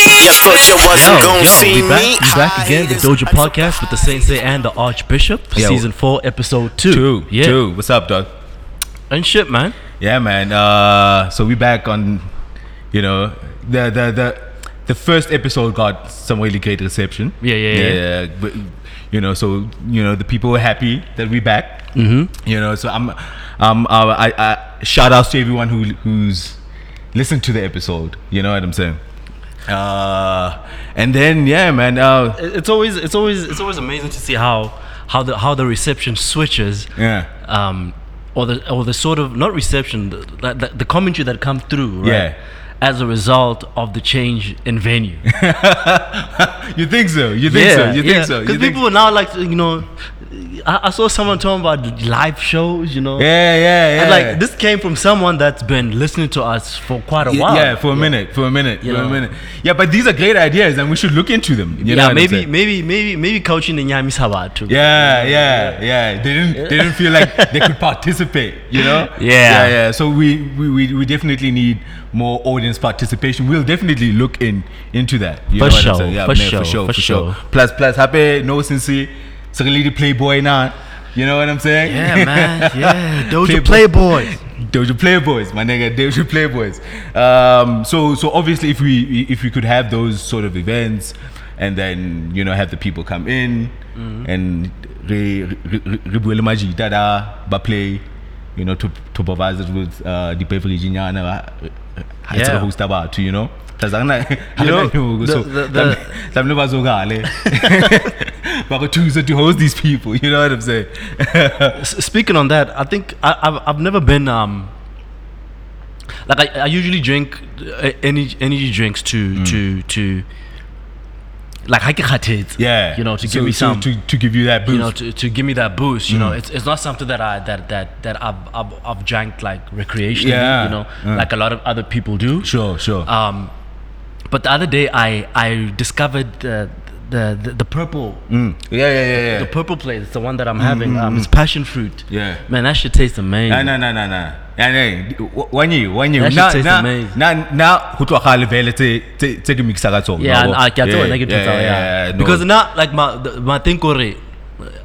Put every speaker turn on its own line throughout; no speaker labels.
You wasn't
Yo,
gonna
yo,
see
Oh, we back,
me.
we back again, the Doja Podcast with the Sensei and the Archbishop,
Yo.
season four, episode two.
True,
yeah,
true. What's up, dog?
and shit, man.
Yeah, man. Uh, so we back on, you know, the the the the first episode got some really great reception.
Yeah, yeah, yeah.
but, you know, so you know the people were happy that we back. Mm-hmm. You know, so I'm, um, uh, I, I shout outs to everyone who who's listened to the episode. You know what I'm saying? Uh, and then yeah, man. Uh,
It- It's always, it's always, it's always amazing to see how how the how the reception switches,
yeah.
um, or the or the sort of not reception, the, the, the- the commentary that come through, right?
Yeah.
As a result of the change in venue,
you think so? You think so? You think so? You
Because
think-
people are now like you know, I, I saw someone talking about live shows, you know,
Yeah, yeah, yeah.
and like this came from someone that's been listening to us for quite a
Y-
while.
Yeah, for a minute, for a minute,
You
for
know.
a minute. Yeah, but these are great ideas, and we should look into them. You know
yeah,
what I'm
maybe,
saying?
maybe, maybe, maybe coaching the Nyamis Habat too.
Yeah, yeah, yeah. They didn't, they didn't feel like they could participate. You know?
Yeah.
yeah, yeah. So we, we, we, we definitely need more audience participation. We'll definitely look in into that. You
For
know what I'm
sure,
saying? Yeah,
for
man,
sure,
for sure,
for
for
sure.
sure. Plus, plus, happy no since secondly the playboy now. You know what I'm saying?
yeah, man. Yeah, Doja
Playboy.
Playboy.
Doja Playboys, my nigga, Doja Playboys. Um, so, so obviously, if we if we could have those sort of events, and then you know have the people come in
Mm-hmm.
and re re- re- re- maji dada ba play, you know, to to provide us with uh, the beverage nyana, it's
Yeah.
uh, a host about you know. Because I'm not, you
know,
know, so
the- the-
the, to host these people, you know what I'm saying?
S- Speaking on that, I think I, I've I've never been um. Like I, I usually drink uh, energy energy drinks to
Mm.
to to. Like I get
Yeah,
you know, to
So-
give me
so
some
to, to give you that boost. Mm.
you know to, to give me that boost you know it's, it's not something that i that that that i've i've, I've drank like recreationally
Yeah,
you know
uh.
like a lot of other people do
Sure, sure.
um but the other day i i discovered uh, the, the the purple
Mm. Yeah, yeah, yeah,
the
yeah.
purple place it's the one that i'm having um it's passion fruit
Yeah.
man that should taste amazing
Nah, nah, nah, nah, nah. Yeah, yeah. W- One year, one year.
That shit
Now,
tastes
now,
amazing.
now, now, go to a higher level, take- take- take a mix of that song,
yeah and
no?
i can do
Yeah,
it like it
yeah,
turns out,
yeah,
yeah.
yeah, no.
because now like my the, my thing Kore,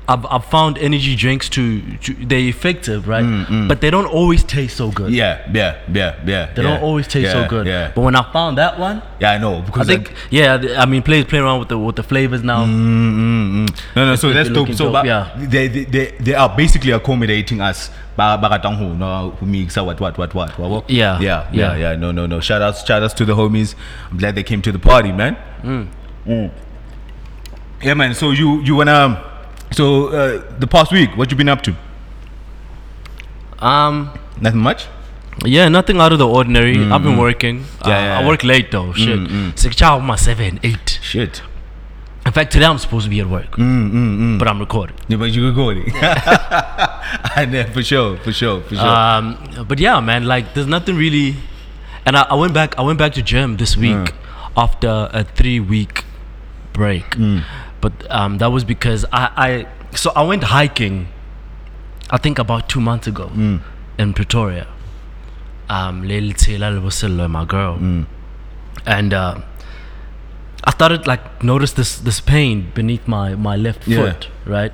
I've, I've found energy drinks to, to they're effective right but they don't always taste so good
Mm, yeah, yeah, yeah, yeah,
They
yeah,
don't always taste so
yeah,
good.
Yeah,
But when I found that one,
yeah, I know.
I
Because
think yeah, th- I mean play playing around with the with the flavors now.
Mm. no, no. So
it's
that's dope.
looking
So,
dope,
but
yeah.
they, they, they, they are basically accommodating us. Ba- ba- katang ho, no, who mix, what, what, what, what, what, what.
Yeah,
yeah,
yeah.
yeah, yeah. No, no, no. Shout outs, shout outs to the homies. I'm glad they came to the party, man. Mm. Yeah, man. So you, you wanna? So uh, the past week, what you been up to?
Um
Nothing much.
yeah, nothing out of the ordinary. I've been working. Uh,
Mm-hmm. Yeah, yeah, Mm,
I
yeah.
work late though. Shit. It's like child my seven, eight.
Shit.
In fact today I'm supposed to be at work.
Mm,
But I'm recording.
Yeah, but you go going. I know for sure, for sure, for sure.
Um but yeah man, like there's nothing really and I, I went back I went back to gym this week after a three week break.
Mm.
But um that was because I, I so I went hiking I think about two months ago in Pretoria. Um Lil Taylor Lebosello, my girl.
Mm.
And uh, I started like notice this this pain beneath my, my left
Yeah. Mm.
foot, right?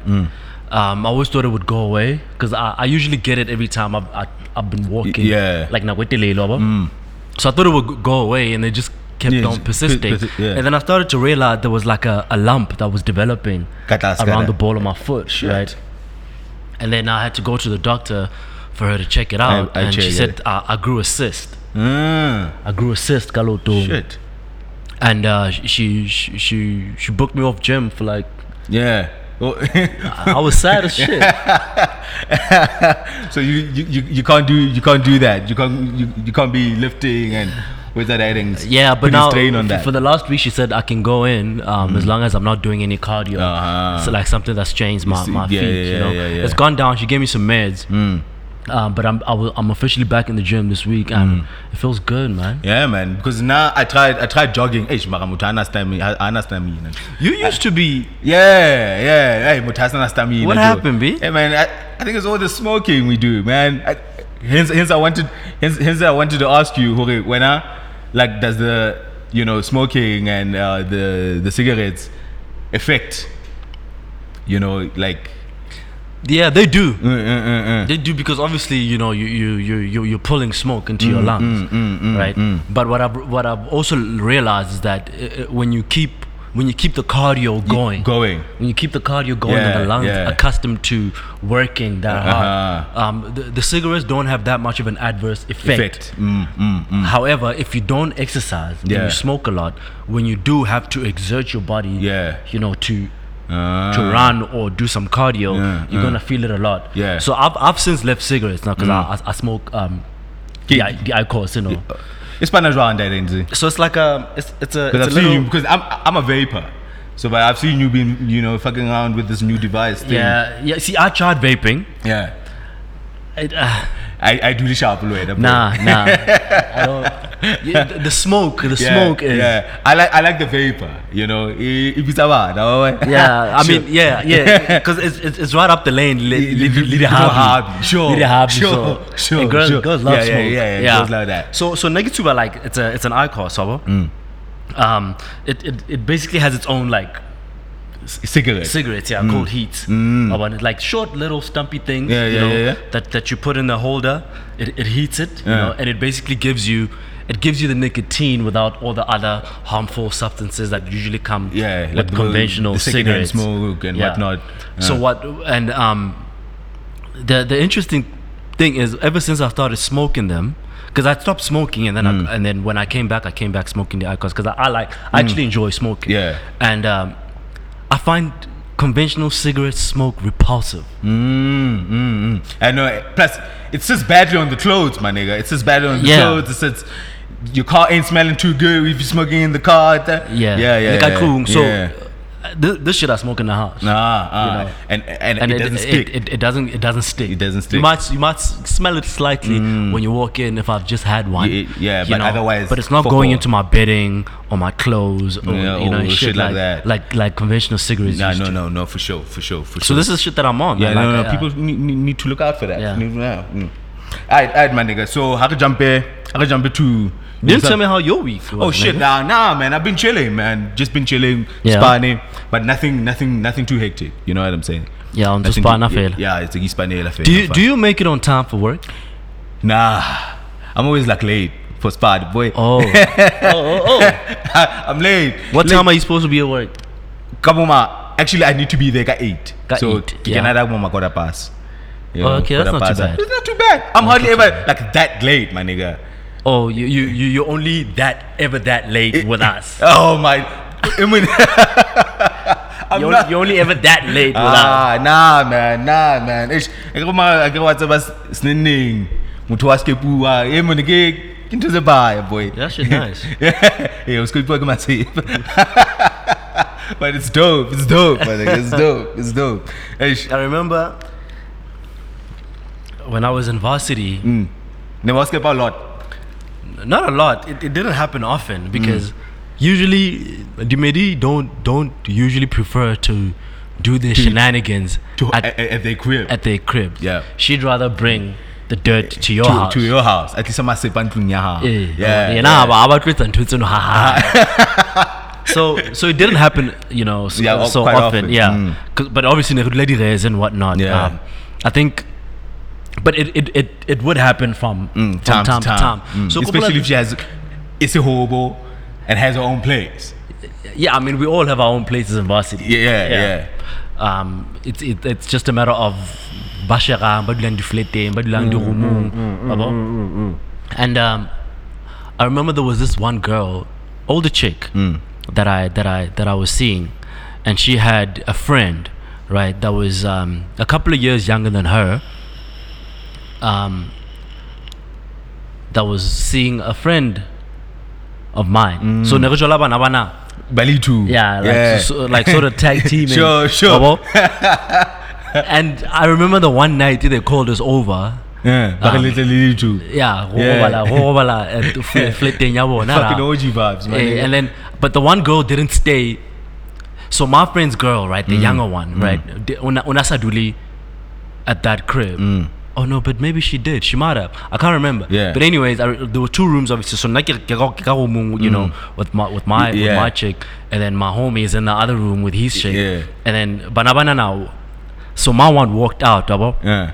Um, I always thought it would go away because I, I usually get it every time I've, I, I've been walking.
yeah.
Like, na mm. So I thought it would g- go away and it just kept
Yeah,
on
just persi-
persisting.
persi- yeah.
And then I started to realize there was like a, a lump that was developing
Kata,
around
skata.
the ball of my foot, right? And then I had to go to the doctor for her to check it out.
I
and she
check
said
it.
I, I grew a cyst.
Mm.
I grew a cyst, Kaloto.
Shit.
And uh, she, she she she booked me off gym for like
Yeah. Well,
I was sad as shit.
so you, you, you, you can't do you can't do that. You can't you, you can't be lifting and with that adding
Yeah, but
putting
now
strain on
f-
that. Mm.
for the last week, she said I can go in um, as long as I'm not doing any cardio.
Uh-huh.
So like something that's changed my,
see-
my
yeah,
feet.
yeah,
you know,
yeah, Mm. yeah.
it's gone down. She gave me some meds, um, but I'm I will, I'm officially back in the gym this week,
Mm.
and it feels good, man.
yeah, man. Because now I tried I tried jogging. Hey, Shmaramuta, I understand me. I I understand me. you know.
You used to be
Yeah, yeah. Hey, Mutasana Stamina.
What
dude.
happened, B?
Hey, man. I, I think it's all the smoking we do, man. I, hence, hence I wanted, hence, hence I wanted to ask you, Hore, when I, like, does the you know smoking and uh, the the cigarettes affect you know like
Yeah, they do.
uh, uh, uh, uh.
They do because obviously you know you you you you you're pulling smoke
Mm,
into your lungs, right? But what I've what I've also realized is that uh, uh, when you keep when you keep the cardio going,
going
when you keep the cardio going and
Yeah,
the lungs
yeah.
accustomed to working that hard,
Uh-huh.
um, the, the cigarettes don't have that much of an adverse effect.
effect mm, mm, mm.
However, if you don't exercise and
Yeah.
you smoke a lot, when you do have to exert your body,
Yeah.
you know, to
Uh,
to run or do some cardio,
Yeah,
you're
yeah.
gonna feel it a lot.
Yeah.
So I've, I've since left cigarettes now because I, I I smoke um,
Gig.
yeah, I course, you know.
it's panaj around that Enzi.
So it's like a it's it's a,
Because
it's a
I've seen you
little,
because I'm I'm a vapor. So but I've seen you been you know fucking around with this new device thing.
yeah yeah. See, I tried vaping.
Yeah.
It, uh,
I, I do the sharp way.
nah nah. I don't, yeah, the, the smoke the
Yeah,
smoke is. Yeah.
Yeah. I like I like the vapor, you know. I- If it's oh, about
I mean, yeah, yeah, because it's, it's it's right up the lane. Li- li- li- li- hobby.
Sure.
Little hobby,
Sure.
so-
Sure.
and girls,
sure.
girls love
yeah,
smoke.
Yeah, yeah, yeah. Girls love that. Mm.
So, so negative are like it's a it's an alcohol, so um, it, it it basically has its own like
Cigarette. Mm.
cigaretes, yeah, cold heat, about it. like short little stumpy things,
Yeah,
you
yeah,
know,
yeah, yeah.
that that you put in the holder. It, it heats it, you
Yeah.
know, and it basically gives you. It gives you the nicotine without all the other harmful substances that usually come
yeah,
with
like the-
conventional
the secondhand
cigarettes.
smoke and
Yeah.
whatnot.
So
Uh,
what and um, the the interesting thing is ever since I started smoking them, because I stopped smoking and then
Mm.
I, and then when I came back, I came back smoking the icons because I, I like I actually enjoy smoking.
Yeah.
and um, I find conventional cigarette smoke repulsive.
Mm, mm, mm. I know. Plus, it sits badly on the clothes, my nigga. It sits badly on the
Yeah.
clothes. It sits. Your car ain't smelling too good if you're smoking in the car. Yeah,
Yeah,
yeah, yeah.
Like I
yeah,
cool. So
yeah.
uh, this, this shit I smoke in the house.
nah, ah,
know.
and, and
And
it,
it,
doesn't
it,
stick.
It, it, doesn't. It doesn't stick.
It doesn't
You
stick.
might you might s- smell it slightly when you walk in if I've just had one.
Y- yeah,
you
but otherwise,
But it's not
fuck
going
all.
into my bedding or my clothes or
Yeah,
you know
or
shit, like, that. Like like conventional cigarettes.
nah,
used
no,
to.
no, no, for sure, for sure, for
So
sure.
this is shit that I'm on. man.
yeah, no, no,
Like, uh,
people need, need need to look out for that.
Yeah.
Need- yeah, mm. Alright, alright, my nigga. So how to jump here? How to jump here to?
Didn't tell me how your week. Was,
Oh shit,
nigga.
nah, nah, man. I've been chilling, man. Just been chilling,
Yeah.
spanning, but nothing, nothing, nothing too hectic. You know what I'm saying?
Yeah, on just
Nothing
Spa and I
too-
fail.
Yeah, yeah, it's a Hispaniola fail.
Do you do you make it on time for work?
Nah, I'm always like late for spa, the boy.
Oh, oh, oh, oh.
I'm late.
What
late.
time are you supposed to be at work?
Kabuma, actually, I need to be there at eight.
Ka
so
eight,
you
yeah.
can add my quarter pass. You
Oh, okay, that's
quarter
not too bad.
It's not too bad. I'm hardly ever like that late, my nigga.
Oh, you you you you're only that ever that late with us.
Oh my. I mean, I'm
You're, only-
not.
you're only ever that late with us.
Ah, nah, man, nah, man. Eish, ngoma akawatsaba sininingi. Muthu wasikepuwa, hey man, e ke into the buy, boy.
That shit nice.
yeah, was good fucking myself. But it's dope, it's dope, my nigga, it's dope, it's dope. Eish,
I remember when I was in varsity,
Mm. ne wasikepa a lot.
not a lot. It, it didn't happen often
Mm.
because usually Dimedi don't don't usually prefer to do their shenanigans
To,
at,
at, at their crib.
at their crib.
Yeah.
She'd rather bring the dirt to your
to,
house. Eh,
to your house. At least I'm ntwing ya hao.
Yeah.
Yeah. Ah.
Yeah, nah, but I worked with them too, so no, ha, ha. So, so it didn't happen, you know, so,
Yeah,
so
quite
often,
often.
yeah.
Mm.
'Cause- But obviously, the lady rays and whatnot. Um,
Yeah.
I think, but it it, it, it would happen from,
Mm,
from
time, to time. Mm.
So, Especially
Especially if she has, it's a hobo and has her own place.
yeah, I mean, we all have our own places in varsity.
Yeah, yeah, yeah.
Um, it's it, it's just a matter of bashera, badulang diflete, badulang
Mm,
dirumung, yabo? and um, I remember there was this one girl, older chick,
Mm.
that I that I that I was seeing, and she had a friend, right, that was um, a couple of years younger than her. Um, that was seeing a friend of mine.
Mm.
So negojola bana bana.
Bali too.
Yeah, like, So, like sort of tag team.
Sure, sure.
and I remember the one night they called us over.
yeah, like a
Um,
little lady too.
Yeah, go
Yeah.
robala, go robala at the fl- flirting, yeah, bona,
Fucking
rah.
OG vibes, man.
Eh, and then, but the one girl didn't stay. So my
Mm.
friend's girl, right, the younger one, right, di- una- unasaduli at that crib. Oh no, but maybe she did. She might have. I can't remember.
Mm. Yeah.
But anyways, I, re- there were two rooms obviously. So like, you know, with my with my with
Mm. Yeah.
my chick, and then my homie is in the other room with his chick.
Yeah.
And then banabana now. So my one walked out, double.
Yeah.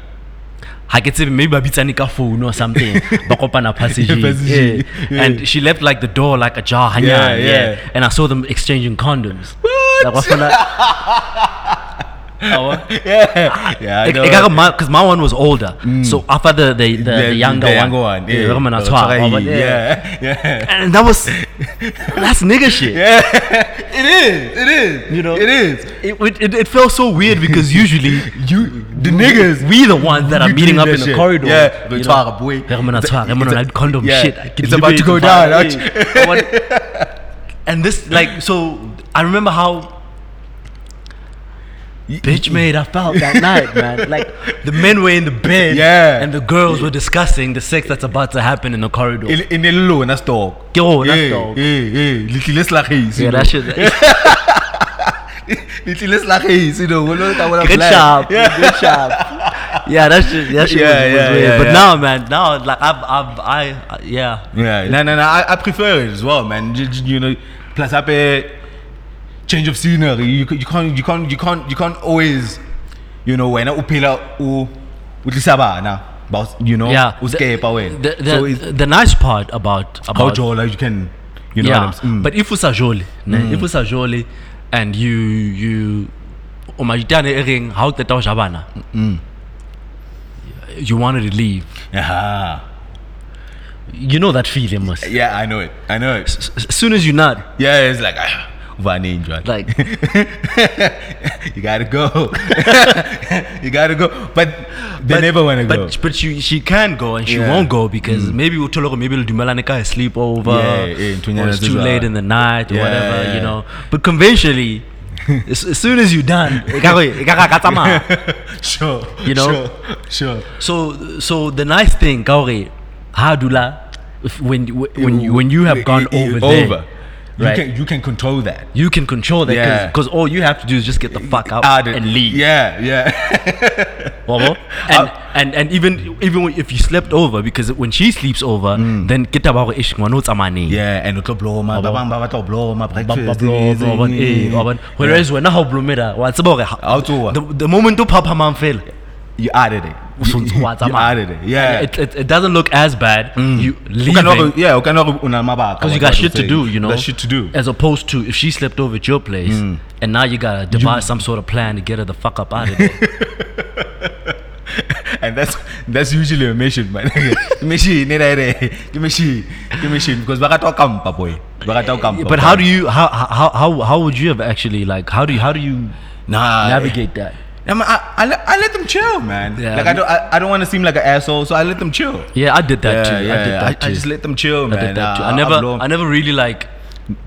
I get it. Maybe babitsane ka phone or something. Ba kopana passaging.
Passaging.
Yeah. And she left like the door like ajar. hanyane,
Yeah,
yeah,
yeah.
And I saw them exchanging condoms. Like, what's
Yeah. Yeah. I Oh, know. Mm.
because my one was older, so after the the, the, the younger
the
one,
younger one.
Yeah, the woman I
Oh,
saw,
sorry.
I was like,
Yeah. Yeah.
and that was that's nigga shit.
It is. It is.
You know?
It is.
It, it, it- it felt so weird because usually
You the niggas
we the ones that are
you
meeting up
doing that
in the
shit.
corridor.
Yeah.
you know?
Retwara, boy.
Yeah, man, I
It's-
twa- yeah, man,
it's a-
like condom
yeah.
shit. I can
It's about to
liberate
go
the
down.
fire.
aren't you?
Yeah. I want- and this like so I remember how bitch made I felt that night, man. Like the men were in the bed
Yeah.
and the girls were discussing the sex that's about to happen in the corridor.
In in Eh, the low, that's dog.
Ke rona
Yeah,
dog.
yeah, yeah. Little less like his.
Yeah, that shit.
Little less like his. You know, we know that what
Good job.
Yeah.
Good job. Yeah, that shit. That shit
Yeah,
was,
yeah,
was weird.
yeah,
but
yeah.
now, man, now like I've, I've, I, I yeah.
Yeah, no, no, no. I, I prefer it as well, man. You, you know, plus up a change of scenery. You, ca- you can't, you can't, you can't, you can't always, you know, when I upela u utlisaba now, but you know,
yeah
uscape away.
the, the,
So it's
the, the nice part about
how
about
jola you can, you know,
yeah
what I'm, s- mm.
but if usajoli ne if usajoli and you you umayitane ering how qeda ujabana
Mm.
you wanted to leave
Aha.
you know that feeling must
yeah, I know it. I know it.
as soon as you're not
Yeah, it's like ah, Vanny John.
like
you gotta go. you gotta go. But they
but-
never wanna
but,
go.
but she she can go and she
Yeah. Mm.
won't go because maybe utoloko maybe dumelane ka sleep over
Yeah, yeah,
or it's too
yeah.
late in the night or
Yeah,
whatever
yeah,
you
yeah.
know but conventionally as, as soon as you're done e ka re- e ka re a ka tsamaya.
sure.
You know?
Sure. sure.
So so the nice thing, Kaori, Hadula, if- when you- when you when you have gone
I- I-
over,
over.
there,
You
right?
can you can control that.
you can control that
Yeah.
because all you have to do is just get the fuck out
Add it.
and leave.
Ah, Yeah, Uh, yeah.
wabo? And, and and even even if you slept over because when she sleeps over, then get about ish ngwanotsa mane.
Mm. yeah, and it'll blow my
Wabo.
babang baba to blow eh, my breakfast.
eh, whereas wena ha o blomela wa tseba hore ha-
Ha o tsoha.
the, the moment o phaphamang fela
You added it.
o so ntse wa
You
tsamaya.
added it. Yeah. Mm.
it, it, it doesn't look as bad you
You
leaving
can also- yeah, you can also una mabaka,
Because you
what
got
I
shit
would
to
say.
do, you know.
Got shit to do. Mm.
As opposed to if she slept over at your place, and now you gotta devise some sort of plan to get her the fuck up out of there.
and that's that's usually a mission, man. Mission, mission, mission. Because baka to kampa boy, baka to kampa.
but how do you how how how how would you have actually like how do you how do you
nah,
navigate that?
I, mean, I, I, let- I let them chill, man.
Yeah.
like I don't I, I don't want to seem like an asshole, so I let them chill.
Yeah, I did that too. I did
I,
that
I
too.
just let them chill,
I
man.
did that too.
Uh,
I never
blow-
I never really like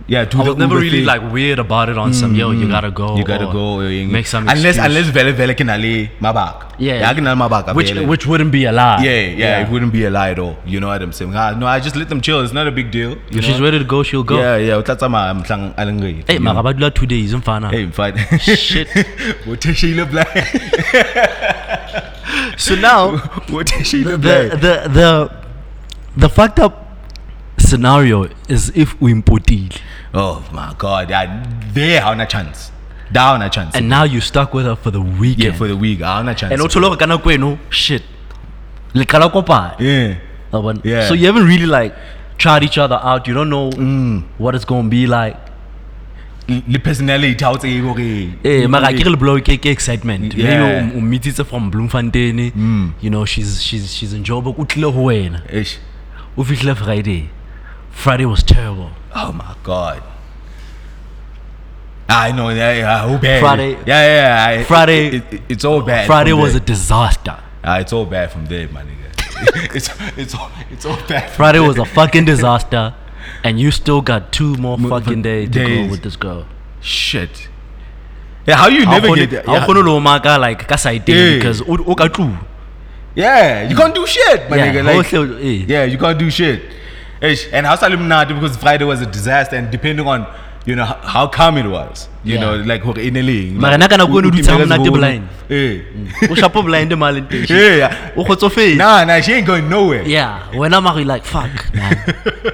yeah, do
I
the
was never
Uber
really
thing.
like weird about it on some yo you gotta go
Mm, You gotta
or
go. eh,
make some
unless
excuse.
unless vele vele can ali mabak.
yeah
I can mabak.
which which wouldn't be a lie
yeah, yeah, it wouldn't be a lie at all. You know what I'm saying? Ah, no, I just let them chill. It's not a big deal. You
if she's
know?
ready to go she'll go
Yeah, yeah. That's my mtlang alengwe.
hey magabadula two days in fana
Hey, fine.
Shit.
What is she look like?
so now
What is she look
Oh. the
like?
the the the fucked up scenario is if uimpotile
Oh my god, yeah, they are on a chance. They are on a chance.
and now you're stuck with her for the
yeah,
weekend
for the week, I on a chance.
and otoloka kana kwenu shit lekala kopana
yeah.
Yabona?
Yeah.
so you haven't really like tried each other out you don't know
Mm.
what it's gonna be like
The personality, how to okay.
Eh, mara akere le blow ke ke excitement
Yeah. Mm.
maybe o meetitse from bloemfontein you know she's she's she's in joburg o tlile ho wena
Ish.
o fihlile friday friday was terrible
Oh my god. I know, yeah, yeah, how bad.
Friday-
Yeah, yeah, yeah. I-
Friday-
It, it, it's all bad.
friday
from
was a
there.
disaster
Ah, it's all bad from there, my nigga. it's, it's, all, it's all bad. From
Friday was a fucking disaster, and you still got two more fucking days to go
days.
with this girl.
Shit. Yeah, how you
I'll
never get that? Yeah.
like
Yeah.
because o- o ka two.
Yeah, you can't do shit, my
Yeah,
nigga. Like,
also, eh.
yeah, you can't do shit. Ish. And how's Salim Nadi because Friday was a disaster, and depending on you know, h- how calm it was. You
Yeah.
know, like hore in a league.
Mara naka nakwe no do tsa monate blind.
Eh.
o shapo blind malen teng
Yeah, yeah.
o kgotsofetse
Nah, nah, she ain't going nowhere.
yeah wena mare like fuck man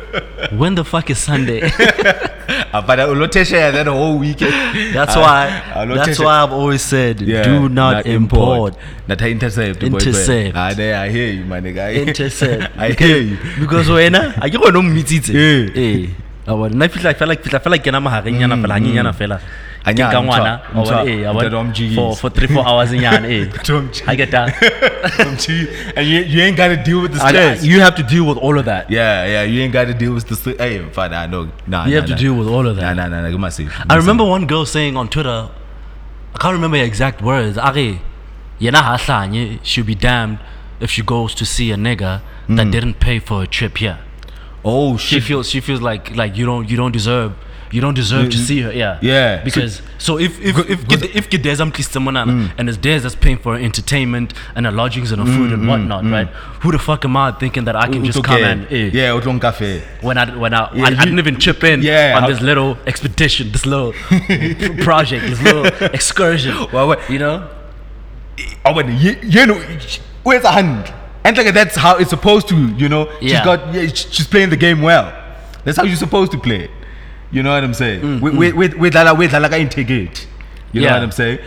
when the fuck is sunday
Uh, but I will test her that whole weekend.
that's
Uh,
why
I will
that's
test her.
why i've always said
Yeah,
do not, import,
Not intercept. boy, boy.
Intercept.
Ah, there, I hear you, my nigga. I hear-
intercept
I hear you.
because wena a ke gone o mmitsitse
Eh.
ee awa nna fihla fela ke fihla fela ke kena magarengnyana fela ganyenyana fela ke
Anya,
nka
ntshwa-
ngwana awa,
ntshwa,
eh, awa,
ntate wa Mjigisi.
for- for three four hours nyana eh. ee
Tom G.
I get that.
Tom G. And you, you ain't got to deal with the
And, uh,
stress.
you have to deal with all of that
yeah, yeah, you ain't got to deal with the stress. Hey, fine, I know. Nah,
you
nah,
have to
nah.
deal with all of
Nah,
that
nah, nah, nah. Come on, see.
I remember one girl saying on Twitter, I can't remember her exact words. Ari, yena hahlanye should be damned if she goes to see a nigga that didn't pay for a trip here.
Oh
She
shit.
feels she feels like like you don't you don't deserve you don't deserve to
Mm,
see her. Yeah.
yeah.
Because so, if if if if if Gidez am mm. and it's Dez that's paying for entertainment and her lodgings and her
Mm,
food and whatnot, right? Who the fuck am I thinking that I can just come and eh,
yeah, Utlong Cafe.
when I when I,
Yeah,
I, I
you-
didn't even chip in
Yeah,
on
how-
this little expedition, this little p- project, this little excursion.
Well, wait.
You know,
Oh, but you, you know, where's a hand? And like that's how it's supposed to. You know, she's
Yeah.
got. Yeah, sh- she's playing the game well. That's how you're supposed to play it. You know what I'm saying? wait, wait, wait, wait, like, wait, like I integrate. You
Mm, Yeah.
know what I'm saying?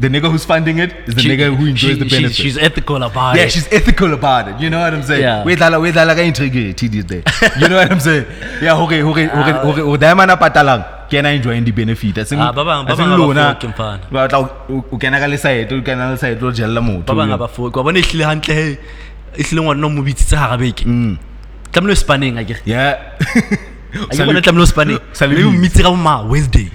The nigga who's funding it is the
She-
nigga who enjoys
she-
the
she's-
benefit.
She's, ethical about
yeah,
it.
she's ethical about it. You know what I'm saying?
Yeah.
Wait, like, wait, like I integrate. He did that. You know what I'm saying? Yeah, okay, okay, okay, okay. okay. That man apatalang. Can I enjoy the benefit? I think.
Ah, ba bang- ba
I think
bang ha ba
lona-
fucking fana.
ba batla o- o kena ka le side, o kena le side, o jella motho,
ba
you
bangwe
know.
ba foka wa bone e tlile gantle he e tlile ngwanna o mo bitsitse gara beke
Mm.
tlamehile o spaneng a kere
Yeah.
a ke bona tlamehile o spaneng
Salute.
mme o mmitse ka boma wednesday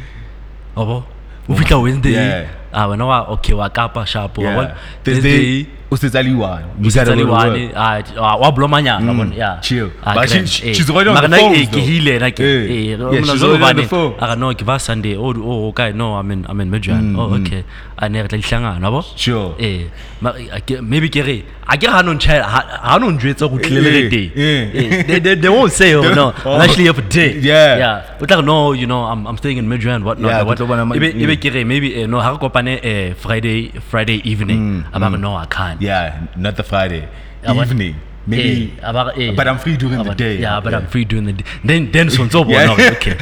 obo o fitlha wednesday
Yeah.
a wena wa okay wa kapa shapo wa bona
Yeah. Thursday, o setse a le one. We gotta go to
eh?
work.
ah, wa blomanyana
Mm,
bona yeah
chill.
Ah,
But she-
grand,
she-
eh.
she's already on
Mara na-
the
eh,
phones,
ke
though.
heile na ke
Eh,
eh,
yeah,
mna
she's
zo
already on
hobane-
the phone.
Ara, no ke va sunday oh oh, okay no i'm in i'm in
Mm,
Midrand. oh okay a ne re tla dihlangana bo
Sure.
eh ma- a ke- maybe ke re a ke ha no ntjha ha ha no njwetsa go tlile le
Eh,
re teng.
eh.
Eh, they they they won't say oh no
Oh.
i'm actually here for day
Yeah.
yeah but like no you know i'm i'm staying in midrand what
Yeah,
not
ke tlo bona ma-
ebe ebe
mm.
ke re maybe eh, no ha re kopane eh, friday friday evening about no i can't
Mm, Yeah, not the Friday.
Yeah, but-
Evening. Maybe.
Ah, Eh, about, eh,
But I'm free during the
about-
day.
Yeah, but I'm
Yeah.
free during the day. Then then so so no,
Yeah.
okay.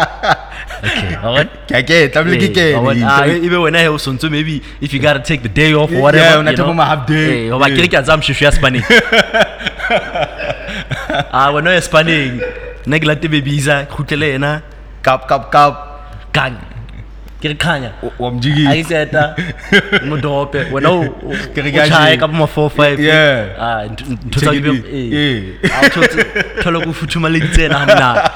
okay. All right.
Ke- ke, tlamehile ke
Eh,
kene.
all right. Ah, e- ebe wena hee o sontso maybe if you gotta take the day off or
Yeah,
whatever
o na
you
take
know.
home a half day.
Eh, hoba
Yeah.
ke re ke a tsaya moshweshwe ya spaneng Ah, wena o ya spaneng nna ke late bebisa ke kgutlele ena
Kap, kap, kap.
kang ke re khanya
O- wa mjikisa.
a iseta modope wena o- o-
Ke re
o
ke a
chaye
je.
ka boma four five
Yeah.
Ah, nt- ntho tsa
Take it
di-
easy.
eh.
Eh.
Ah, o thotse- thole ko futhumaleditse ena ha monate.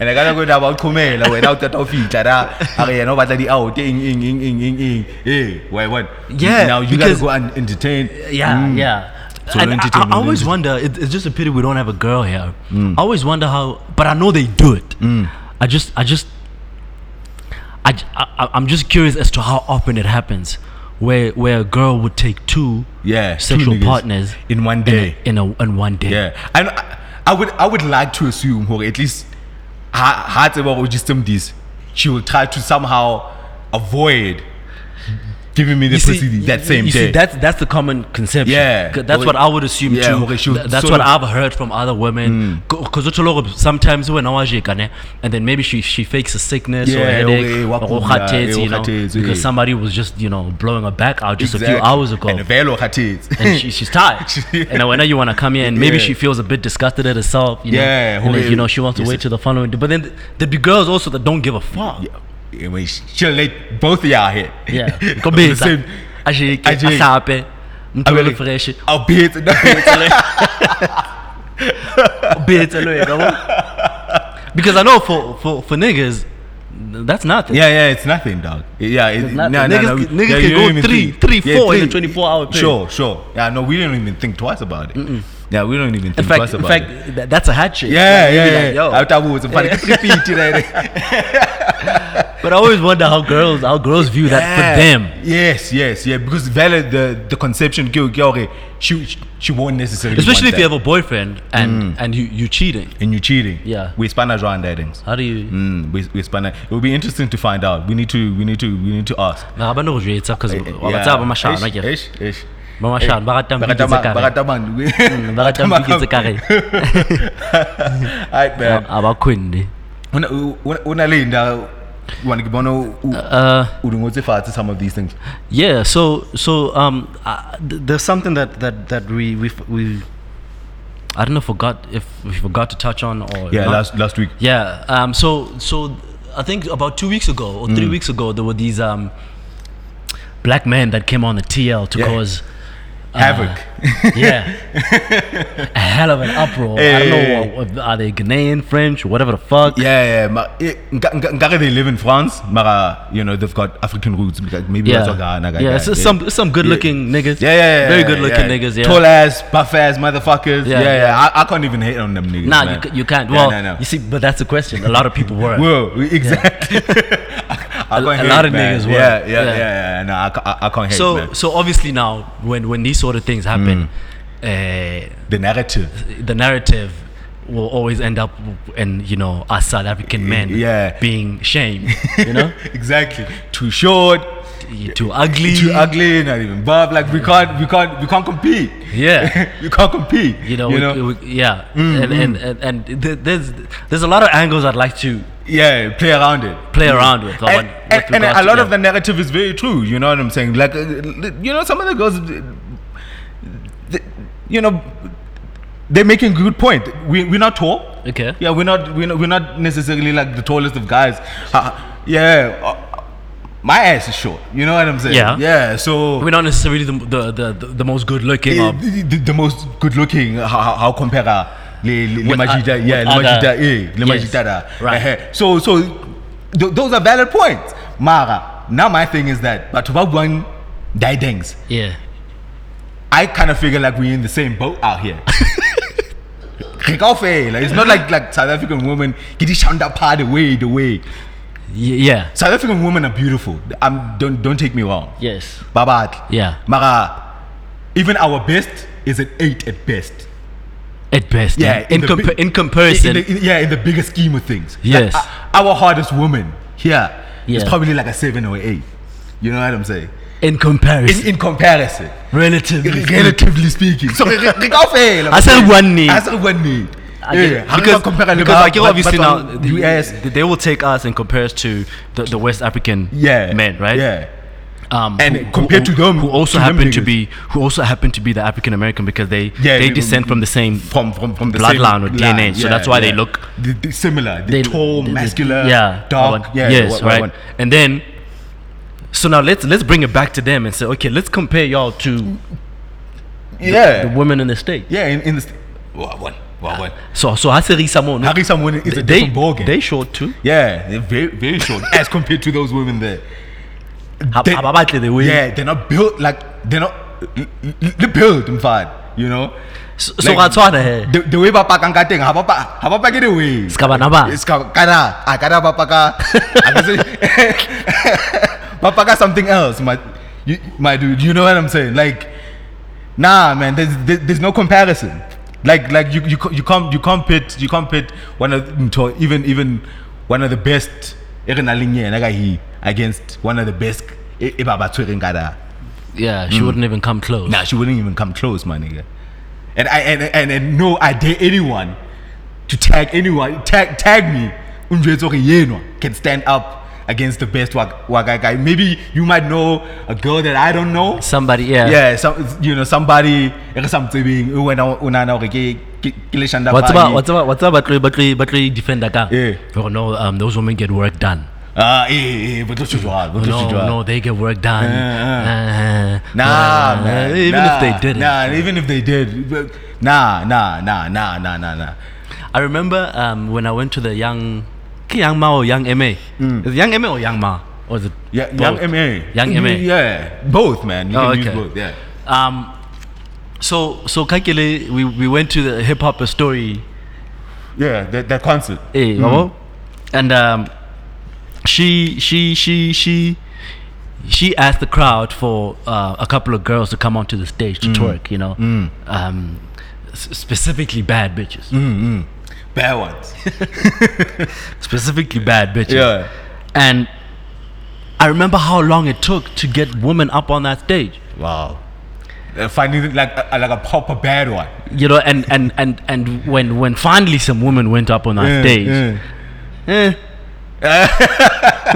and I gotta go down about Kumela without that of it. Okay, you know, but the out, ing, ing, ing, ing, ing, ing. Hey, wait, what?
Yeah,
Now you gotta
because-
go and entertain.
yeah
Mm.
yeah
So
and I, I
entertainment
always
is- Mm.
wonder it, it's just a pity we don't have a girl here i always wonder how but i know they do it i just i just I, j- I am just curious as to how often it happens where where a girl would take two
Yeah. two
sexual
niggas
partners
in one day.
in a in one day
Yeah. And I, I would I would like to assume or at least heart about system this. She will try to somehow avoid giving me the pussy that
you-
same
you
day.
See, that's that's the common conception.
Yeah.
'Cause that's
Okay.
what I would assume
Yeah,
too.
okay, she would
Th- that's
sort
what
of-
I've heard from other
Hmm.
women. Because sometimes when I was and then maybe she she fakes a sickness or a
Yeah,
headache
okay,
or
wakumba,
ukhathetsi,
eh,
you know,
ukhathetsi,
because
eh.
somebody was just you know blowing her back out just a few
Exactly.
hours ago.
And velo her tits.
and she, she's tired.
She-
And whenever you want to come here, and maybe
Yeah.
she feels a bit disgusted at herself. You
Yeah,
know, and then,
okay.
you know she wants to
Yes.
wait till the following day. But then th- there'd be girls also that don't give a fuck.
Yeah. I mean, she'll let both of y'all hit.
Yeah.
On the
Kobetsa.
same-
A jeke,
A
a
jeke.
hlape,
I
ntho
mean,
e le fresh.
I'll be it.
O betse le wena, wa- Because I know for for for niggas that's nothing.
Yeah, yeah, it's nothing, dog. Yeah, it's
nothing.
No, no,
Niggas
no.
c- niggas
yeah,
can
you
go
don't even
three-
think.
three, four in a 24-hour period.
Sure, sure. Yeah, no, we don't even think twice about it. Yeah, we don't even think
In fact,
twice
in
about
fact,
it.
tha- that's a hat trick.
Yeah,
Like, you'd be
yeah,
like,
yeah.
yo.
After we was a funny repeat, right?
But I always wonder how girls how girls view that for them.
Yes, yes, yeah. Because Vela, the the conception, okay, okay, okay, she she- she won't necessarily.
Especially if
want
you have
that.
a boyfriend
Mm.
and and you you cheating.
and you're cheating.
Yeah.
we span around datings.
How do you?
Mm, we we span. It will be interesting to find out. We need to we need to we need to ask.
Nah, I know it's because
Yeah.
WhatsApp I'm a shan,
Eish,
like yeah.
eish, eish.
I'm a
Eh,
shan. Bagatang
Baka
bigitsa
tama- baka
kare.
taman- we-
Bagatang bigitsa kare.
Alright, man.
Abakwindi.
Una- u- una- unalinda wani kibona u- u-
Uh.
uri ngotse fatshe some of these things
Yeah, so so um, uh, th- there's something that that that we we f- we I don't know forgot if we forgot to touch on or
yeah
not.
last last week
yeah. Um, so so I think about two weeks ago or
Mm.
three weeks ago there were these um black men that came on the TL to
Yeah.
cause Ah.
havoc
yeah a hell of an uproar. I don't
Hey.
know what, are they Ghanaian, French, whatever the fuck.
yeah yeah ma- eh, nka- nka- nkare they live in france mara you know they've got african roots like maybe
yeah,
that's what Ghana ah, got,
yeah.
yeah,
it's
yeah.
some some good looking niggas.
yeah, yeah, yeah,
very
yeah,
good looking
yeah.
niggas. Yeah,
Tall ass, buff ass motherfuckers. Yeah,
Yeah,
yeah.
yeah.
I, I can't even hate on them niggas.
Nah,
man.
you, c- you can't.
Yeah,
well,
no, no.
you see, but that's the question. A lot of people were.
Whoa, exactly. I, I
A-
can't
a
hate,
lot of
man.
niggas were.
Yeah, yeah, yeah,
Yeah.
yeah. yeah. No, I, ca- I, I can't hate,
so,
man.
so obviously now, when when these sort of things happen, uh,
The narrative.
the narrative will always end up in you know us South African men
Yeah.
being shamed, you know,
exactly. Too short,
You too ugly,
too ugly, not even buff. Like we can't, we can't, we can't compete.
Yeah.
we can't compete.
You know, Mm, we- we- yeah, and, and and and th- there's there's a lot of angles I'd like to
yeah, play around it.
play around with.
And,
with regards
and, and a
to-
lot
yeah.
of the narrative is very true. You know what I'm saying? Like, uh, you know, some of the girls, uh, th- you know, they're making a good point. We we're not tall.
okay,
Yeah, we're not, we're not, we're not necessarily like the tallest of guys. Uh, yeah, uh, my ass is short. You know what I'm saying?
Yeah.
Yeah. So
we're not necessarily the the the, the, the most good looking.
Eh,
or
the, the- the most good looking how, how- how compare uh, le, le, le
With
Majida,
oth-
yeah,
with other-
le Majida, eh, le
Yes,
Majida da.
right.
Eh, eh. So, so th- those are valid points. Mara, now my thing is that, but about one die dengs,
yeah,
I kind of figure like we're in the same boat out here. Re kaofela. it's not like like South African women get the shanda part away the way.
Y- yeah,
South African women are beautiful. I'm, don't don't take me wrong.
yes,
Babat.
yeah.
Mara, even our best is an eight at best.
At best,
Yeah,
yeah. In,
the
compa-
bi-
in comparison,
in the- in- yeah, in the bigger scheme of things. Like,
Yes.
uh, our hardest woman here is
Yeah.
probably like a seven or eight. You know what I'm saying?
in
In,
comparison,
in comparison,
relatively,
re- relatively speaking. So, re- re- re- kaofela,
I said
man.
one need.
I said one need.
I get it.
Yeah, ha re
because,
ba compare le
because
ba-
like you're
ba-
obviously
ba-
now,
ba-
the
US.
US, they will take us and compare us to the, the West African
Yeah.
men, right?
Yeah.
Um,
And
who-
compared
who-
to them-
who also
to them
happen to
niggas.
be who also happen to be the African American because they
Yeah,
they
we-
descend from the same.
From from from the
Bloodline
same
or DNA, so that's why they look-
the, the similar. The
they-
tall,
they- they-
muscular,
yeah,
dark.
one-
Yeah,
yes,
one- one-
right.
one.
And then, so now let's let's bring it back to them and say, okay, let's compare y'all to
Yeah,
the women in the state.
yeah. In, in the st- Wa- one, one, one.
So so I say Samo, no,
Harry someone is a
they
different ballgame.
they short too.
Yeah, they're very very short as compared to those women there.
Ha-
They-
ababatle they win.
Yeah, they're not built like they're not the build in fact, you know.
So so ra tshwana he.
The, the way ba pakang ka teng, ha ba pa ha ba pake the way.
Ska bana ba.
It's ka kana a kana ba paka. a ka se- ba paka something else, my you, my dude. You know what I'm saying? Like, nah, man. There's there, there's no comparison. Like like you you ca- you can't you can't pit you can't pit one of mtho- even even one of the best e re nang le yena ka he, against one of the best e e ba ba tshwereng ka da.
Yeah, she wouldn't even come close.
Nah, she wouldn't even come close, my nigga. And I and and, and no, I dare anyone to tag anyone, tag tag me. Unjwetso ke yenwa can stand up against the best wag waga guy. Maybe you might know a girl that I don't know.
Somebody, yeah.
Yeah, some you know somebody e re sa mo tsebeng o wena o nahana hore ke ke ke leshanda
What's about
fadi.
what's about what's about battery battery battery defender ka?
Yeah.
Oh no, um, those women get work done.
Ah, eh eh eh, but don't you draw, but
No,
don't you draw.
no, they get work done. Uh,
Yeah, Uh,
uh,
Nah, man.
Even
nah,
if they didn't,
Nah, even if they did. but- Nah, nah, nah, nah, nah, nah, nah.
I remember um, when I went to the young, Ki young Ma or young Ma.
Hmm.
Is it young Ma or young Ma? Or is it
Yeah,
both?
Young MA.
Young MA.
Yeah, both, man. You
Oh,
can
okay.
use both, yeah.
Um, so so Kakele, we we went to the hip hop story
Mm. Yeah, that, that concert.
Eh, yabo? And um, she she she she she asked the crowd for uh, a couple of girls to come onto the stage
Mm.
to twerk. You know, um, s- specifically bad bitches.
Mm. Bad ones.
Specifically bad bitches.
Yeah.
And I remember how long it took to get women up on that stage.
Wow. Uh, finding like a, like a proper bad one.
You know, and and and and when when finally some women went up on that
Yeah,
stage,
yeah. mm.
eh,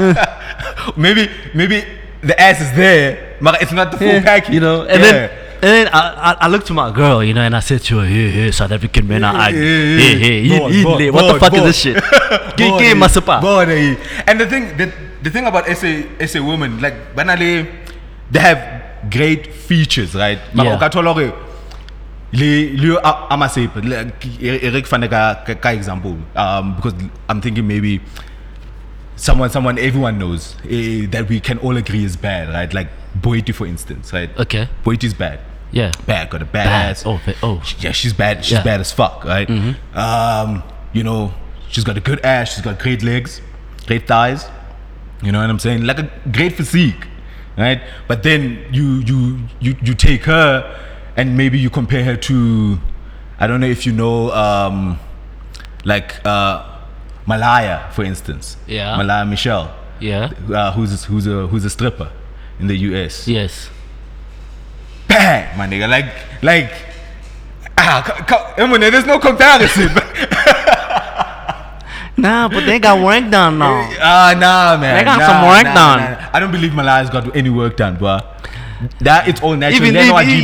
Maybe maybe the ass is there, but it's not the full
Yeah,
package.
Eh, You know, and
Yeah.
then and then I, I I looked to my girl, you know, and I said to her, "Hey, hey, South African man, I, I
Yeah,
hey,
yeah, yeah.
hey, you-
Boy,
you
boy,
late. what the
boy,
fuck is
boy.
this shit? Give
Boy,
give
eh,
my support.
boy, eh. And the thing the, the thing about SA SA women like banally they have great features, right?
Yeah.
Mara o ka thola hore le le a- a masepe, like E- Eric fane ka ka- ka example um because I'm thinking maybe someone someone everyone knows eh, that we can all agree is bad, right? Like Boiti for instance, right?
Okay,
Boiti is bad.
yeah,
Bad, got a bad,
bad.
ass
Oh, fa- oh,
yeah, she's bad. She's
Yeah. Mm-hmm.
bad as fuck, right? Um, you know, she's got a good ass. She's got great legs, great thighs. You know what I'm saying? Like a great physique, right? But then you you you you take her, and maybe you compare her to, I don't know if you know, um, like uh, Malaya, for instance.
Yeah.
Malaya Michelle,
yeah,
uh, who's who's a who's a stripper in the U.S
yes,
bang, my nigga. Like, like, ah, co- co- Eminem, there's no comparison.
nah, but they got work done now.
Ah, nah, man.
Oh. They got
Nah,
some work
nah,
done.
nah. I don't believe Malaya's got any work done, bruh. That it's all natural.
Even
Even if,
if- i-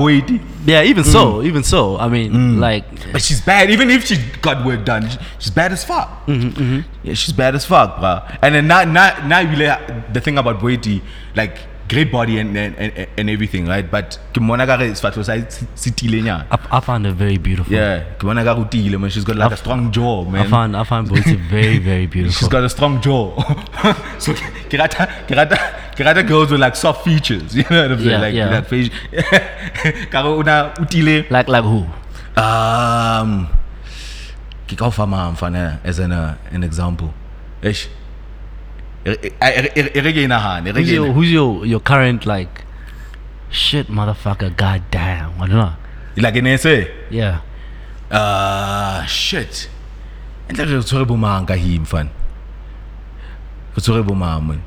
i- Yeah, even
Mm.
so, even so, I mean, like,
but she's bad. Even if she got work done, sh- she's bad as fuck.
Mm-hmm,
Yeah, she's bad as fuck, bruh. And then now, now, now you like the thing about Boiti, like great body and and, and, and everything, right? But Kimona Gare is fat was I city lenya.
I, I found her very beautiful.
Yeah, Kimona Gare utile, man. She's got like a strong jaw,
I
man.
found I found Boise very very beautiful.
She's got a strong jaw. so ke rata ke rata ke rata girls with like soft features, you know what I'm saying?
Yeah,
like
yeah.
that face. Karo una utile.
like like who?
Um ke ka o fa ma mfana as an uh, an example. Eish. E e- e- e- e- e re ke e nahane, e
Who's
re ke e
your who's your your current like shit motherfucker? Goddamn, what not?
na- like an SA.
Yeah.
Uh shit. Ntle re tshwere bo mang ka him mfana. Re tshwere bo mang. man.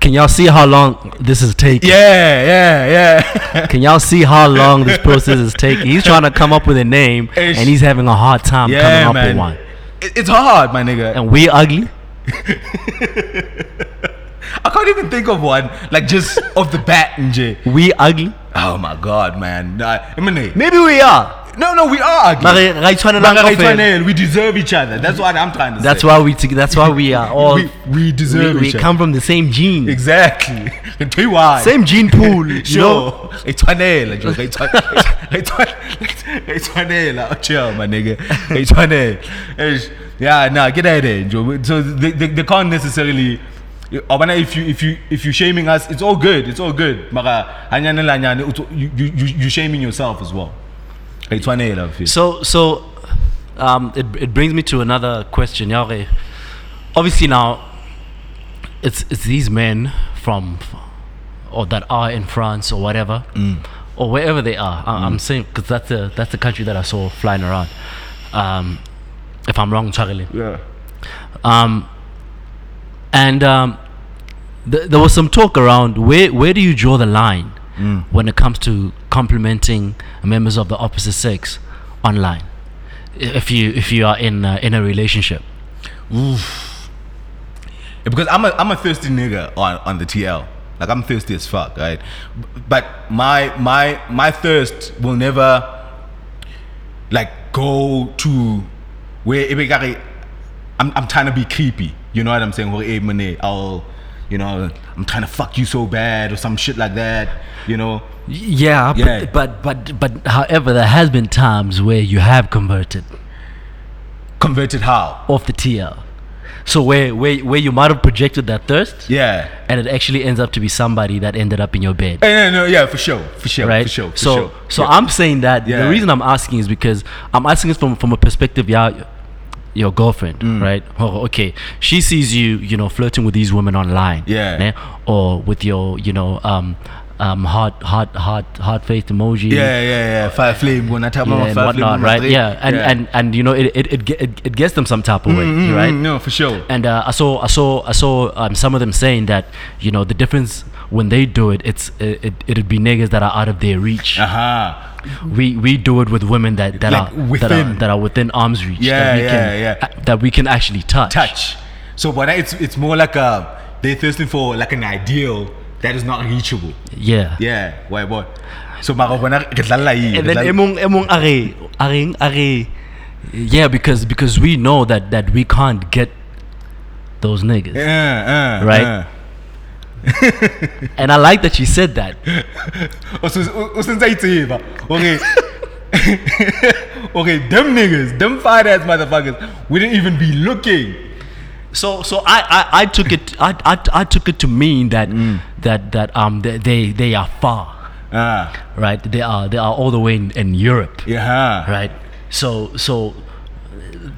Can y'all see how long this is taking?
Yeah, yeah, yeah.
Can y'all see how long this process is taking? He's trying to come up with a name
Ish.
and he's having a hard time coming up with one.
It- It's hard, my nigga.
And we ugly?
I can't even think of one, like just off the bat, NJ.
We ugly?
Oh my god, man. Nah, I mean,
Maybe we are.
no, no, we are
But
ugly.
re- ra
Like,
itshwanela
like,
ka
it's one
fela.
hell, we deserve each other. That's what I'm trying to
That's
say.
why we toge- that's why we are all
we, we
we,
deserve
we
each
come from the same
other.
gene.
Exactly. And tell you why.
Same gene pool, you know?
Sure. It's one hell, Joe. It's one- it's one- it's one hell. Oh, Chill, my nigga. It's one hell. It's- Yeah, nah, get out of there, Joe. So they, they, they can't necessarily. Obana, if you if you if you shaming us, it's all good. It's all good. Mara, hanyane le hanyane, it's- you you you you shaming yourself as well. It's one hell, I feel.
So so um, it, it brings me to another question. Yeah, okay. Obviously now it's it's these men from or that are in France or whatever or wherever they are. I, I'm saying because that's the that's the country that I saw flying around. Um, if I'm wrong, Charlie.
Yeah.
Um, and um, th- there was some talk around where where do you draw the line when it comes to complimenting members of the opposite sex online? I- If you if you are in uh, in a relationship,
Yeah, because I'm a I'm a thirsty nigga on, on the TL. Like I'm thirsty as fuck, right? B- But my my my thirst will never like go to where it be like, I'm I'm trying to be creepy. You know what I'm saying? Or hey, man, I'll you know I'm trying to fuck you so bad or some shit like that. You know?
yeah,
Yeah.
But, but but but however, there has been times where you have converted
Converted how?
off the TL, so where where where you might have projected that thirst,
Yeah.
and it actually ends up to be somebody that ended up in your bed.
Eh, no, no, yeah, for sure, for sure,
right?
for sure, for
so,
sure.
so I'm saying that
Yeah.
the reason I'm asking is because I'm asking this from from a perspective, yeah, your girlfriend,
Mm.
right? Oh, okay, she sees you, you know, flirting with these women online,
Yeah.
né? or with your, you know, um, um, hot, hot, hot, hot face emoji,
yeah, yeah, yeah. Fire flame. When I tell
yeah,
my
and
fire
whatnot,
flame,
right?
Madrid.
Yeah, and and and you know, it it it, ge- it, it gets them some type of way,
Mm, mm,
right?
mm, No, for sure.
And uh, I saw, I saw, I saw um, some of them saying that you know the difference when they do it, it's it, it it'd be niggas that are out of their reach.
Aha.
We we do it with women that that
Like
are that are
within.
that are within arm's reach.
Yeah,
that we can,
yeah, yeah.
a- that we can actually touch.
touch. So, but it's it's more like a they're thirsting for like an ideal that is not reachable.
Yeah.
Yeah, why boy. So, mara wena ke dlalla yi.
And then emong emong are are are. Yeah, because because we know that that we can't get those niggas.
Uh, Yeah,
Right.
uh.
And I like that she said that.
Usenza itseba. Okay. okay, them niggas, them fat ass motherfuckers, we didn't even be looking.
So so I, I, I took it I, I, I took it to mean that
Mm.
that that um they, they they are far
Ah,
right they are they are all the way in, in Europe
yeah.
right so so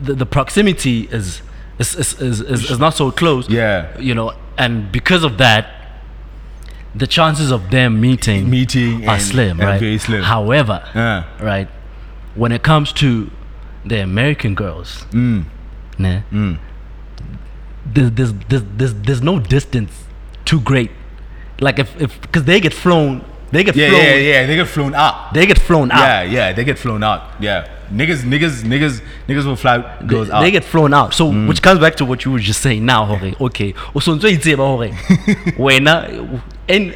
the, the proximity is is, is, is, is is not so close
Yeah.
you know and because of that the chances of them meeting
Meeting
are
and-
Ah, slim
and
right
very slim.
however
Uh,
right when it comes to the American girls
mm,
nah, there's, there's, there's, there's, there's no distance too great. Like if if because they get flown, they get
yeah,
flown,
yeah, yeah. They get flown up.
they get flown out.
Yeah, yeah. They get flown out. Yeah, niggas, niggas, niggas, niggas will fly girls
They,
out.
they get flown out. So
Mm.
which comes back to what you were just saying now, Jorge. Okay, usonzoyitseba, Jorge. Wena, and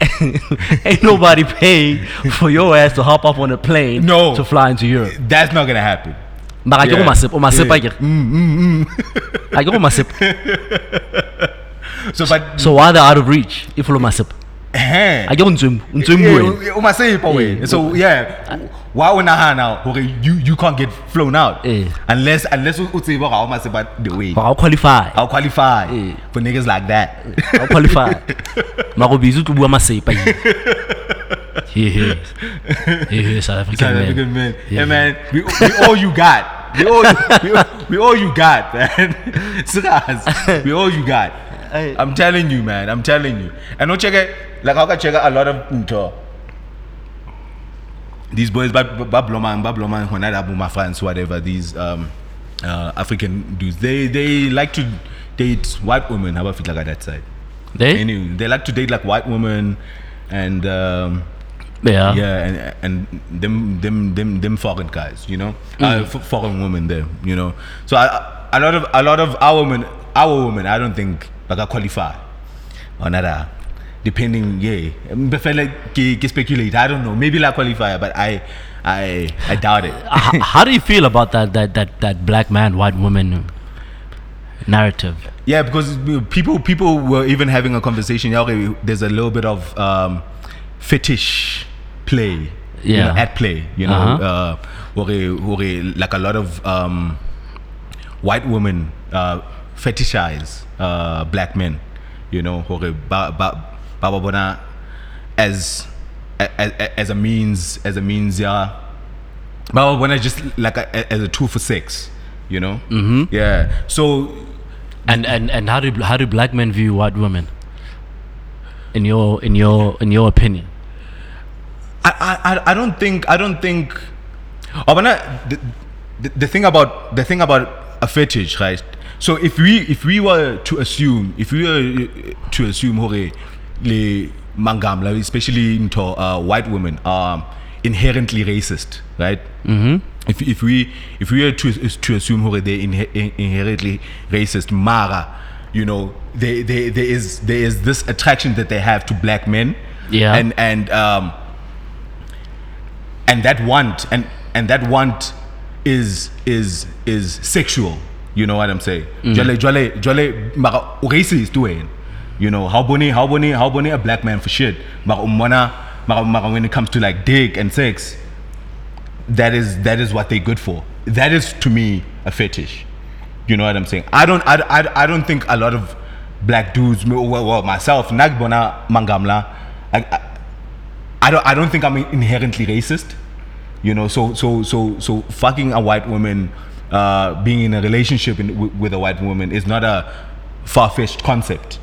ain't nobody paying for your ass to hop up on a plane
No.
to fly into Europe.
That's not gonna happen.
Mara ke
Yeah.
go masepa- o masepa
Yeah. Mm,
akere? Ake go masepa.
So, but
So why they're out of reach? E If lo masepa.
eh,
Ake go ntswem- ntswemu wena.
yeah, uma say it away.
Yeah.
So yeah, why would not now? Okay, you you can't get flown out
Yeah.
unless unless you say about must about the way.
But I'll qualify.
I'll qualify
Yeah.
for niggas like that.
I'll qualify. Magobizu to Buama Seipa. He hears. He hears South African
South
man.
African men.
Yeah.
Hey man, we, we all you got. We all, we, all, we all you got, man. Siras, we all you got.
Hey.
I'm telling you, man. I'm telling you. And no check it. Like I can check out a lot of into these boys, babloman, babloman, honorable my fans, whatever. These um, uh, African dudes, they they like to date white women. How about fit like that side?
They?
Anyway, they like to date like white women, and. Um,
yeah.
yeah, and and them them them them foreign guys, you know, uh, f- foreign women there, you know. So I, I- a lot of a lot of our women, our women, I don't think like I qualify or nada. Depending, yeah, like ke speculate. I don't know. Maybe like qualify, but I I I doubt it.
H- how do you feel about that, that, that, that black man, white woman narrative?
Yeah, because we- people people were even having a conversation. Yeah, okay, there's a little bit of um, fetish play. you
Yeah.
know, at play. You know,
Uh-huh.
uh, okay, okay, like a lot of um, white women uh, fetishize uh, black men. You know, okay, ba ba ba ba bona as a- a- as a means as a means yeah but when I just like a, a- as a tool for sex, you know. Mm-hmm. Yeah. So
And, and, and how, do, how do black men view white women? In your, in your, in your opinion?
I, I, I- I don't think I don't think. Oh, but not- the, the, the thing about the thing about a fetish, right? So if we if we were to assume if we were uh, to assume, okay, le mangamla, especially into uh, white women, are inherently racist, right? Mm-hmm. If, if we if we were to to assume, okay, they're inhe- in- inherently racist, Mara, you know, they, they, there is there is this attraction that they have to black men,
Yeah.
and and um and that want and and that want is is is sexual you know what i'm saying jwale jwale jwale mara o racist wena you know how bony how bony how bony a black man for shit mara umona mara mara when it comes to like dick and sex that is that is what they're good for that is to me a fetish you know what i'm saying i don't i, I, I don't think a lot of black dudes well, well myself nagbona mangamla I, I, I don't I don't think I'm inherently racist. You know, so so so so fucking a white woman uh, being in a relationship in, w- with a white woman is not a far-fetched concept.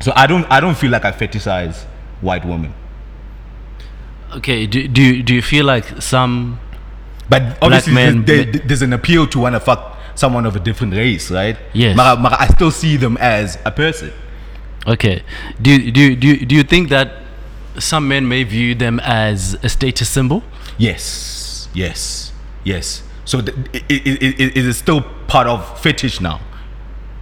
So I don't I don't feel like I fetishize white women.
Okay. Do do you, do you feel like some?
But obviously,
men-
there- there- there's an appeal to want to fuck someone of a different race, right?
Yes.
But, I- but I still see them as a person.
Okay. Do you- do you- do you- do you think that some men may view them as a status symbol?
Yes, yes, yes. So th- it, it, it, it- it is still part of fetish now.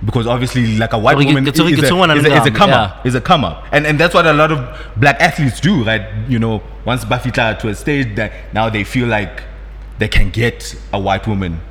Because obviously, like a white
Sorry,
woman
you-
is,
sorry,
is
you
a,
don't wanna
is a- is a
know,
come
yeah.
up, is a come up, and and that's what a lot of black athletes do, right? You know, once Bafita to a stage, that now they feel like they can get a white woman.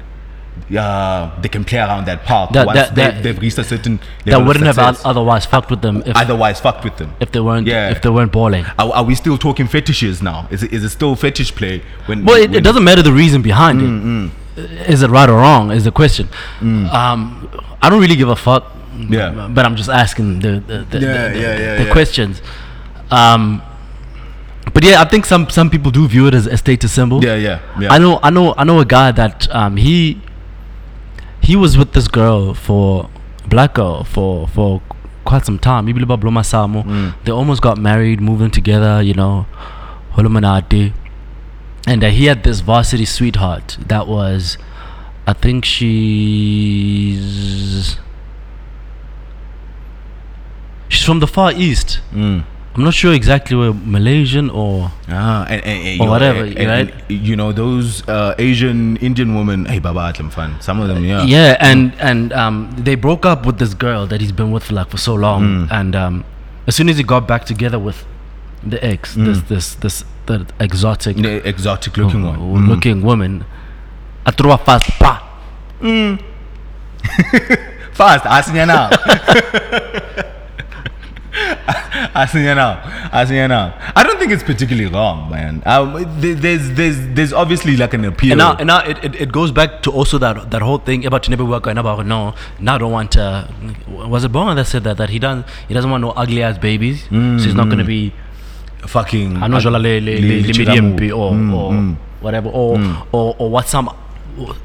Uh, they can play around that park
That-
once
that-
they,
that-
they've reached a certain
That
level of
wouldn't have
success,
oth- otherwise fucked with them if,
otherwise fucked with them.
if they weren't
Yeah.
if they weren't balling.
Are, are we still talking fetishes now? Is it, is it still fetish play? When
Well, it, it
when-
doesn't matter the reason behind it.
Mm-hmm.
Is it right or wrong? Is the question.
Mm.
Um, I don't really give a fuck.
Yeah.
But I'm just asking the the, the,
Yeah,
the,
yeah, yeah,
the
yeah.
questions. Um, but yeah, I think some some people do view it as a status symbol.
Yeah, yeah, yeah.
I know, I know, I know a guy that um, he he was with this girl for black girl for for quite some time. Ibile ba Bloma Samo.
Mm.
They almost got married, moving together. You know, holomanate. And uh, he had this varsity sweetheart that was, I think she's she's from the far east.
Mm.
I'm not sure exactly where Malaysian or
Ah, and, and, and
Or
you know,
whatever,
and- and-
right?
and, you know those uh, Asian Indian women. Hey, Baba Atlam fan. Some of them, yeah.
yeah and and um they broke up with this girl that he's been with for like for so long and um as soon as he got back together with the ex this this this the exotic
The exotic looking one.
w- Hmm. looking Hmm. woman i threw a fast pa
Fast, ask me now. ask me now. Ask me now. I don't think it's particularly wrong, man. Um, there- there's there's there's obviously like an appeal.
and now and now it, it, it goes back to also that that whole thing about never work and about no now I don't want uh was it Bonga that said that that he doesn't he doesn't want no ugly ass babies so he's not gonna be
fucking.
I know jwala le le
Mm.
le, le
le- le-
medium oh,
chilamu.
be or
Mm,
or
mm.
whatever or or or what some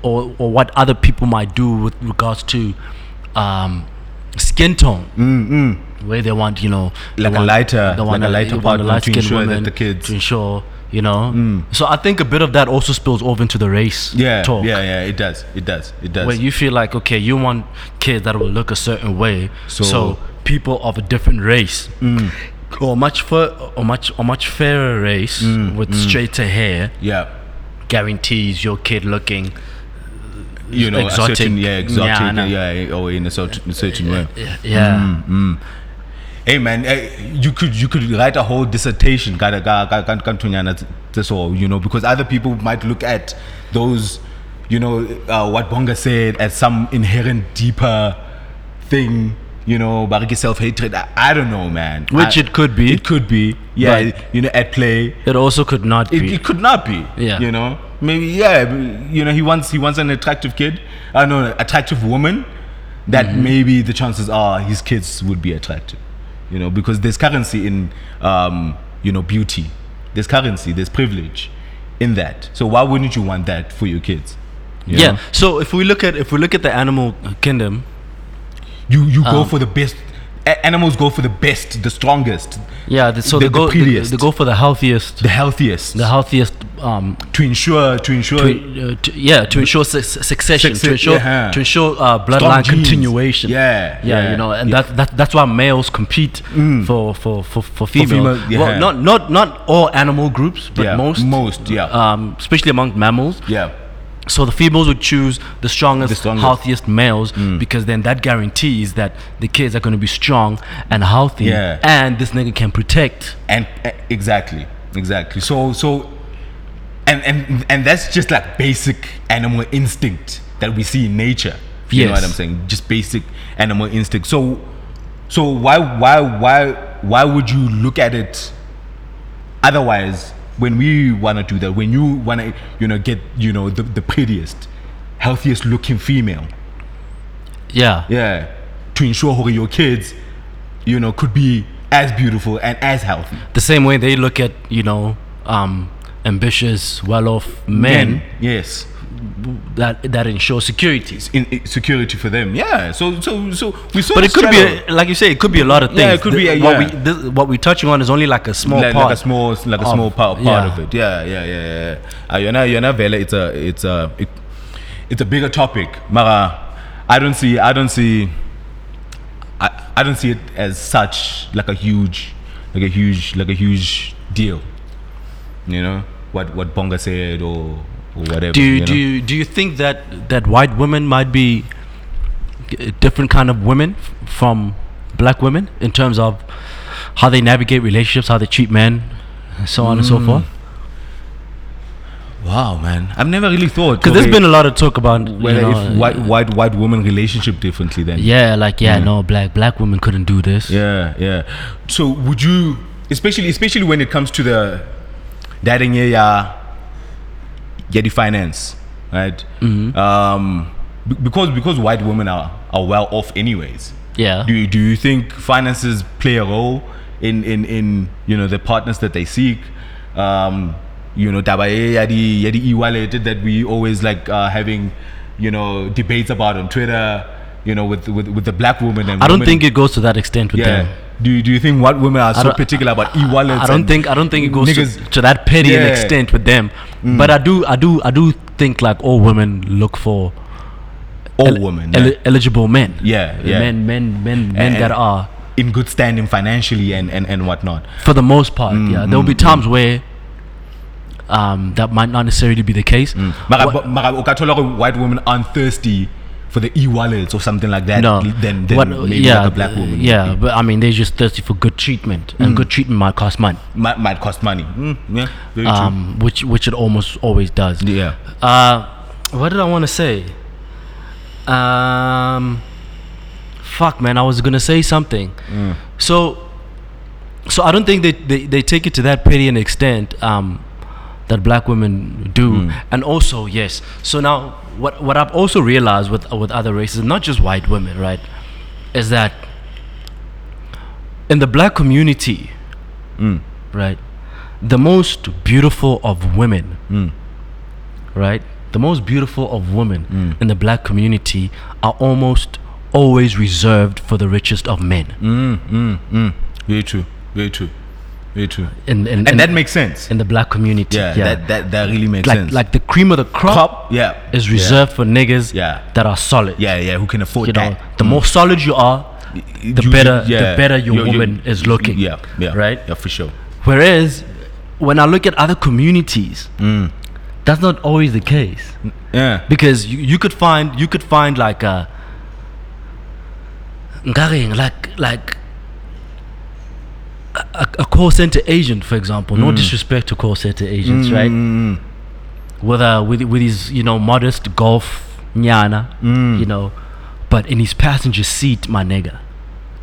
or or what other people might do with regards to um skin tone
Mm, mm.
where they want you know they
Like a
want-
lighter-
they
like a lighter
they want
partner to
light-skinned
ensure that
woman
the kids-
to
Mm.
ensure you know so I think a bit of that also spills over into the race
Yeah,
talk
yeah, yeah. It does. It does. It does.
where you feel like okay you want kids that will look a certain way
So-
so, Mm. people of a different race or much fur or much or much fairer race with straighter hair
yeah.
guarantees your kid looking
You know, a
Exotic. Uh,
certain, yeah, exotic,
Yeah, I know.
yeah, or in a certain, certain way.
yeah Mm.
Hey man, eh, you could you could write a whole dissertation, ka- ka- ka- ka- ka- nthonyana th- this all, you know, because other people might look at those, you know, uh, what Bonga said as some inherent deeper thing, you know, bariki self hatred. I, I don't know, man.
Which
I-
it could be.
It could be, yeah.
But-
you know, at play,
it also could not
it,
be
it could not be.
Yeah.
You know, maybe yeah. b- You know, he wants he wants an attractive kid. I uh, know attractive woman. That
Mm-hmm.
maybe the chances are his kids would be attractive. You know, because there's currency in um, you know beauty. There's currency. There's privilege in that. So why wouldn't you want that for your kids? You
yeah
know?
so if we look at if we look at the animal kingdom
You you go
Um,
for the best. a- Animals go for the best, the strongest,
yeah the, so
The-
they
the
go they,
prettiest.
they go for the healthiest
the healthiest.
the healthiest um
to ensure to ensure
to, uh, to, yeah to ensure su- su- succession
Success-
to ensure
yeah.
to ensure uh,
strong
bloodline
genes.
continuation
Yeah, Mm.
yeah, you know, and that, that that's why males compete for, for, for, for females.
female, yeah.
Well, not not not all animal groups, but
Yeah,
most,
most, yeah.
um, especially among mammals.
yeah.
So the females would choose the strongest,
The strongest. Mm.
healthiest males because then that guarantees that the kids are going to be strong and healthy,
Yeah.
and this nigga can protect.
and eh, exactly exactly so so and and and that's just like basic animal instinct that we see in nature you know
Yes.
what i'm saying just basic animal instinct so so why why why why would you look at it otherwise when we want to do that when you want to you know get you know the, the prettiest healthiest looking female
Yeah,
yeah to ensure who your kids you know could be as beautiful and as healthy
the same way they look at you know um, ambitious, well-off men.
yes
that that ensure security.
in, in security for them. Yeah. So so so we sort
But
of
it could be,
straddle.
a, like you say, it could be a lot of things.
Yeah, it could be a-
what
yeah.
we this, what we're touching on is only like a small
like,
part.
like a small like a
of-
small part, part
yeah.
of it yeah yeah yeah yeah uh, you're not you're not vele it's a it's a it, it's a bigger topic mara i don't see i don't see I, I don't see it as such like a huge like a huge like a huge deal you know what what bonga said or, or whatever
do you,
know?
do you, do you think that that white women might be a different kind of women f- from black women in terms of how they navigate relationships, how they treat men, so on
Mm.
and so forth?
wow man i've never really thought
Because
okay,
there's been a lot of talk about you
whether
know, uh,
if white white white woman relationship differently then
yeah, like yeah,
Yeah.
no black black women couldn't do this.
Yeah, yeah. So would you, especially especially when it comes to the that in yeah, yeah, the finance, right?
Mm-hmm.
Um, be- because because white women are are well off anyways.
Yeah.
Do you, do you think finances play a role in in in you know the partners that they seek? Um, you know, taba e ya di ya di e-wallet that we always like uh, having, you know, debates about on Twitter. You know, with with, with the black woman and
I don't
women-
think it goes to that extent with them.
yeah. uh, Do you, do you think white women are so
don't-
particular about e-wallets?
I don't
and
think I don't think it goes to,
niggas-
to that petty an
Yeah. Mm.
extent with them. But I do I do I do think like all women look for
all
el-
women
el-
yeah,
eligible men.
Yeah, yeah.
Men men men men
And-
that are
in good standing financially and and and whatnot.
for the most part.
Mm,
yeah, there will be times where um, that might not necessarily be the case.
Mara, but- mara, ukathola ukuthi white women aren't thirsty for the e-wallets or something like that.
No,
Then, then
What-
maybe like a black woman. Mm.
Yeah, but I mean they're just thirsty for good treatment, and good treatment might cost money,
Might, might cost money. Mm, yeah. Very
um, which which it almost always does.
true. Yeah.
Uh, what did I want to say? Um, fuck, man, I was gonna say something. So, so I don't think they, they they take it to that petty an extent um, that black women do, and also yes. So now, what what I've also realized with with other races, not just white women, right, is that in the black community, right, the most beautiful of women right? The most beautiful of women
Mm.
in the black community are almost always reserved for the richest of men.
Mm. Very true. Very true. Very true.
In, in,
And,
in,
that makes sense.
in the black community.
Yeah, That, that that really makes
like
sense.
like the cream of the crop
Cop, yeah.
is reserved for niggas
Yeah.
that are solid.
Yeah, yeah. Mm. Who can afford
You know,
that?
the more solid you are, the
You-
better
yeah.
the better your
You- you-
woman is looking.
Yeah, yeah.
Right?
Yeah, for sure.
Whereas when I look at other communities,
Mm.
that's not always the case.
Yeah.
because you, you could find you could find like a ngareng, like like a, a- a call center agent for example
Mm.
no disrespect to call center agents right
mm.
with uh with with his you know modest golf nyana
Mm.
you know but in his passenger seat my nigga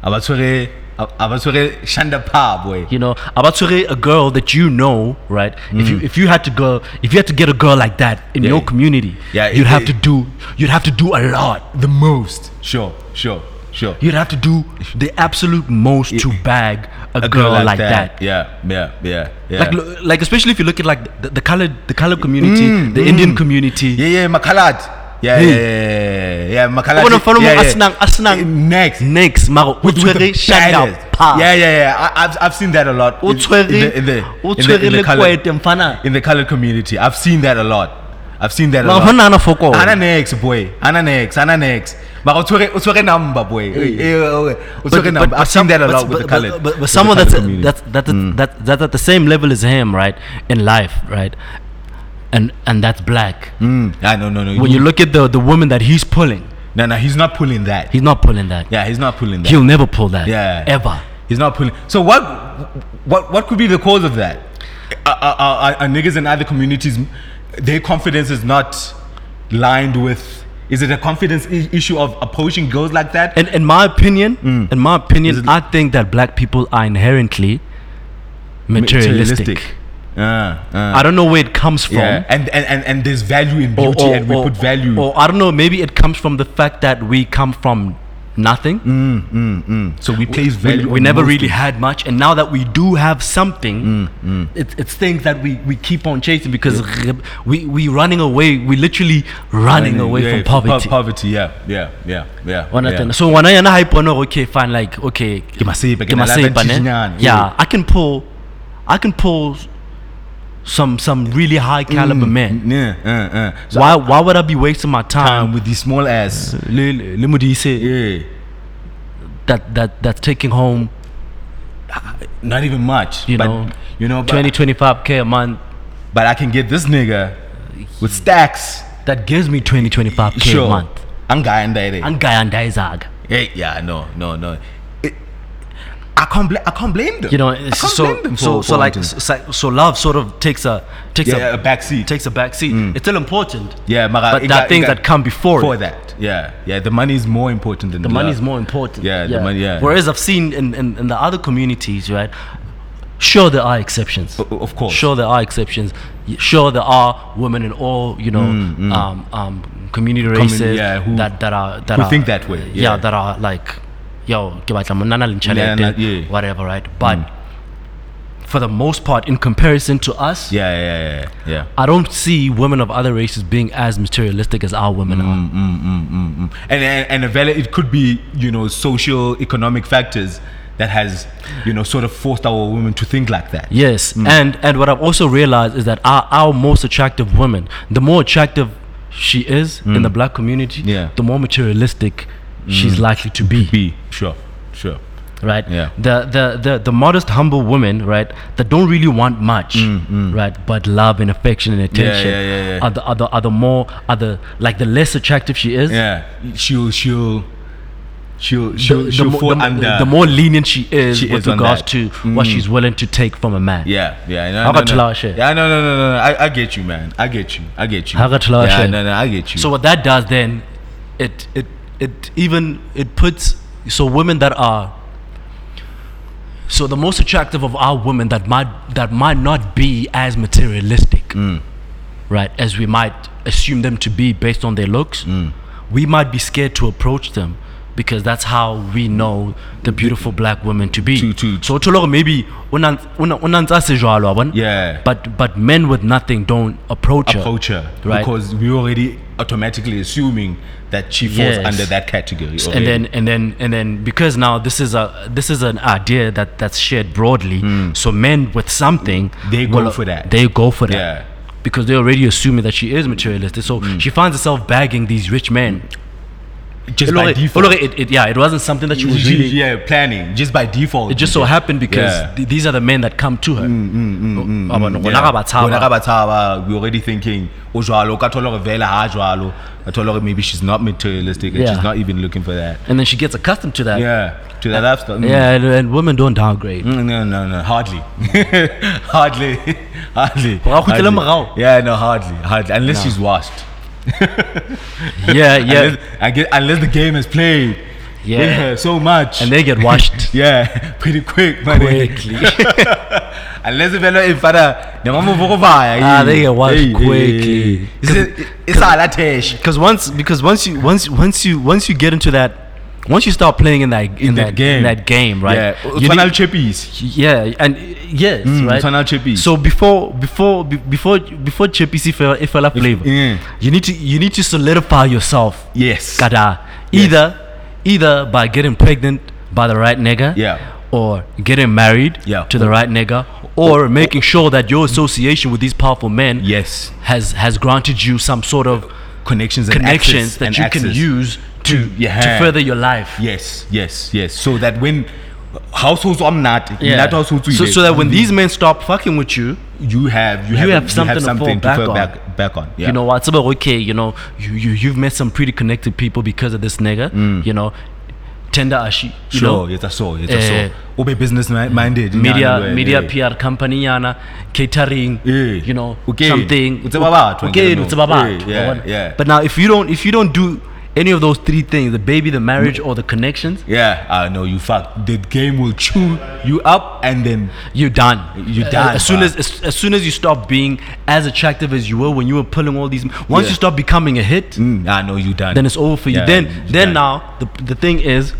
abathwele abathwele shanda phabwe
you know about to a girl that you know right if you if you had to go if you had to get a girl like that in
Mm. Yeah.
your community
Yeah,
you'd
it-
have
it-
to do you'd have to do a lot
the most sure sure sure
You'd have to do the absolute most to bag a, girl, like that.
yeah yeah yeah yeah
Like, lo- like especially if you look at like the, the colored, the colored community, the Indian community.
Mm, yeah yeah makalat yeah
Hey.
yeah yeah, yeah yeah makalat
Ubona mfana omunye asinang- asinang-
next
Next, Maro,
with- with
utshwere
the
shanda
baddest.
pa.
yeah yeah yeah I, I've, I've seen that a lot in- in
Utshwere,
the- in the- in the-
utshwere
in the colored-
lekwete mfana.
in the colored community I've seen that a lot I've seen that a
Mara,
lot
hona ana fokola.
Ana next boy. Ana next. Ana next. But utweke utweke number boy. E, Utweke number. I've seen that a lot with
but-
the colored.
but- but
with the
someone
colored
that's,
community. Mm.
that's, that's, that, that's at the same level as him, right, in life, right, and and that's black.
Mm. Ah, no, no, no.
When you look at the the woman that he's pulling,
no, no, he's not pulling that.
he's not pulling that.
yeah, he's not pulling that.
He'll never pull that.
Yeah.
ever.
he's not pulling. So what, what, what could be the cause of that? Are, are, are, are niggas in other communities, their confidence is not lined with. Is it a confidence I- issue of approaching girls like that?
In, in my opinion,
Mm.
in my opinion, I think that black people are inherently materialistic.
Uh, uh.
I don't know where it comes from.
Yeah. And, and, and, and there's value in
Or-
beauty
or-
and we
or-
put value.
Or I don't know, maybe it comes from the fact that we come from nothing.
So we place
We,
Mm, value.
we
on
never
most
really
things.
had much, and now that we do have
Mm,
something, It's, it's things that we, we keep on chasing because we we running away. We literally running
Yeah,
away
yeah,
from poverty.
po- poverty. Yeah, yeah, yeah, yeah.
One
yeah.
yeah. So when I and I put okay, fine, like okay,
Ke masepe, ke
ke
na le
masepe, ne?
advantage-nyana,
Yeah, I can pull, I can pull some some really high caliber
Mm.
men.
Yeah, uh, uh. So
Why why would I be wasting my
um,
time?
with the small ass.
Le, le, le modise
Yeah,
that that that's taking home
not even much.
You
but,
know,
you know, but,
20 25 k a month.
but I can get this nigga with stacks.
That gives me 20 25 k a
Sure,
month.
I'm guy that.
And guy and Isaac.
Hey, yeah, no, no, no. It, I can't, bla- I can't blame them.
You know,
I
it's
can't
so
blame them
so
for,
so
for
like
wanting.
so, so love sort of takes a takes
yeah, yeah, a
a
backseat.
takes a back seat. It's still important.
yeah,
But
but
there are things that come before
for
it.
that. Yeah, yeah. The money is more important than
the money is more important.
Yeah, the money- yeah.
Whereas I've seen in, in, in the other communities, right? Sure, there are exceptions.
O- of course.
Sure, there are exceptions. Y- Sure, there are women in all you know Um, um, community races
Mm, yeah, who-
that that are that
who
are,
think that way,
Yeah.
yeah.
that are like, yo, ke batla monna a leng
Yeah,
tjhelete,"
yeah. Mm.
whatever, right? But for the most part, in comparison to us,
Yeah, yeah, yeah, yeah. yeah.
I don't see women of other races being as materialistic as our women
Mm.
are.
and and, and a valid, it could be you know social economic factors that has you know sort of forced our women to think like that
Yes, and and what I've also realized is that our, our most attractive women, the more attractive she is in the black community,
Mm. Yeah. Mm.
the more materialistic she's likely to be.
be sure sure
Right.
Yeah.
The, the the the modest, humble women, right, that don't really want much, right, but love and affection and attention
Mm, yeah, yeah, yeah.
are the are the, are the more are the like the less attractive she is.
yeah she'll she'll she'll
The,
she'll,
the
she'll
mo-
fall
the, mo-
under
the more lenient she is
She
with
is on
regards
that. Mm.
to what she's willing to take from a man.
yeah, yeah. No,
How
no,
about
no.
Tlash, eh?
Yeah, no, no, no, no, no. I, I get you, man. I get you. I get you.
How about Tlash,
Yeah,
eh?
no, no. I get you.
So what that does then, it it it even it puts so women that are so the most attractive of our women that might that might not be as materialistic,
Mm.
right, as we might assume them to be based on their looks,
Mm.
we might be scared to approach them because that's how we know the beautiful black women to be.
To- to-
so to look maybe unan- una- unantsa sejwalo, yabona?
Yeah.
But but men with nothing don't approach her.
approach her
Right.
because we already automatically assuming that she falls
Yes.
under that category.
and
already.
then and then and then because now this is a this is an idea that that's shared broadly so men with something
Hmm. They go for that.
they go for that
Yeah. Hmm.
because they're already assuming that she is materialistic so she finds herself bagging these rich men
just by
Olore-
default,
Olore, it, it, yeah it wasn't something that she was really
yeah, planning just by default.
it just so happened because
Yeah. Hmm,
th- these are the men that come to her Oh, abone,
Yeah.
rona ka batshaba.
Rona ka batshaba, we already thinking o jwalo, o ka thola hore vele ha jwalo, ka thola hore maybe she's not materialistic and
Yeah.
she's not even looking for that
and then she gets accustomed to that
yeah to that lifestyle Mm.
Yeah, and, and women don't downgrade
Mm, no no no hardly hardly hardly,
Ra kgutlela
Hardly.
morao.
yeah no hardly hardly unless she's washed
yeah yeah
unless, I get, unless the game is played
Yeah.
with her so much
and they get washed
yeah pretty quick man
quickly
unless vele ifana nemamuvokuvaya
Ah, they get washed quickly.
isala theshe
because once because once you once once you once you get into that once you start playing in that in, that, game in that game right
yeah
you
utshwana
need-
luchepisi
yeah and uh, yes
Mm,
right
utshwana luchepisi
so before before be- before before JPC fell it fell up flavor
yeah.
you need to you need to solidify yourself
yes
kada
Yes.
either either by getting pregnant by the right nigga
Yeah.
or getting married
Yeah.
to the right nigga or making sure that your association with these powerful men
yes
has has granted you some sort of
connections and
connections
access
that
and
you can
access.
use to
yeah.
to further your life.
yes yes yes so that when households i'm not that households
So, so that when
Mm-hmm.
these men stop fucking with you,
you have you have,
have something to fall back on.
back, back on yeah.
you know what's about okay, you know, you, you you've met some pretty connected people because of this nigga, you know, tender ashi, you
Mm. sure
know,
yes i saw yes i
eh,
saw ube business mi- minded
media
yeah,
media
yeah.
PR company yana catering,
Yeah.
you know,
Okay.
something.
Utseba batho,
Okay,
you know.
utseba
Yeah,
batho,
yeah,
yabona?
yeah.
But now if you don't if you don't do any of those three things the baby, the marriage,
Mm.
or the connections
Yeah, I know you fuck. The game will chew you up and then
you're done.
You're
Uh,
done,
As soon
bro.
as, as as soon as you stop being as attractive as you were when you were pulling all these, once
Yeah.
you stop becoming a hit,
mm, I know you done.
then it's over for you.
Yeah,
then
you
then
done.
now the the thing is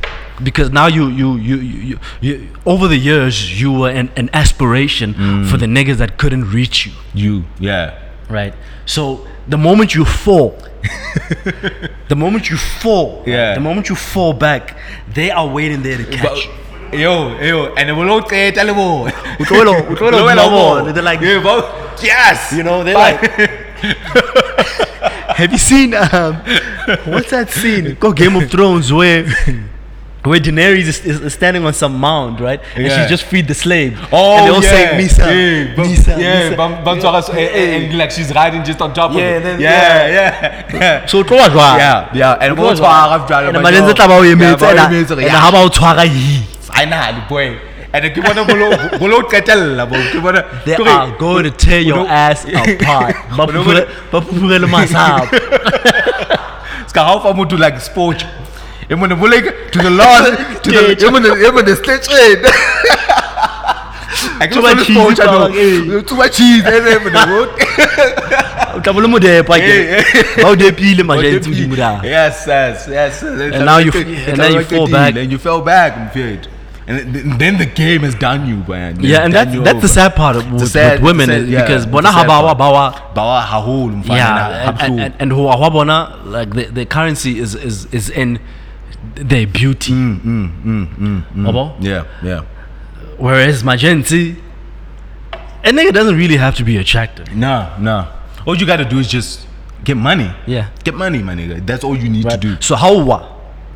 because now you you you you, you, you over the years you were an, an aspiration
Mm.
for the niggas that couldn't reach you.
you yeah.
Right. So the moment you fall, the moment you fall,
Yeah.
the moment you fall back, they are waiting there to catch. you.
Yo, yo, and it will not say tell more.
Utolo- utolo Lobo. They're like-
yeah, bro. yes,
You know, they're
Fuck.
Have you seen um, what's that scene? Go Game of Thrones where where Daenerys is, is, is standing on some mound, right? And
Yeah.
she just freed the slave.
Oh,
and they all
yeah.
saying Misa,
yeah, bam-
Misa,
yeah,
Misa.
bam- bam- so- so- eh, and, and like she's riding just on top
Yeah,
of it.
and then-
yeah, yeah, yeah.
So it was right.
Yeah, yeah, and
It was
what's
right.
I've tried
And the man said, "Taba o emetse, and I- and how about tshwara ye?"
finally, boy. And ke bona bolo bolo qetella bo ke bona
They
ke
are
re-
going to tear your
Bolo-
ass apart. Ba pufure- ba pufurele masapo.
ska how far motho like sport e mone boleke to the last to the e mone e mone stage end
Too much cheese, dog, eh.
too much cheese and then mone wo-
O tla bo le modepa
Eh,
ke. Ba o depile majantsi modimo da.
Yes, yes, yes. And
now you f- e and now you fall back.
e And you fell back, Mfid. And th- then the game has done you, man. It's
Yeah, and
done
that's
you
that's the
over.
sad part of- with,
sad-
with women
sad-
is
yeah,
because
it's
bona
the
ha
sad
bawa
part.
bawa
Bawa haholo, mfana,
yeah, and,
habuhlungu.
and, and who are bona like the, the currency is is is in their beauty.
Mm,
Yabo?
yeah, yeah.
Whereas Magenti, a nigga doesn't really have to be attractive.
Nah, nah. All you gotta do is just get money.
Yeah.
Get money, my nigga. That's all you need to do.
So how wa?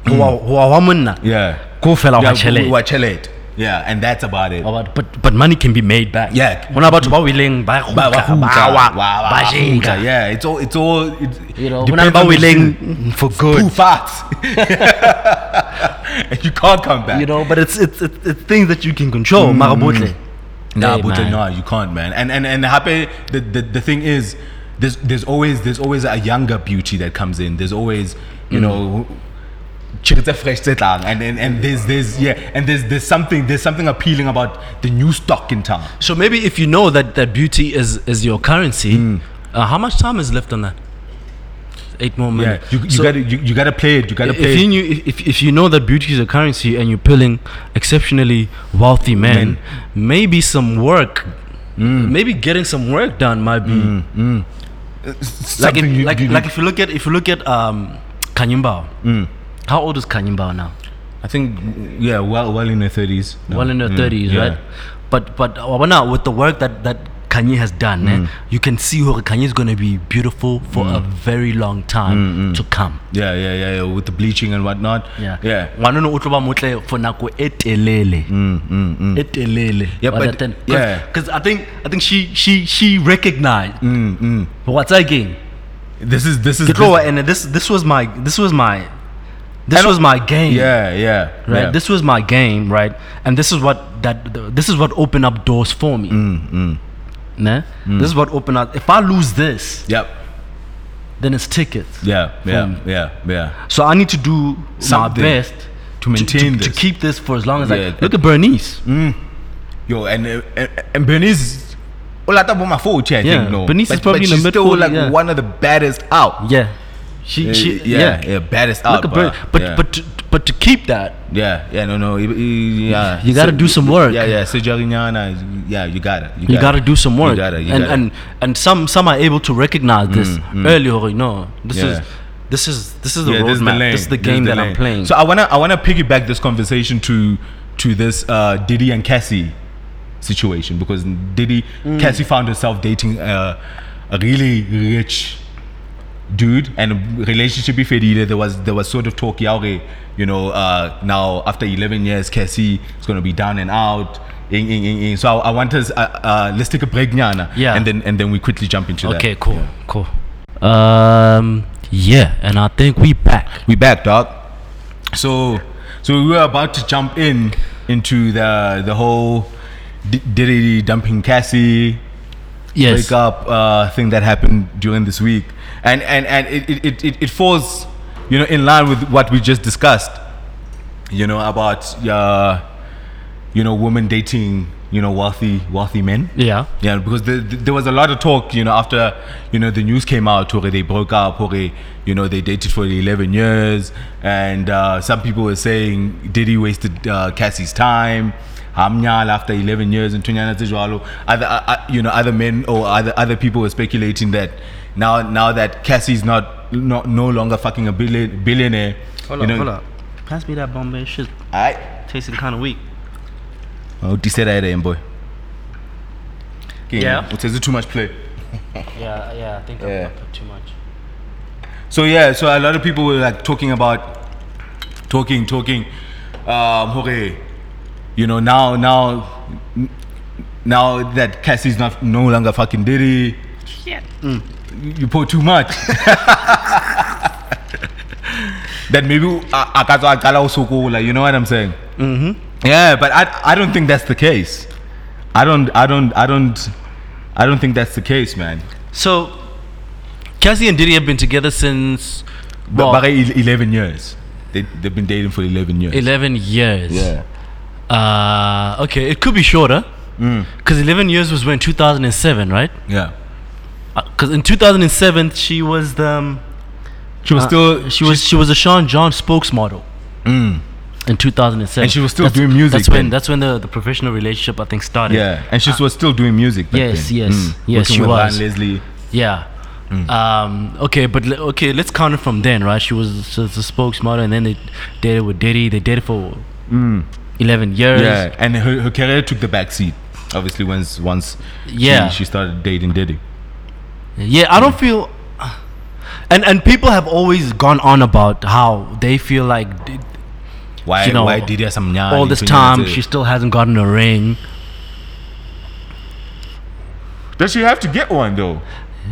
Who are who are wa munna?
Mm. Yeah.
Go fella wa
Yeah,
tjhelete.
wa tjhelete. Yeah, and that's about it.
Wa- But but money can be made back.
Yeah.
Mona batho ba willing ba
Ba- ba-
kgutla, ba wa, ba
hutla.
jenka.
Yeah, it's all it's all it,
You know,
depends
hona ba
on the
willing
shoe.
for
Too
good.
fast. and you can't come back.
You know, but it's it's it's, it's things that you can control. Mara Botle.
Mm, nah,
Hey,
but
man.
nah, you can't, man. And and and happy. The, the the thing is, there's there's always there's always a younger beauty that comes in. There's always you know.
Mm.
chicks that fresh that lang. And, and and there's there's yeah and there's there's something there's something appealing about the new stock in town.
So maybe if you know that that beauty is is your currency,
Hmm.
uh, how much time is left on that? Eight more
Yeah,
minutes.
you, you
Mm. So
gotta you, you gotta play it. You gotta play
If
it.
you knew, if, if- if you know that beauty is a currency and you're pulling exceptionally wealthy men,
Men. Hmm.
maybe some work, maybe getting some work done might be like
Something
if,
Hmm. you-
like,
you- Hmm.
like if you look at if you look at um Kanyimbao. How old is Kanyimbao now?
I think yeah, well, well in the thirties. Mm.
well in her thirties, right? But but Wabana, with the work that that Kanye has done, eh, you can see who Kanye is going to be beautiful for a very long time to come.
Yeah, yeah, yeah, yeah, with the bleaching and whatnot. yeah.
Wanuna o tlo ba motle for nako e telele. E telele.
Yeah,
Wa
but-
understand?
yeah.
Cuz I think I think she she she recognized. What's again?
This is this is.
Mm, Ke
this-
tloha, and this this was my this was my this was my game.
yeah, yeah,
right?
yeah.
This was my game, right? And this is what that th- this is what opened up doors for me.
Mm,
Ne? This is what opened up. If I lose this,
Yep.
then it's tickets.
Yeah, yeah,
Boom.
yeah, yeah.
So I need to do
Something
my best
to maintain
to, to,
this.
keep this for as long as
Yeah. Mm.
I. Look at Bernice.
Yo, and uh, and, and Bernice. Well, I thought about my full chair, I
Yeah,
think, no.
Bernice is
but,
probably
but
in the
she's still
midfield,
like
yeah.
one of the baddest out.
Yeah, she,
Yeah,
she
yeah,
yeah.
yeah, baddest out.
Look at Bernice,
bruh.
but
yeah.
but to, but to keep that,
yeah, yeah, no, no, y- y- yeah.
You gotta do some work.
Yeah, yeah, Sejarinyana, yeah, you gotta,
you gotta do some work.
You gotta, you
and
gotta. Mm,
and and some some are able to recognize this early. or No, this
Yeah.
is this is this is the
Yeah,
roadmap.
this is the lane.
This is the
This
game that I'm
lane.
playing.
So I wanna I wanna piggyback this conversation to to this uh, Diddy and Cassie situation because Diddy
Mm.
Cassie found herself dating uh, a really rich dude and relationship with Fedile there was there was sort of talk yaure you know uh, now after 11 years Cassie is going to be down and out ing, ing, ing, ing. so I, I want us uh, uh, let's take a break Nyana
Yeah.
and then and then we quickly jump into that
Okay, cool, cool. Um, yeah, and I think we back.
We back, dog. So, so we were about to jump in into the the whole D- Diddy dumping Cassie
Yes,
breakup uh, thing that happened during this week, and and and it it, it, it falls you know, in line with what we just discussed, you know, about uh, you know, women dating, you know, wealthy wealthy men.
Yeah.
Yeah, because the, the, there was a lot of talk, you know, after you know the news came out, where they broke up, where you know they dated for eleven years, and uh, some people were saying Diddy wasted uh, Cassie's time. Hamnyal after eleven years and Tunyana Tijwalo. Other, uh, uh, you know, other men or other other people were speculating that now now that Cassie's not not no longer fucking a billion, billionaire.
Hold
you
up,
know,
hold up. Pass me that Bombay shit.
I
Tasting kind of weak.
Oh, diseraile boy. Okay,
Yeah.
It is too much play.
Yeah, yeah. I think
I- I Yeah.
put too much.
So yeah, so a lot of people were like talking about talking, talking. Um, okay, you know now, now, now that Cassie's not no longer fucking Diddy. Shit. You pour too much. that maybe uh, akazo aqala usuku, you know what I'm saying? Mm-hmm. Yeah, but I I don't think that's the case. I don't I don't I don't I don't think that's the case, man.
So, Cassie and Diddy have been together since
But
well,
but ele- 11 years. They, they've been dating for 11 years.
11 years.
Yeah.
Uh, okay, it could be shorter.
Mm.
Because 11 years was when 2007, right?
Yeah.
Because in 2007 she was the um,
She was still.
Uh, she was she was a Sean John spokesmodel. In 2007,
Mm. And she was still
That's-
doing music
That's when
then.
that's when the, the professional relationship I think started.
Yeah. And she was still doing music. Back
Uh, Yes,
then. Mm.
yes, yes,
Working
she
with
was.
Ryan Leslie.
Yeah.
Hmm.
Um, okay, but le- okay, let's count it from then, right? She was she was a spokesmodel, and then they dated with Diddy. They dated for eleven years.
Hmm. Yeah. And her, her career took the back seat. Obviously, once once
Yeah.
she, she started dating Diddy.
Yeah, I don't feel. And and people have always gone on about how they feel like d-
Why
You know,
why Diddy has some nyali,
all this
Tunyana
time
Tse-
she still hasn't gotten a ring.
Does she have to get one though?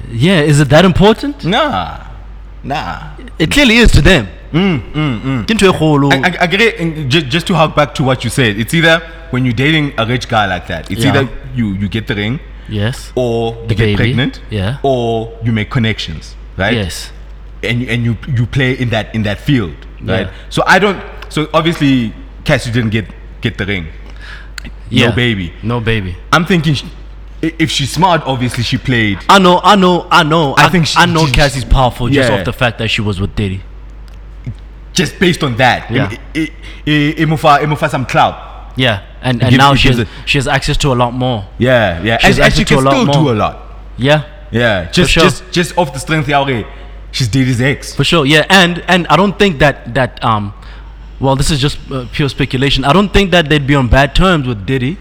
Yeah, is it that important?
Nah, nah.
It clearly is to them. e Into a hole.
Hmm, I, I, I get it. And just, just to hark back to what you said, it's either when you're dating a rich guy like that, it's
Yeah.
either you you get the ring,
Yes.
or you get
baby,
pregnant,
yeah.
or you make connections, right?
Yes.
and you, and you you play in that in that field, right?
Yeah.
So I don't. So obviously, Cassie didn't get get the ring.
Yeah.
No baby.
No baby.
I'm thinking, she, i- if she's smart, obviously she played.
I know, I know, I know.
I
I,
think
think
she-
I know
she-
Cassie's powerful just
Yeah.
off the fact that she was with Diddy.
Just based on that,
Yeah.
It, it, it, it, it mufa some clout.
Yeah, and,
Give-
and now
it
she
gives
has,
it-
she has access to a lot more.
Yeah, yeah.
She's
and, and she
actually
can
to a lot
still do
more.
a lot.
Yeah,
Yeah, just
sure.
just just off the strength, yeah, okay. She's Diddy's ex.
for sure. Yeah, and and I don't think that that um, well, this is just uh, pure speculation. I don't think that they'd be on bad terms with Diddy,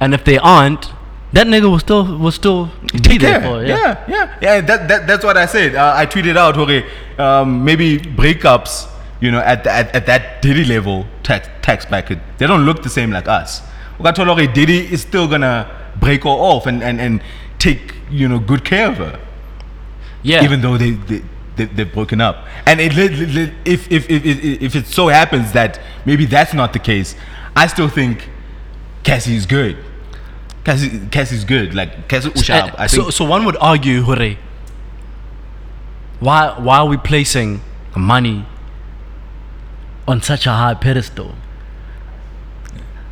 and if they aren't, that nigga will still will still be there
Yeah,
for her, yeah.
yeah, yeah, yeah. That, that that's what I said. Uh, I tweeted out, okay, um, maybe breakups, you know, at, the, at at that Diddy level tax tax bracket, they don't look the same like us. Ukathola, Okay, Diddy is still gonna break her off and and and take you know good care of her,
Yeah,
even though they. they they- They've broken up, and it, lit- lit- lit- if, if if if if it so happens that maybe that's not the case, I still think Cassie is good. Cassie Cassie's good. Like Cassie
And
Ushab, I
Eh, so
think
so one would argue, Hore, why why are we placing money on such a high pedestal?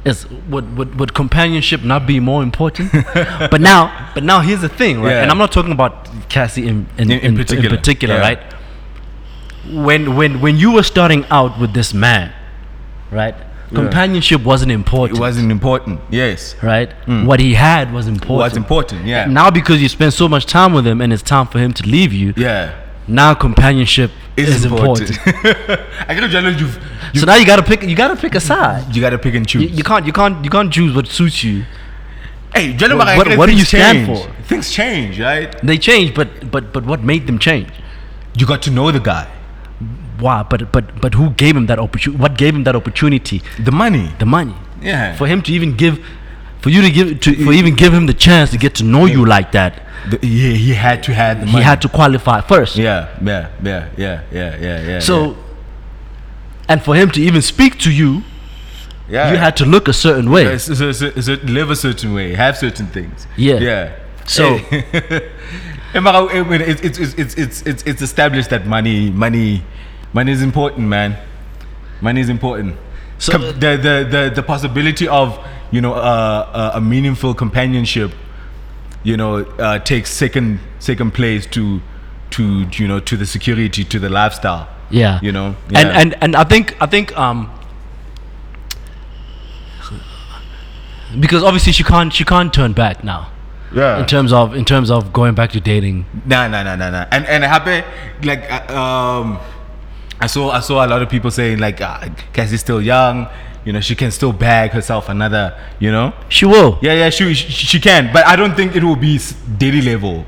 Is would, would would companionship not be more important? but now but now here's the thing, right?
Yeah.
And I'm not talking about Cassie in in,
In- in particular,
particular,
yeah.
right? When when when you were starting out with this man, right? Companionship wasn't important,
It Mm. wasn't important. Yes.
right? What he had was important.
What's important? Yeah.
Now because you spend so much time with him and it's time for him to leave you,
yeah.
now companionship
It's
is important.
I gotta challenge you. You,
so now you gotta pick you gotta pick a side.
you gotta pick and choose.
You, you can't you can't you can't choose what suits you.
hey, Jalo
What-
Mara, I
what-
get it,
what do
things
you stand
change.
for?
Things change, right?
They change, but but but what made them change?
You got to know the guy,
Why? But but but who gave him that opportunity? What gave him that opportunity?
the money.
The money.
Yeah.
For him to even give, for you to give to for even give him the chance to get to know you like that,
The- yeah, he had to have the money.
he had to qualify first.
Yeah, yeah, yeah, yeah, yeah, yeah, yeah.
So. And for him to even speak to you,
yeah.
you had to look a certain way.
Yeah, so, so, so, so live a certain way, have certain things.
Yeah.
Yeah.
So-
Hey. Hey, Mara, I mean, it's it's it's it's it's it's it's established that money money Money is important, man. Money is important.
So-
Com- the, the, the, the possibility of, you know, uh, uh, a meaningful companionship, you know, uh, takes second, second place to, to, you know, to the security, to the lifestyle.
Yeah.
You know?
and
Yeah.
and and I think I think um because obviously she can't she can't turn back now
yeah.
in terms of in terms of going back to dating.
Nah, nah, nah, nah, nah. And and happy like uh, um, I saw I saw a lot of people saying like ah, Cassie's still young, you know she can still bag herself another, you know.
She will.
Yeah, yeah, she she, she can, but I don't think it will be s- Diddy level.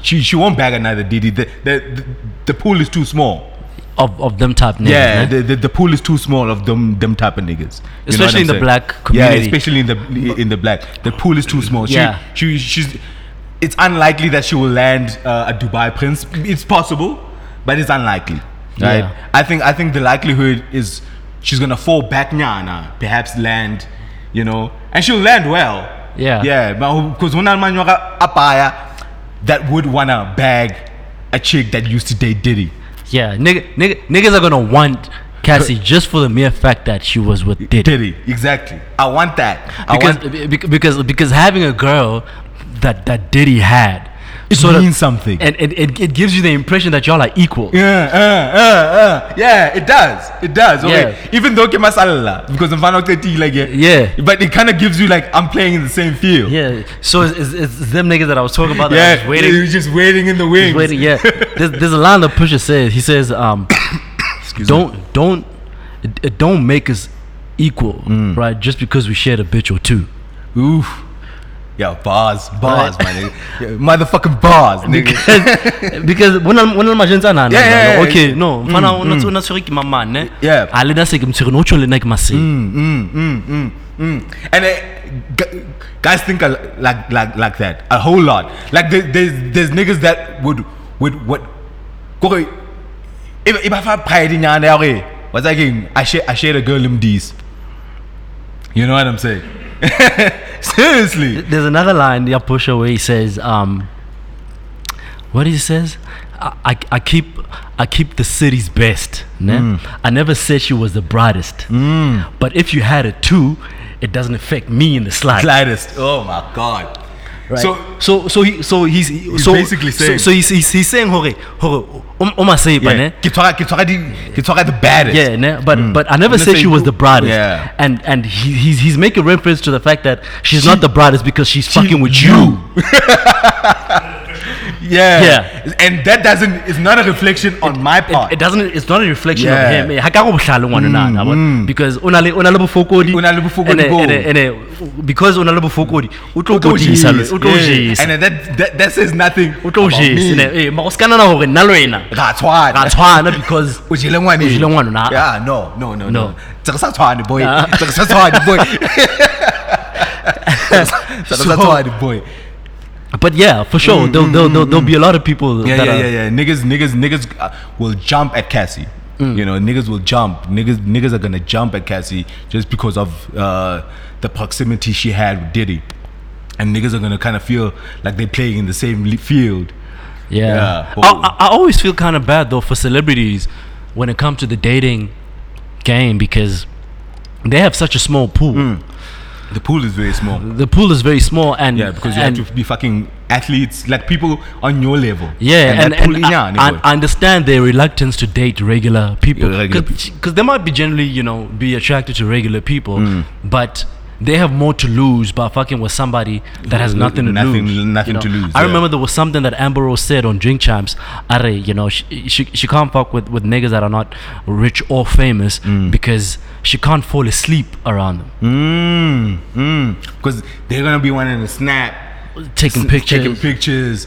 She she won't bag another Diddy. The the the, the pool is too small.
Of of them type niggas.
Yeah,
man.
the, the the pool is too small of them them type of niggas. You know what
Especially
I'm
in the
saying?
black
Yeah,
community.
especially in the in the black. The pool is too small. She,
Yeah.
she she's. It's unlikely that she will land uh, a Dubai prince. It's possible, but it's unlikely. Right.
Yeah.
I think I think the likelihood is she's gonna fall back nyana, perhaps land, you know, and she'll land well.
Yeah.
Yeah, because when I'm apaya, that would wanna bag a chick that used to date Diddy.
Yeah, nigga, nigga, niggas are gonna want Cassie just for the mere fact that she was with Diddy.
Diddy, exactly. I want that. I
Because,
want
be- be- because because having a girl that that Diddy had
it
sort of-
means something.
and it, it, it gives you the impression that y'all are equal.
yeah, uh, uh, uh. yeah, it does. It does. Okay.
Yeah.
Even though Kemasalala, because I'm Final 30, like yeah,
Yeah.
But it kind of gives you like I'm playing in the same field.
Yeah. So it's, it's, it's them niggas that I was talking about that
Yeah,
I was waiting,
you're just waiting in the wings.
waiting. Yeah. There's, there's a line that Pusha says. He says, um,
Excuse me.
"Don't don't it- it don't make us equal, right? Just because we shared a bitch or two."
Oof. Yeah, bars, bars, my nigga. Yeah, motherfucking bars, nigga.
because when I'm when I'm agenda na na
Yeah, yeah, yeah.
okay no mfana o na o na tshwere ke mama ne
Yeah.
a le na se ke mtshwere no tsho le na ke mase
Mm. And uh, gu- guys think al- like like like that a whole lot. Like there, there's there's niggas that would would what. Kore, e, if if I find pride in your okay, what's that game? I share I share a girl in these. You know what I'm saying? Seriously.
there's another line ya pusher where he says um what he says I, I, I keep I keep the city's best ne?
Mm.
I never said she was the brightest but if you had it too it doesn't affect me in the slightest
Slightest. Oh my god.
So so
So
so he so he's, he's so,
basically saying-
so, so he's, he's, he's saying hore hore o- o maseba
yeah, Mm.
ne
ke tshwara- ke tshwara di- ke tshwara the baddest.
Yeah, ne? but but I never
Unless
said
they
she was
do-
the brightest.
Yeah.
And and he, he's he's making reference to the fact that she's not the brightest because she's fucking with you.
Yeah.
Yeah.
And that doesn't it's not a reflection on my part.
It, it doesn't. It's not a reflection
Yeah.
of him. Eh, ha ka go bohlale ngwana na, na bona. because o na le o na le bofokodi.
O na le bofokodi
And, eh,
boo.
and, eh, and, eh, because o na le bofokodi, o tlo
Utlo
kodisa le-
jeez.
o tlo
Yeah.
jesa.
And then that, that that says nothing.
O tlo
about
jesa,
me.
ne? Eh, mara o ska nahana hore nna le wena
Ra tshwana.
ra tshwana because
O jele ngwaneng.
O jele ngwana, nah.
Yeah, no, no, no, no.
No.
Tsa sa tshwane boy.
Ah.
Tsa sa tshwane boy. Tsa sa
So-
tshwane boy.
But yeah, for sure, there'll, there'll, there'll, there'll be a lot of people.
Mm, Yeah,
that
yeah,
are,
yeah, yeah. Niggas, niggas, niggas uh, will jump at Cassie.
Mm.
You know, niggas will jump. Niggas, niggas are gonna jump at Cassie just because of uh, the proximity she had with Diddy, and niggas are gonna kind of feel like they're playing in the same le- field. Yeah,
Yeah.
but-
I, I, I always feel kind of bad though for celebrities when it comes to the dating game because they have such a small pool.
Mm. The pool is very small.
The pool is very small, and
Yeah, because you
and,
have to be fucking athletes, like people on your level.
yeah, and,
that pool
and
is
I,
nyane,
I-
boy.
I understand their reluctance to date regular people
Yeah, regular
because they might be generally you know be attracted to regular people,
Mm.
but. They have more to lose by fucking with somebody that has nothing to
Nothing-
lose.
nothing
you
to lose,
I
yeah.
remember there was something that Amber Rose said on Drink Champs. Are you know she, she she can't fuck with with niggas that are not rich or famous because she can't fall asleep around them,
Mm, mm. Because they're gonna be wanting to snap,
taking pictures.
Mm. taking pictures.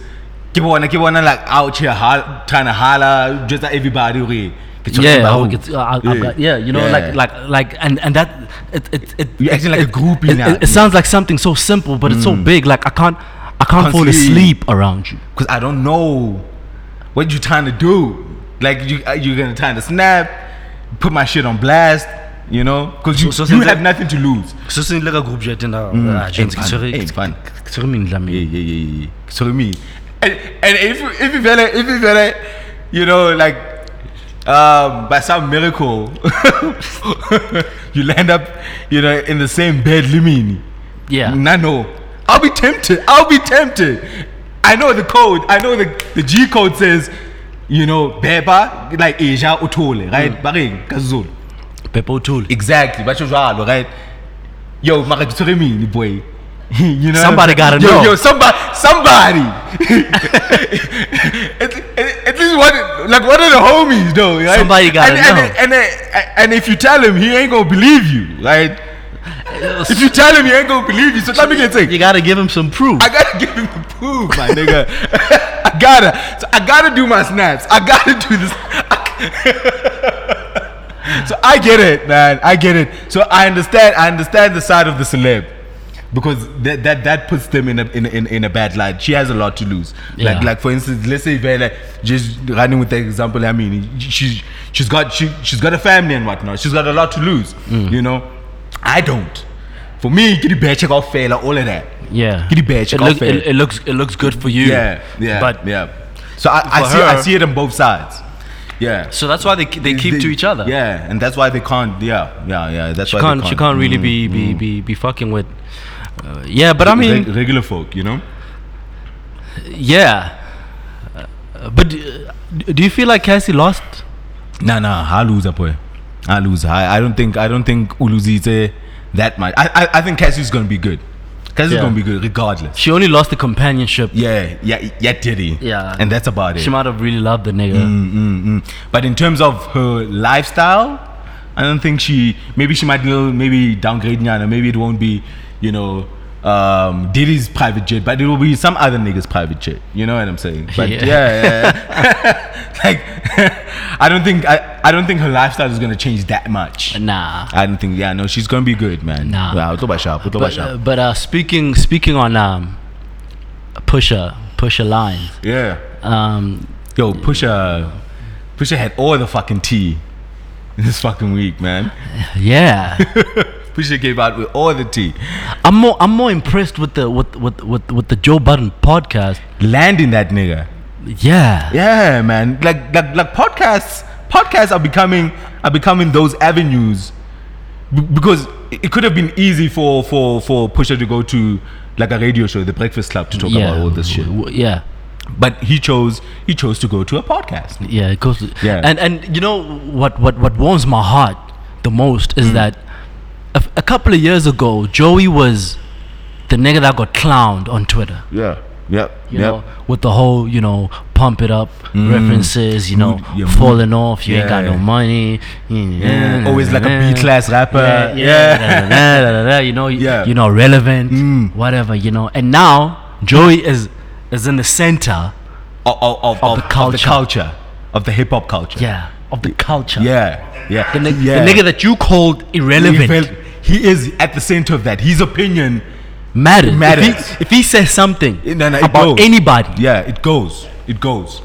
Keep on, keep on, like out here, ho- trying to holler, just like everybody. we- Ke tshwara
yeah, I
bahu.
would get, uh, I, I've got- yeah, you know,
Yeah.
like, like, like, and and that it, it, it
You're acting like a
it-
groupie
It,
now. Mm.
it, it sounds like something so simple, but it's so big. Like I can't, I can't,
Can't
fall
sleep.
asleep around you.
Cause I don't know what you trying to do. Like you, uh, you're gonna trying to snap, put my shit on blast. You know, cause you,
So- so
you
since
have
I-
nothing to lose.
So since like a group uh, jet and
ain't Mm. fun, ain't fun. yeah, yeah, yeah, yeah. So me, and, and if if you feel it, if you feel it, you know, like um, by some miracle, you land up, you know, in the same bed, Limini.
Yeah.
Nano. I'll be tempted. I'll be tempted. I know the code. I know the, the G code says, you know, beba like Asia utole, right? Bareng, Kazulu. Mm.
Pepe O'Toole.
Exactly. But you're right? Yo, mara ke tshwere mini, boy. you know what
Somebody
I'm saying?
gotta know.
Yo, yo, somebody, somebody. at, at- at least one, like one of the homies, though. Right?
Somebody gotta
and,
know.
And, and, and, and if you tell him, he ain't gonna believe you, right? If you tell him, he ain't gonna believe you. So let me get
You gotta give him some proof.
I gotta give him the proof, my nigga. I gotta. So I gotta do my snaps. I gotta do this. so I get it, man. I get it. So I understand. I understand the side of the celeb because that that, that puts them in a in, a- in in a bad light. She has a lot to lose. Like
Yeah.
like for instance, let's say Vela, just running with the example. I mean, she she's got she she's got a family and whatnot. She's got a lot to lose. You know, I don't. For me, get the bear check off failure, all of that.
Yeah.
Get the bear
It,
check off
look, it,
failure.
it looks it looks good for you.
Yeah, yeah,
But
yeah. So I, I
for
see I
her-
see it on both sides. Yeah.
so that's why they they keep
They-
to each other.
Yeah, and that's why they can't. Yeah, yeah, yeah. That's
She
why
can't,
they can't.
she can't really
Mm,
be, be, be be fucking with. Uh, yeah, but I mean,
Reg- regular folk, you know.
yeah. Uh, but uh, d- do you feel like Cassie lost?
Nah, nah. I lose, boy. I lose. I, I don't think I don't think Uluzite that much. I, I I think Cassie's gonna be good. Cassie's
Yeah.
gonna be good regardless.
She only lost the companionship.
Yeah, yeah, yeah, Diddy.
Yeah.
and that's about it.
She might have really loved the nigga.
Mm. But in terms of her lifestyle, I don't think she. Maybe she might little maybe downgrade Nyana. Maybe it won't be, you know, um, Diddy's private jet, but it will be some other nigga's private jet. You know what I'm saying? But yeah,
Yeah.
yeah, yeah. like I don't think I, I don't think her lifestyle is gonna change that much.
Nah.
I don't think. Yeah, no, she's gonna be good, man.
Nah.
Yeah, utoba sharp, utoba
But,
sharp.
uh, but uh, speaking speaking on um, Pusha Pusha lines.
yeah.
Um,
Yo, Pusha, Pusha had all the fucking tea this fucking week, man.
yeah,
Pusha gave out with all the tea.
I'm more I'm more impressed with the with with with, with the Joe Budden podcast.
landing that nigga.
Yeah.
Yeah, man. Like like like podcasts. Podcasts are becoming are becoming those avenues B- because it it could have been easy for for for Pusher to go to like a radio show, the Breakfast Club, to talk
yeah.
about all this shit.
W- Yeah.
But he chose he chose to go to a podcast.
Yeah, it goes.
Yeah.
And and you know what what what warms my heart the most
Mm.
is that a, f- a couple of years ago, Joey was the nigga that got clowned on Twitter.
Yeah. Yep. Mm.
You know, with the whole you know pump it up references. You know,
Mood- yeah, mood.
falling off. You ain't got
Yeah.
no money.
Yeah. Always like a B class rapper.
Mm. Yeah,
Yeah.
yeah, da, da, da, da, da, you know,
Yeah. Mm.
yeah. you know, relevant, whatever, you know. And now Joey is is in the center,
Of, of, of, of,
the
the
culture.
culture. Of the hip hop culture.
yeah, of the culture.
Yeah. Yeah.
The, ni-
yeah.
the nigga that you called
he,
irrelevant
felt, he is at the center of that. His opinion
matters. If he-
matters.
If he, says something
Eh, No, no, it
about
goes.
anybody,
Yeah, it goes. It goes.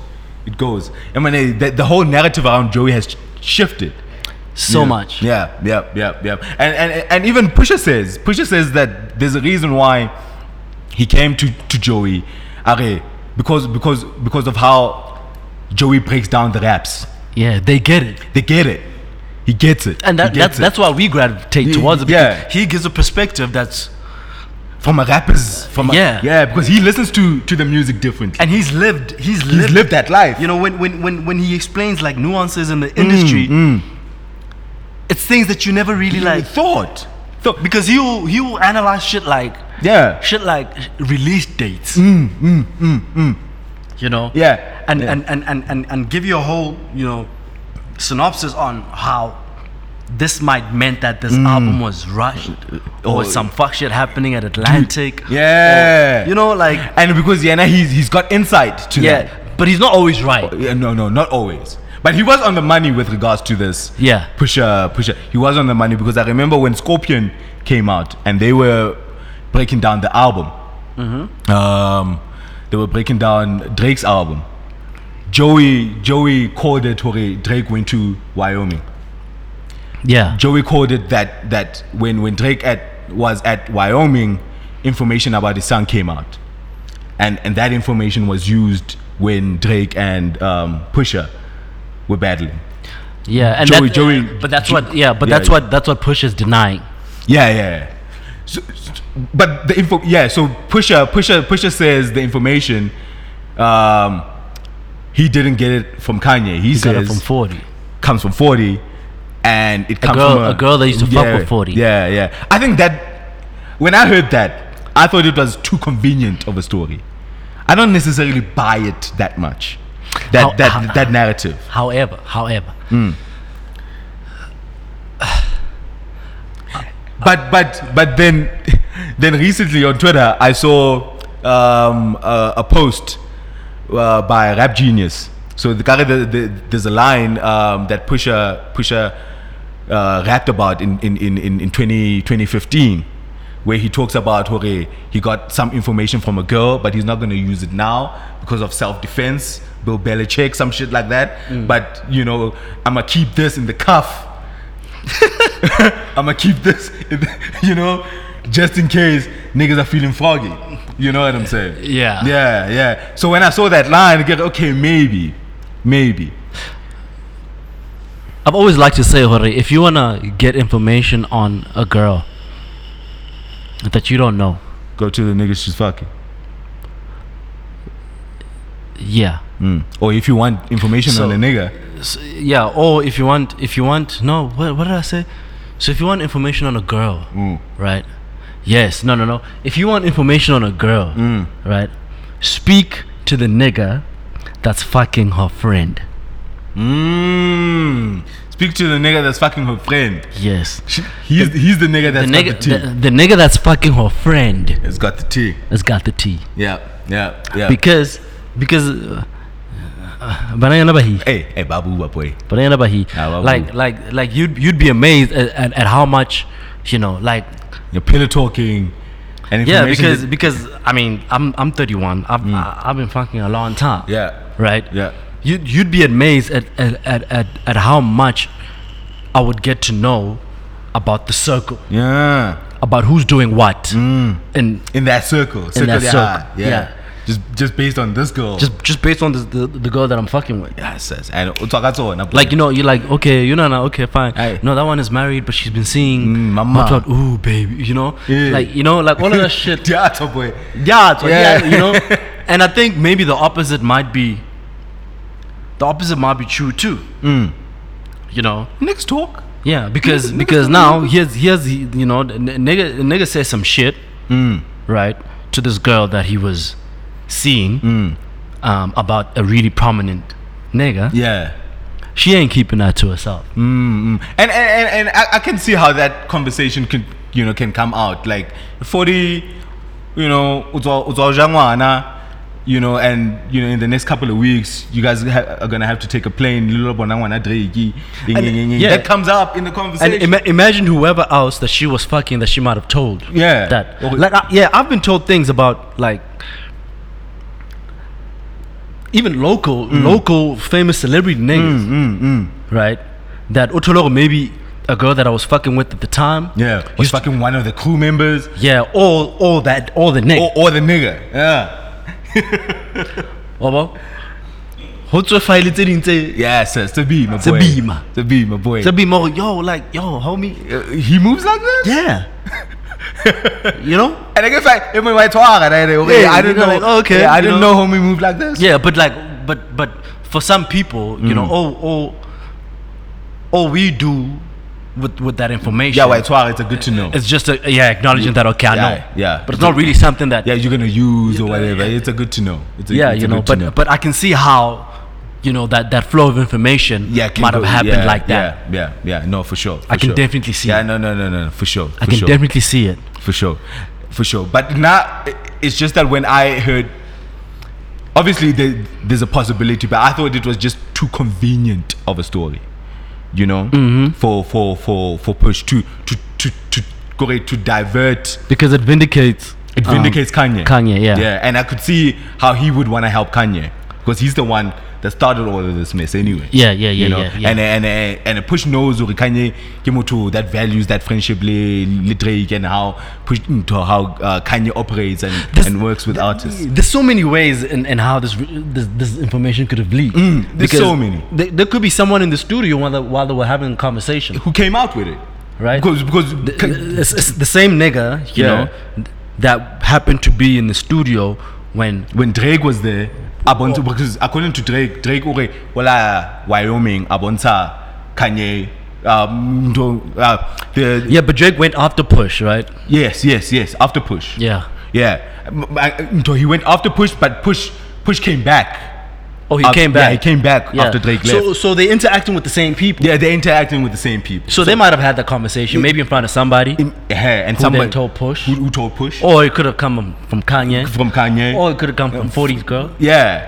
It goes. I mean, eh, the, the whole narrative around Joey has sh- shifted.
so
Yeah.
much.
Yeah, yeah, yeah, yeah. And, and, and even Pusha says, Pusha says that there's a reason why he came to, to Joey, Are, because, because, because of how Joey breaks down the raps.
Yeah, they get it.
They get it. He gets it.
And that,
He
that's
gets
that's why we gravitate
Ye-
towards it.
yeah.
because He gives a perspective that's
it. from a rapper's from a,
Yeah.
yeah because he listens to to the music differently.
and he's lived he's
He's
lived,
lived, that life.
you know when, when when when he explains like nuances in the industry it's things that you never really like
thought. Thought.
because he will he will analyze shit like
Yeah.
shit like release dates
Mm,
you know
Yeah.
and,
Yeah.
And, and and and and give you a whole you know synopsis on how this might meant that this album was rushed or
Mm. Oh.
some fuck shit happening at Atlantic or,
Yeah.
you know like
and because Yana, he's he's got insight to
yeah but he's not always right
that. Yeah, no, no, not always. But he was on the money with regards to this.
Yeah.
Pusha, Pusha. He was on the money because I remember when Scorpion came out and they were breaking down the album.
Mm-hmm.
Um, they were breaking down Drake's album. Joey, Joey called it. Hore, Drake went to Wyoming.
yeah
Joey quoted that that when when Drake at was at Wyoming, information about his son came out, and and that information was used when Drake and um, Pusha were battling.
Yeah, and
Joey-
that-
Joey-
but that's
Jo-
what yeah, but
yeah,
that's
yeah.
what that's what Push is denying.
Yeah, yeah. So, so- but the info, yeah. So Pusha, Pusha, Pusha says the information. Um, he didn't get it from Kanye. He
He got it
says
from Forty.
comes from Forty, and it comes
girl-
from
a girl that used to fuck
yeah,
with 40.
Yeah, yeah. I think that when I heard that, I thought it was too convenient of a story. I don't necessarily buy it that much. That
How-
that
how-
that narrative.
However, however,
but but but then then recently on Twitter I saw um, a, a post uh, by Rap Genius. So the guy, the, the, there's a line um, that Pusha Pusha uh, rapped about in in in in, in 20, 2015 where he talks about Hore, he got some information from a girl, but he's not going to use it now because of self-defense. Bill Belichick, some shit like that. But you know, I'm gonna keep this in the cuff I'm gonna keep this, in the- you know, just in case niggas are feeling froggy. You know what I'm saying?
Yeah.
Yeah, yeah. So when I saw that line, I get okay, maybe, maybe.
I've always liked to say, Hori, if you wanna get information on a girl that you don't know,
Go to the niggas she's fucking.
yeah,
Mm. Or if you want information
So-
on a nigga,
S yeah, or if you want, if you want, no, what, what did I say? So if you want information on a girl,
Mm.
right? Yes, no, no, no. If you want information on a girl,
Mm.
right? Speak to the nigga that's fucking her friend.
mm. speak to the nigga that's fucking her friend.
Yes,
She, he's he's the nigga
the
that's got
nigga,
the tea.
the, the nigga that's fucking her friend
it's got the tea.
has got the tea
Yeah, yeah, yeah.
because because. Uh, uh, banana bahi.
hey, hey, babu, ba boy.
But I ain't about he.
Ah, well,
Like, like, like you'd you'd be amazed at, at, at how much, you know, like
You're pillow talking. And
yeah,
information
because because
that-
I mean I'm I'm 31. I've I, I've been fucking a long time.
yeah,
Right.
yeah.
You'd you'd be amazed at at, at, at at how much I would get to know about the circle,
Yeah.
about who's doing what,
Mm.
and
in that circle, circle
that
they
circle,
are, yeah.
yeah.
Just just based on this girl.
just just based on the the, the girl that I'm fucking with.
yes, yes. And utakato na
Like you know, you're like okay, you know, now, okay, fine.
Aye.
No, that one is married, but she's been seeing
Mm, mama.
blah, blah, Ooh, baby, you know,
Yeah.
like you know, like all of that shit.
the other boy.
Yeah, it's like,
Yeah.
yeah. you know. And I think maybe the opposite might be the opposite might be true too. You know.
Next talk.
Yeah, because because now here's here's you know the n- nigga the nigga says some shit right to this girl that he was seeing um, about a really prominent nigga.
Yeah.
She ain't keeping that to herself.
And and, and, and I, I can see how that conversation can you know can come out. Like forty, you know, uzwa- uzwa jangwana, you know, and you know, in the next couple of weeks, you guys ha- are gonna have to take a plane. Lilo bonangwana dreiki. Ding,
And-
ding, ding, ding.
yeah.
That comes up in the
And
conversation.
ima- imagine whoever else that she was fucking that she might have told.
Yeah.
That.
Okay.
Like, I, yeah, I've been told things about like even local,
Mm.
local famous celebrity niggas, right? That utologo maybe a girl that I was fucking with at the time.
yeah, was
Used to-
fucking one of the crew members
yeah. All, all that, all the nigga.
or, or the nigga. Yeah.
Wabo. Ho tswe file tse ding tse
Yes, yes, to be my
To
boy.
be, man.
To be my boy.
tse be more yo like yo homie.
Uh, he moves like that?
Yeah. you know.
And I guess like in my white talk, and I, okay,
Yeah,
I
you
didn't
know,
know.
like, oh, okay,
yeah, I
you
didn't know,
know.
homie moved like this.
Yeah, but like, but but for some people, you
Mm.
know, all all all we do with with that information,
Yeah, white talk, it's a good to know.
it's just a, yeah acknowledging that okay, I
Yeah,
know,
yeah.
but it's not really something that
yeah,
yeah,
you're gonna use or whatever. It's a good to know. It's a, it's
you
a
know,
good to
but but I can see how you know that that flow of information
yeah, can
might have
go-
happened
yeah,
like that.
Yeah, yeah, yeah. No, for sure. for
I can
sure.
definitely see
Yeah,
it.
no, no, no, no, no, for sure. For
I can
sure.
definitely see it.
for sure for sure but now i- it's just that when i heard obviously there, there's a possibility but i thought it was just too convenient of a story you know for for for for push to to to to go ahead to divert
because it vindicates
it
um,
vindicates kanye
Kanye, yeah.
yeah and i could see how he would want to help kanye because he's the one that started all of this mess anyway.
Yeah, yeah, yeah,
you know?
yeah, yeah.
And and and, and push knows or Kanye Kimoto that values that friendship le, le Drake and how push into how uh, Kanye operates and,
This-
and works with artists.
There's so many ways in, in how this, re- this this information could have leaked.
Mm, there's so many.
There, there could be someone in the studio while they, while they were having a conversation,
Who came out with it?
right?
Because because
it's, it's the same nigga, you
Yeah.
know, that happened to be in the studio when
when Drake was there, Abonta, because according to Drake, Drake ore wala Wyoming Abonta Kanye. Um, do- uh, the,
yeah, but Drake went after Push, right?
Yes, yes, yes. After Push.
Yeah.
Yeah. M- I- So he went after Push, but Push Push came back.
Oh, he
Af-
came
yeah,
back.
he came back after Drake
So, so they interacting with the same people.
Yeah, they're interacting with the same people.
So, they might have had that conversation, maybe in front of somebody,
In- yeah, and
Who
somebody
then told Push? Oh.
Who, who told Push?
or it could have come from Kanye,
From Kanye.
or it could have come from 40s girl,
yeah.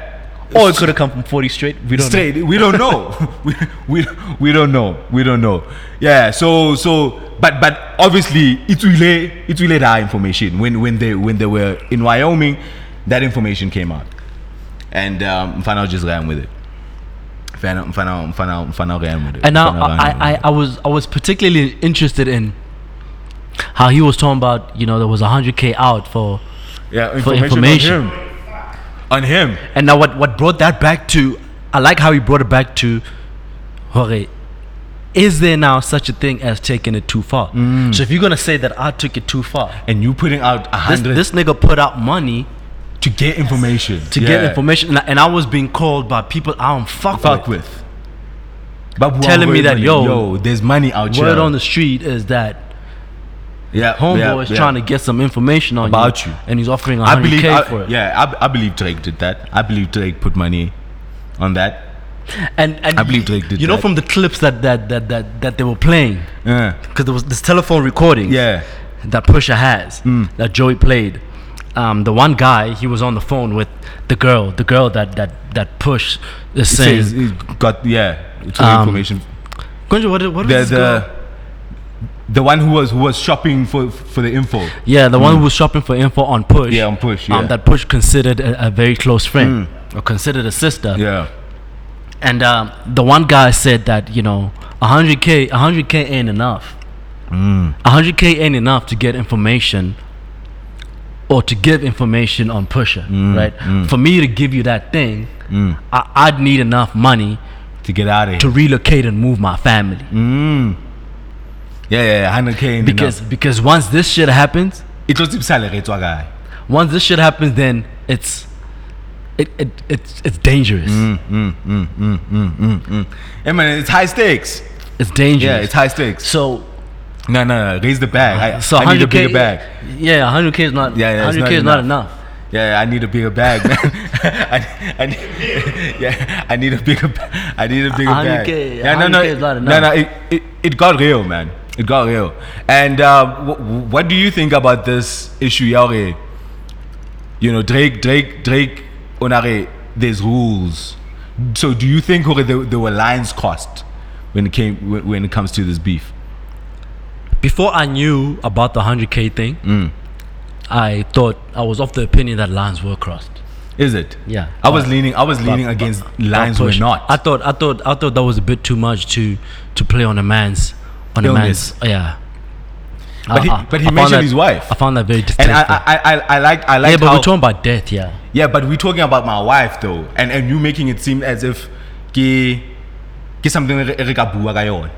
or it could have come from 40 straight. We don't know.
Straight. We don't know. we, we we don't know. We don't know. Yeah. So so. But but obviously it relay it relayed our information when when they when they were in Wyoming, that information came out, and um, Mfana just ran with it. Mfana Mfana Mfana Mfana ran with it.
And now
Mfana ran with it.
I, I, I was I was particularly interested in how he was talking about you know there was 100k out for
yeah,
for
information,
information.
on him. On him.
and now what what brought that back to I like how he brought it back to okay is there now such a thing as taking it too far
Mm.
so if you're gonna say that I took it too far
And you putting out a
this,
hundred
this nigga put out money
to get information
to get information and I, and I was being called by people I don't fuck,
Fuck
with.
with. Babu
Telling me
Angwele,
that, yo,
yo, there's money out
word
here.
on the street is that
Yeah,
homeboy
yeah,
is
yeah.
trying to get some information on
About you.
and he's offering 100k
I believe, I-
for it
yeah, I, I believe Drake did that. I believe Drake put money on that.
And, and
I believe Drake did
You know
that.
from the clips that that that that, that they were playing
Yeah,
because there was this telephone recording
yeah,
that Pusha has
Mm.
that Joey played. Um, the one guy he was on the phone with the girl, the girl that that that Push is
It
saying.
says it got yeah, it's all
Um,
information.
Kunji, what, what
The
is this girl?
the the one who was who was shopping for for the info.
Yeah, the one who was shopping for info on Push.
Mm. Yeah, on Push, yeah.
Um, that Push considered a, a very close friend
Mm.
or considered a sister.
Yeah,
And um, the one guy said that you know, 100k, 100k ain't enough.
Mm.
100k ain't enough to get information or to give information on Pusher,
Mm,
right? For me to give you that thing, I, I'd need enough money
to get out of
to
here.
relocate and move my family
Mm, Yeah, yeah, hundred k in
because because once this shit happens,
it was salary guy.
once this shit happens, then it's it, it it's it's dangerous.
Mm. Hey man, it's high stakes.
It's dangerous.
Yeah, it's high stakes.
so
No, no, no, raise the bag. I,
so
I need a
100k
bigger bag.
Yeah, 100k is not.
Yeah, yeah, it's
100k
not
is not
enough.
enough.
Yeah, I need a bigger bag, man. I, I, need- yeah, I need a bigger, ba- I need a bigger bag.
100K
Yeah, no, no,
100K is not
no, no.
enough.
It, it, it got real, man. It got real. And uh, wh- what do you think about this issue, Yare? You know, Drake, Drake, Drake, Onare. There's rules. So, do you think Hore, there, there were lines crossed when it came when, when it comes to this beef?
before I knew about the 100k thing,
Mm.
I thought I was of the opinion that lines were crossed.
Is it?
Yeah.
I was leaning. I was
But-
leaning
but-
against
but
lines were
pushed.
not.
I thought I thought I thought that was a bit too much to to play on a man's on
Illness.
a man's yeah.
But he- but he
found
mentioned
that-
his wife.
I found that very
and
distasteful.
I, I, I, I like, I like.
yeah, but
how,
we're talking about death, yeah.
Yeah, but we're talking about my wife though, and and you making it seem as if ke ke something e re e re ka bua ka yona.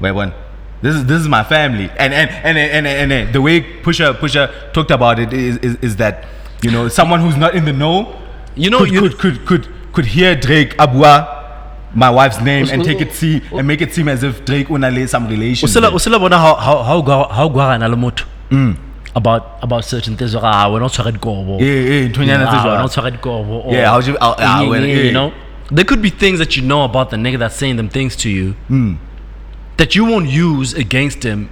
Wayabona? This is this is my family, and and and and, and, and the way Pusha Pusha talked about it is, is is that you know someone who's not in the know,
You know,
could,
you-
could could could could hear Drake Abua, my wife's name, and take it see and make it seem as if Drake unale some relation.
Usela
there.
usela bona how how how gwa- how gwa na le motho. About about certain things. Ah, we're not talking gobo.
Mm. Yeah, yeah,
Yeah,
ntwanyana Eh, tse
I
jwalo.
don't talk it go over Ah, or-
Yeah, I was just- I- I
Yeah,
went,
yeah,
yeah.
you know, there could be things that you know about the nigga that's saying them things to you
Hmm.
that you won't use against him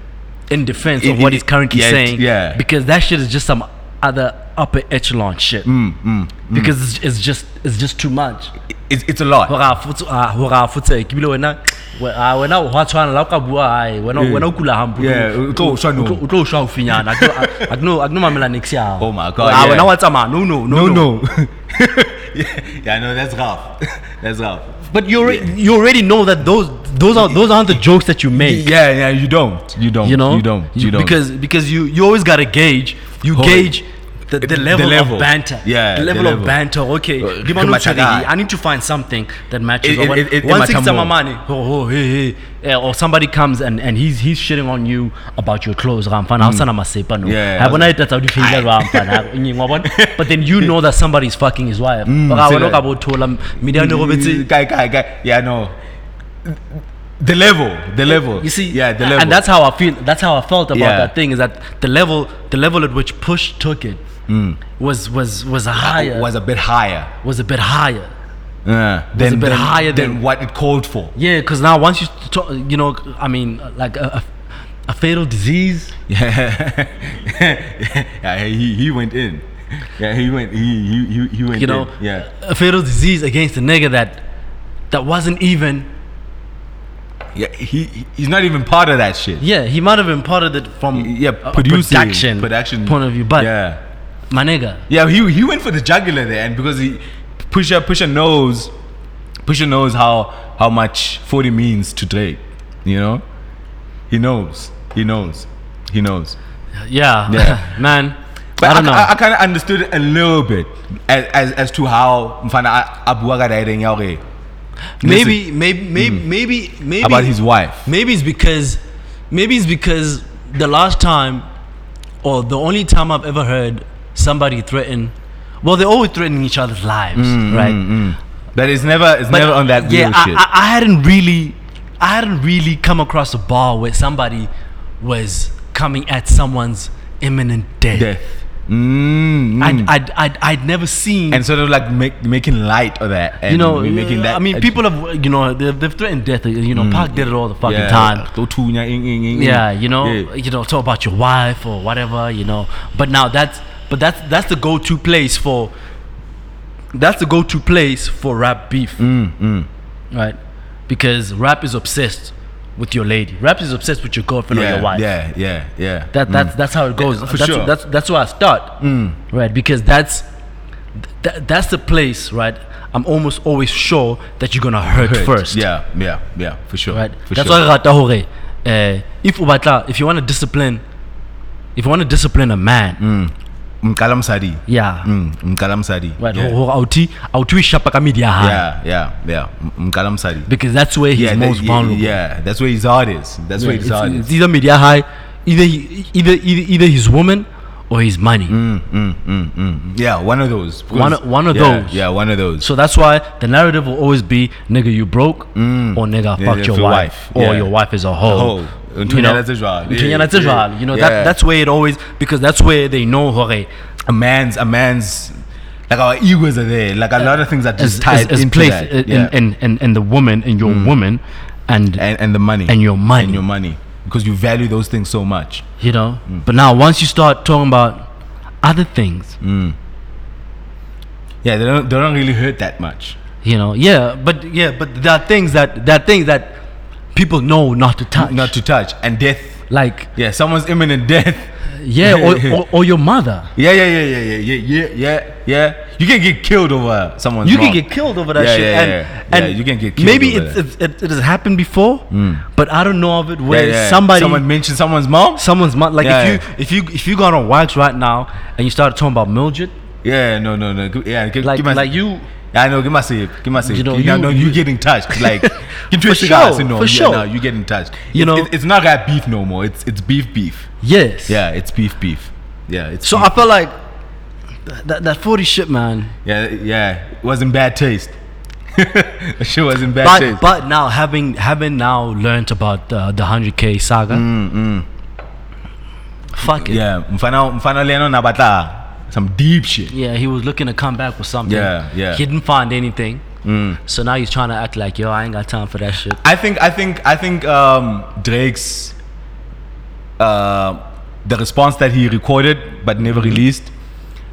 in defense
In-
of what
in-
he's currently
yeah,
saying.
yeah.
because that shit is just some other upper echelon shit
Hmm,
because it's, it's just it's just too much.
It's, it's a lot.
Hora futsu ah hora futsu ekibile wena we- ah wena o hwa tshwana la o ka bua ai wena
Yeah.
wena o kula hampu.
Yeah, o tlo o shwa nou.
O tlo o shwa o finyana. I don't I don't know mamela next year.
Oh my God,
Ah
yeah.
wena wa tsama no no no
No,
no.
no. yeah, yeah, no, that's rough. that's rough.
But you already, you already know that those those are those aren't the jokes that you make.
Yeah, yeah, you don't. You don't.
You know,
You don't. You don't.
because because you you always gotta gauge. You
Hold.
gauge the, the,
The
level
level.
of banter.
Yeah,
the
the
level,
level.
of banter. Okay,
Uh,
Di manu
kumataka.
tshwereng, I need to find something that matches.
It-
or
it-
what-
it- it-
Once it's
matambo.
money, oh, oh hey hey, eh, or somebody comes and and he's he's shitting on you about your clothes. Ramfana, mm. masepa no.
Yeah.
Ha, bona e tlatsa o di feila ramfana, ha, nyi, wa bona? But then you know that somebody's fucking his wife. But ha,
so
wena o
Mm. that- Mm.
ka bo thola, media e ne robetse-
Guy, guy, guy. Yeah, no. The level, the level.
You see,
yeah, the level.
and that's how I feel. That's how I felt about
Yeah.
that thing. Is that the level, the level at which Push took it was was was a higher was,
Mm. was a bit higher.
a bit higher.
Uh, than,
a bit
than-
higher
than
than-
what it called for.
Yeah, because now once you talk, you know, I mean, like a, a, a fatal disease.
Yeah, yeah he, he went in. Yeah, he went. He he he, he went.
You know,
in. yeah.
a fatal disease against a nigga that that wasn't even.
Yeah, he he- he's not even part of that shit.
Yeah, he might have been part of it from
Yeah,
a- a
producing,
production
production
point of view, but
yeah,
my nigga,
yeah, he he went for the jugular there, and because he Pusha Pusha knows, Pusha knows how how much forty means to Drake. You know, he knows, he knows, he knows.
yeah,
Yeah.
man,
But
I don't know.
I, kind of understood it a little bit as as, as to how Mfana Abuaga Dairenyaure
maybe, maybe, maybe, maybe, maybe
about his wife.
Maybe it's because maybe it's because the last time or the only time I've ever heard somebody threaten well they're always threatening each other's lives, right?
But it's never it's
But
Mm, never on that
yeah,
real
I,
shit.
I, I hadn't really I hadn't really come across a bar where somebody was coming at someone's imminent death.
Death. Mm,
I'd,
mm.
I'd, I'd, I'd never seen
and sort of like make, making light of that. And
you know,
we making that. Mm.
I mean, people have, you know, they've, they've threatened death. You know, Park did it all the fucking
yeah,
time.
go to nya, ing, ing, ing,
yeah
ing.
you know
Mm. Yeah.
you know talk about your wife or whatever you know but now that's but that's that's the go-to place for that's the go-to place for rap beef
Mm,
right because rap is obsessed with your lady rap is obsessed with your girlfriend or
yeah,
your wife
yeah, yeah, yeah.
that that's that's how it goes
for
that's,
sure. Mm.
that's that's where i start right because that's that, that's the place right i'm almost always sure that you're gonna hurt,
Correct.
first
Yeah, yeah, yeah, for sure.
right?
For
That's
sure.
why I rata hore. eh, if o batla- if you want to discipline, if you want to discipline a man,
Mm, Mkalam Sadi.
yeah,
Mm, Mkalam Sadi.
right? Oh,
Yeah.
Hore auti auti e shapa ka media high
yeah, yeah, yeah. Mkalam Sadi.
because that's where he's
Yeah, that-
most
yeah,
vulnerable.
yeah, that's where his heart is. That's
Yeah,
where his
it's,
heart
it's
is.
either media high, either he- either either, either his woman or his money.
Mm. Yeah, one of those.
One
Because-
o- one of
yeah,
those.
Yeah, one of those.
So that's why the narrative will always be nigga you broke or nigga
Mm. Yeah,
fuck
yeah,
your
for
wife,
wife,
or
yeah.
your wife is a hoe.
Hoe. Nthonyana tse jwalo.
Nthonyana
Yeah,
tse
yeah,
jwalo. You know that
yeah.
that's where it always because that's where they know hore
a man's a man's like our egos are there. Like a lot of things are
is,
just tied
is, is
into
placed
that.
in,
yeah. Mm.
in, in, in the woman in your woman and,
and and the money
and your money
and your money because you value those things so much.
you know
mm.
but now once you start talking about other things
Mm. Yeah, they don't they don't really hurt that much.
you know yeah but yeah but there are things that there are things that people know not to touch
Not to touch and death.
like
Yeah, someone's imminent death.
yeah or, or, or your mother
Yeah, yeah, yeah, yeah, yeah, yeah, yeah, yeah, yeah. You can get killed over someone's
you
wrong.
can get killed over that
Yeah,
shit
yeah,
and,
yeah.
and
Yeah, you can get killed
maybe
over Mm.
it's, it's, it, it has happened before but i don't know of it
Yeah,
where
yeah.
somebody
someone mentioned someone's mom.
someone's mom like if
Yeah,
you if you if you got on wax right now and you started talking about mildred
Yeah, no, no, no. Gi- Yeah, give,
like
give my,
like you
I know. Give my sip. Give my sip.
You
You
know,
know,
you-
you, no, you getting touched. Like, get to
For
a cigar.
sure,
you know,
for
yeah,
sure.
no, you getting touched.
You
It's-
know-
it's, it's not that beef no more. It's it's beef beef.
yes
Yeah, it's beef beef. Yeah, it's
So
beef.
I felt like that, that, that 40 shit, man.
yeah yeah. It was in bad taste. That shit was in bad
But,
taste.
but now having having now learned about the, the 100k saga, fuck it. Mm, Yeah.
yeah, mfana mfana leno nabata some deep shit.
he was looking to come back with something.
Yeah, yeah.
He didn't find anything. So now he's trying to act like yo, I ain't got time for that shit.
I think I think I think um, Drake's uh, the response that he recorded but never released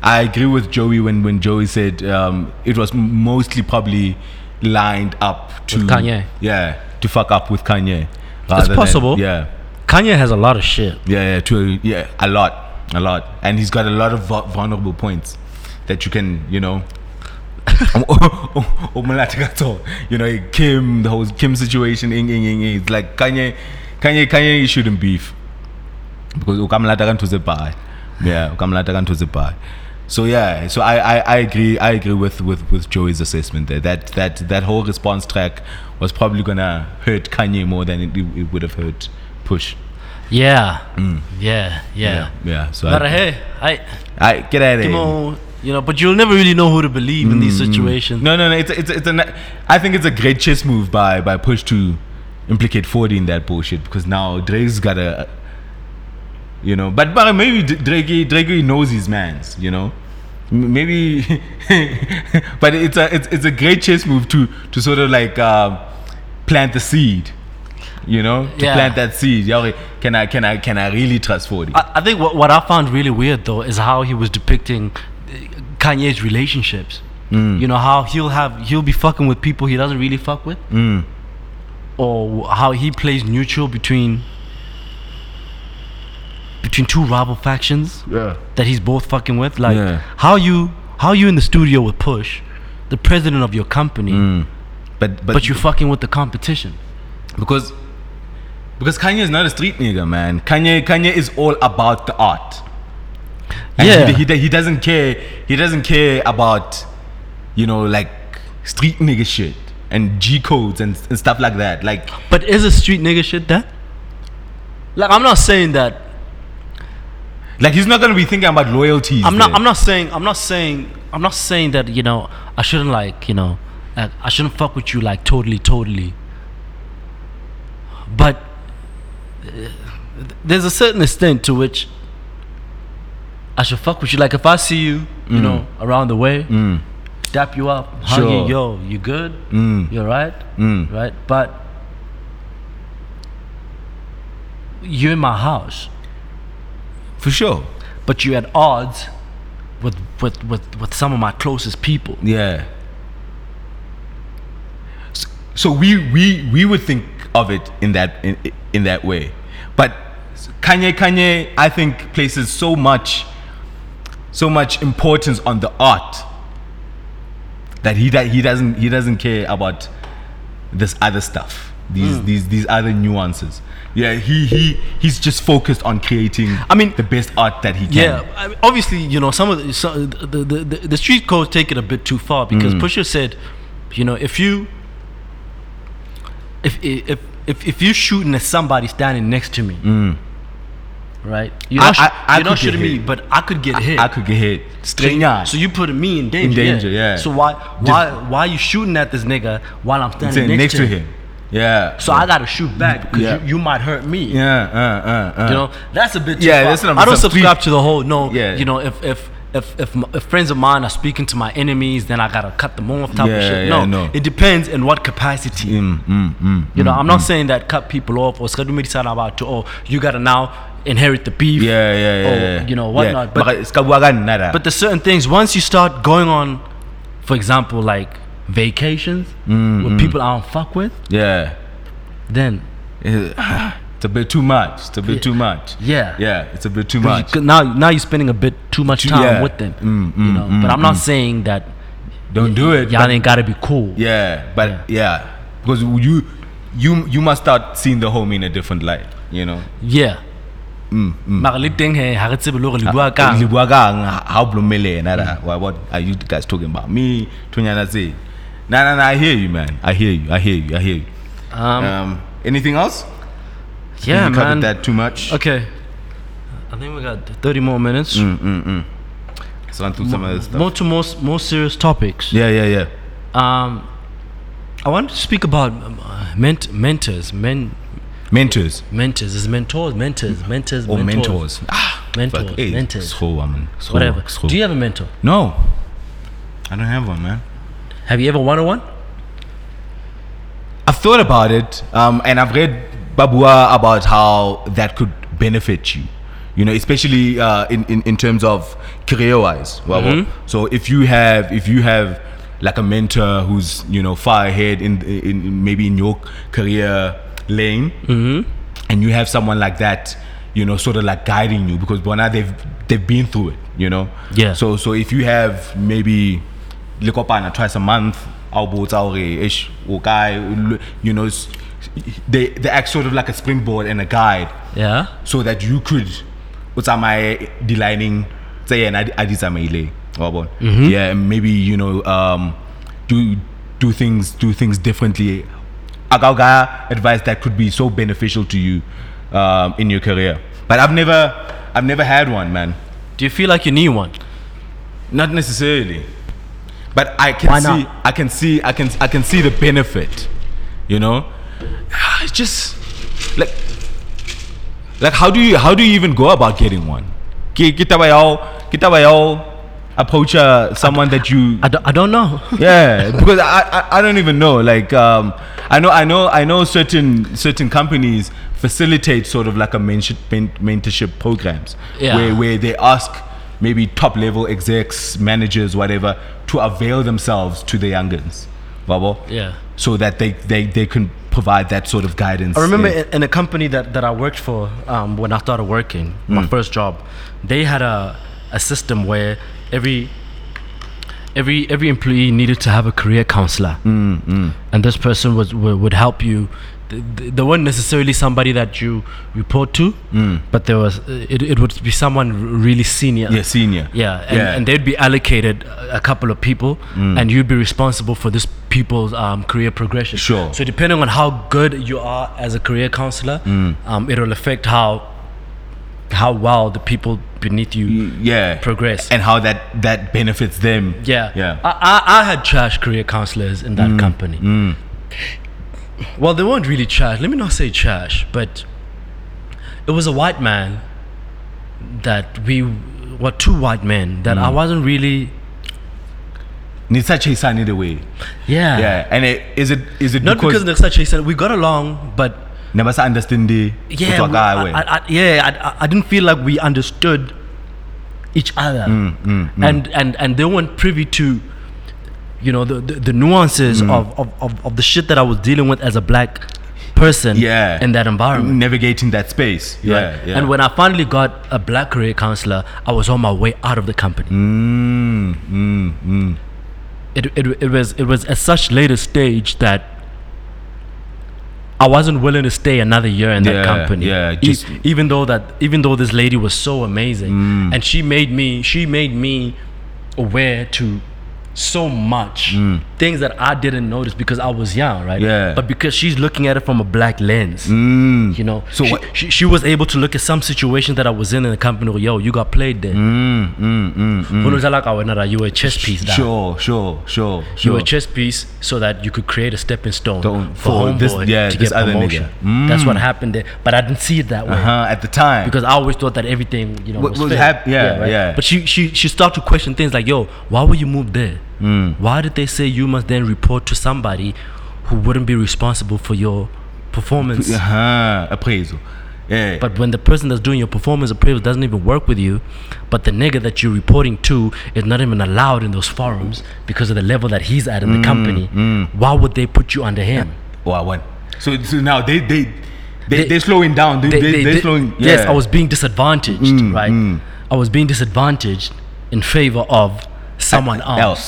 I agree with Joey when when Joey said um, it was mostly probably lined up to
With Kanye.
Yeah, to fuck up with Kanye. rather
It's
than-
possible.
yeah,
Kanye has a lot of shit.
yeah, yeah, to yeah, a lot, a lot, and he's got a lot of vu- vulnerable points that you can, you know. Oh, you know Kim, the whole Kim situation, ing, ing, ing, ing. It's like Kanye, Kanye, Kanye shouldn't beef because ukamlata kan to the bar, yeah, ukamlata kan to the bar. So yeah, so I, I, I agree I agree with, with, with Joey's assessment there. That that that whole response track was probably gonna hurt Kanye more than it, it would have hurt Push.
Yeah. yeah, Mm. yeah,
yeah. So
But
I,
hey, I,
I get out of
you
here.
know, you know, but you'll never really know who to believe in these situations.
No, no, no. It's it's it's a. ni- I think it's a great chess move by by Push to implicate 40 in that bullshit because now Drake's got a. You know, but but maybe D- Drake Drake he knows his man's. You know. M- Maybe, but it's a it's, it's a great chess move to to sort of like uh, plant the seed, you know, to
Yeah.
plant that seed. Yeah, okay, can I can I can I really trust Forty?
I, I think what, what I found really weird though is how he was depicting uh, Kanye's relationships.
Mm.
You know how he'll have he'll be fucking with people he doesn't really fuck with,
Mm.
or how he plays neutral between between two rival factions
Yeah.
that he's both fucking with. Like
Yeah.
how you how you in the studio with Push, the president of your company,
Mm. But but,
but you fucking with the competition.
because because Kanye is not a street nigga, man. Kanye Kanye is all about the art. And
Yeah.
he, he, he doesn't care. He doesn't care about you know like street nigga shit and G codes and, and stuff like that. Like
But is a street nigga shit that? Like I'm not saying that
like he's not gonna be thinking about loyalties.
I'm not.
there.
I'm not saying. I'm not saying. I'm not saying that you know I shouldn't like you know like, I shouldn't fuck with you like totally, totally. But uh, th- there's a certain extent to which I should fuck with you. Like if I see you, you know, around the way, dap you up, hug
Sure.
you, yo, you good, you're right, right. But you're in my house
for sure.
but you're at odds with with with, with some of my closest people.
Yeah. S- So we we we would think of it in that in in that way, but Kanye Kanye I think places so much so much importance on the art that he that he doesn't he doesn't care about this other stuff these
Hmm.
these these other nuances yeah he he he's just focused on creating
I mean-
the best art that he can
Yeah, I mean, obviously, you know, some of the, so the, the, the the street codes take it a bit too far because
Mm.
Pusher said, you know, if you if if if, if you're shooting at somebody standing next to me, right? You're
Mm. I-
not, sh-
I- I
you're not
could get
shooting me,
hit.
but I could get hit.
I could get hit
so,
straight
you, so you putting me in danger.
danger, yeah.
So why why why are you shooting at this nigga while I'm standing next, to him?
Yeah.
So I gotta shoot back because
Yeah.
you, you might hurt me.
yeah, uh, uh, uh.
You know, that's a bit. Too
Yeah,
far.
that's what I'm-
I don't
it's a
subscribe to the whole. No,
Yeah.
you know, if if if if, m- if friends of mine are speaking to my enemies, then I gotta cut them off. Type of
Yeah,
shit.
yeah,
No,
no. Mm,
it depends in what capacity. you know, I'm not saying that cut people off or skadumiri sana about to. Oh, you gotta now inherit the beef.
yeah, yeah, yeah,
or,
yeah.
Oh, you know, whatnot,
Yeah.
but-
Maka- it's kabuwa ka nna da.
But there's certain things once you start going on, for example, like vacations
Mm,
with people I don't fuck with,
yeah,
then
it's a bit too much. It's a bit too much.
yeah.
yeah, it's a bit too
Because
much.
you- 'cause now now you're spending a bit too much
Too-
time
yeah. Mm,
with them. you know, but I'm not saying that
Don't do it.
y'all
but-
ain't gotta be cool.
yeah, but yeah, because you, you, you must start seeing the home in a different light. You know.
Yeah. Mara le teng hee, ha re tsebe le hore le bua Mm. kang.
Mm, Ah, Le bua kang, ha- ha o blommele yena da. Why- What are you guys talking about? Me, Tonyana say. Nah, nah, nah. I hear you, man. I hear you. I hear you. I hear you.
Um,
Um, anything else?
yeah,
we
man.
covered that too much.
Okay. I think we got 30 more minutes.
Mm. Let's run through some of this stuff.
More to more, s- more serious topics.
yeah, yeah, yeah.
Um, I want to speak about um, uh, ment- mentors, men,
Mentors
mentors, is mentors, mentors, mentors,
Mm. or
mentors,
mentors. Ah,
mentors,
fuck, hey,
mentors,
School, woman. School,
whatever.
School.
Do you have a mentor?
no, I don't have one, man.
Have you ever wanted one?
I've thought about it, um, and I've read Babua about how that could benefit you. You know, especially uh, in, in in terms of career wise. Well,
Mm-hmm.
so if you have if you have like a mentor who's you know far ahead in in, in maybe in your career lane, and you have someone like that, you know, sort of like guiding you because Bona they've they've been through it, you know.
Yeah.
So so if you have maybe likopana twice a month, ish or guy, you know, s- they they act sort of like a springboard and a guide,
Yeah.
so that you could, my delining, say and adizamaile, yeah, and maybe you know, um, do do things do things differently. Agauga advice that could be so beneficial to you um, in your career, but I've never I've never had one, man.
Do you feel like you need one?
Not necessarily, but I can
Why
see,
not?
I can see, I can, I can see the benefit. You know, Ah, it's just like, like how do you, how do you even go about getting one? Ke- ke taba ya ho- ke taba ya ho approach uh, someone that you
I don't, I don't know.
yeah because I, I i don't even know like um i know i know i know certain certain companies facilitate sort of like a mentorship men- mentorship programs
Yeah.
where where they ask maybe top level execs managers whatever to avail themselves to the youngins bubble
Yeah.
so that they they they can provide that sort of guidance
I remember
and-
in, in a company that, that I worked for um, when I started working, my first job, they had a, a system where every every every employee needed to have a career counselor, and this person was w- would help you. Th- th- They weren't necessarily somebody that you report to, but there was it, it would be someone r- really senior.
yeah senior
Yeah, and,
Yeah. Mm.
and they'd be allocated a a couple of people, and you'd be responsible for this people's um, career progression.
Sure.
So depending on how good you are as a career counselor,
Mm.
um, it'll affect how how well the people beneath you.
Mm. yeah
Progress.
and how that that benefits them
Yeah.
yeah
I,
Mm.
I, I had trash career counselors in that company. Well, they weren't really trash. Let me not say trash, but it was a white man that we were two white men that I
Mm.
wasn't really.
nisa chasani the way
Yeah.
yeah and it, is it is it
Ah. Not because Nixer Chasen, we got along, but
never sa understand the
yeah, we- I, I, I, yeah, I- I, I didn't feel like we understood each other, and and and they weren't privy to, you know, the the, the nuances of, of, of of the shit that I was dealing with as a black person,
Yeah.
in that environment.
navigating that space. Yeah,
right?
yeah.
And when I finally got a black career counselor, I was on my way out of the company.
mm, mm, mm.
it, it, it was it was at such later stage that I wasn't willing to stay another year in
Yeah,
that company.
yeah,
E-
just-
even though that even though this lady was so amazing
Mm.
and she made me she made me aware to so much things that I didn't notice because I was young, right?
Mm. Yeah. Mm.
But because she's looking at it from a black lens, you know.
So
So she,
what-
she, she was able to look at some situation that I was in in the company. Yo, you got played there.
Mm,
"Ah, You were a chess piece. dog.
Sure, sure, sure,
You
sure.
a chess piece so that you could create a stepping stone
Don't-
for
for
homeboy
this- yeah,
to
this
get
other
promotion.
nigga. Mm.
That's what happened there, but I didn't see it that way
uh-huh, at the time,
because I always thought that everything you know
What
was,
was
fair.
hap- yeah, yeah.
But she she she started to question things like, "Yo, why were you moved there?
Mm.
Why did they say you must then report to somebody who wouldn't be responsible for your performance?"
uh-huh, appraisal. Yeah,
But when the person that's doing your performance appraisal doesn't even work with you, but the nigga that you're reporting to is not even allowed in those forums because of the level that he's at in the company, why would they put you under him?
wow, one. So, so now they they they
They-
they, are slowing down. They,
They-
they,
they-
they're
they- Mm,
slowing.
Yes,
yeah.
I was being disadvantaged, right? I was being disadvantaged in favor of someone else, Mm.
else.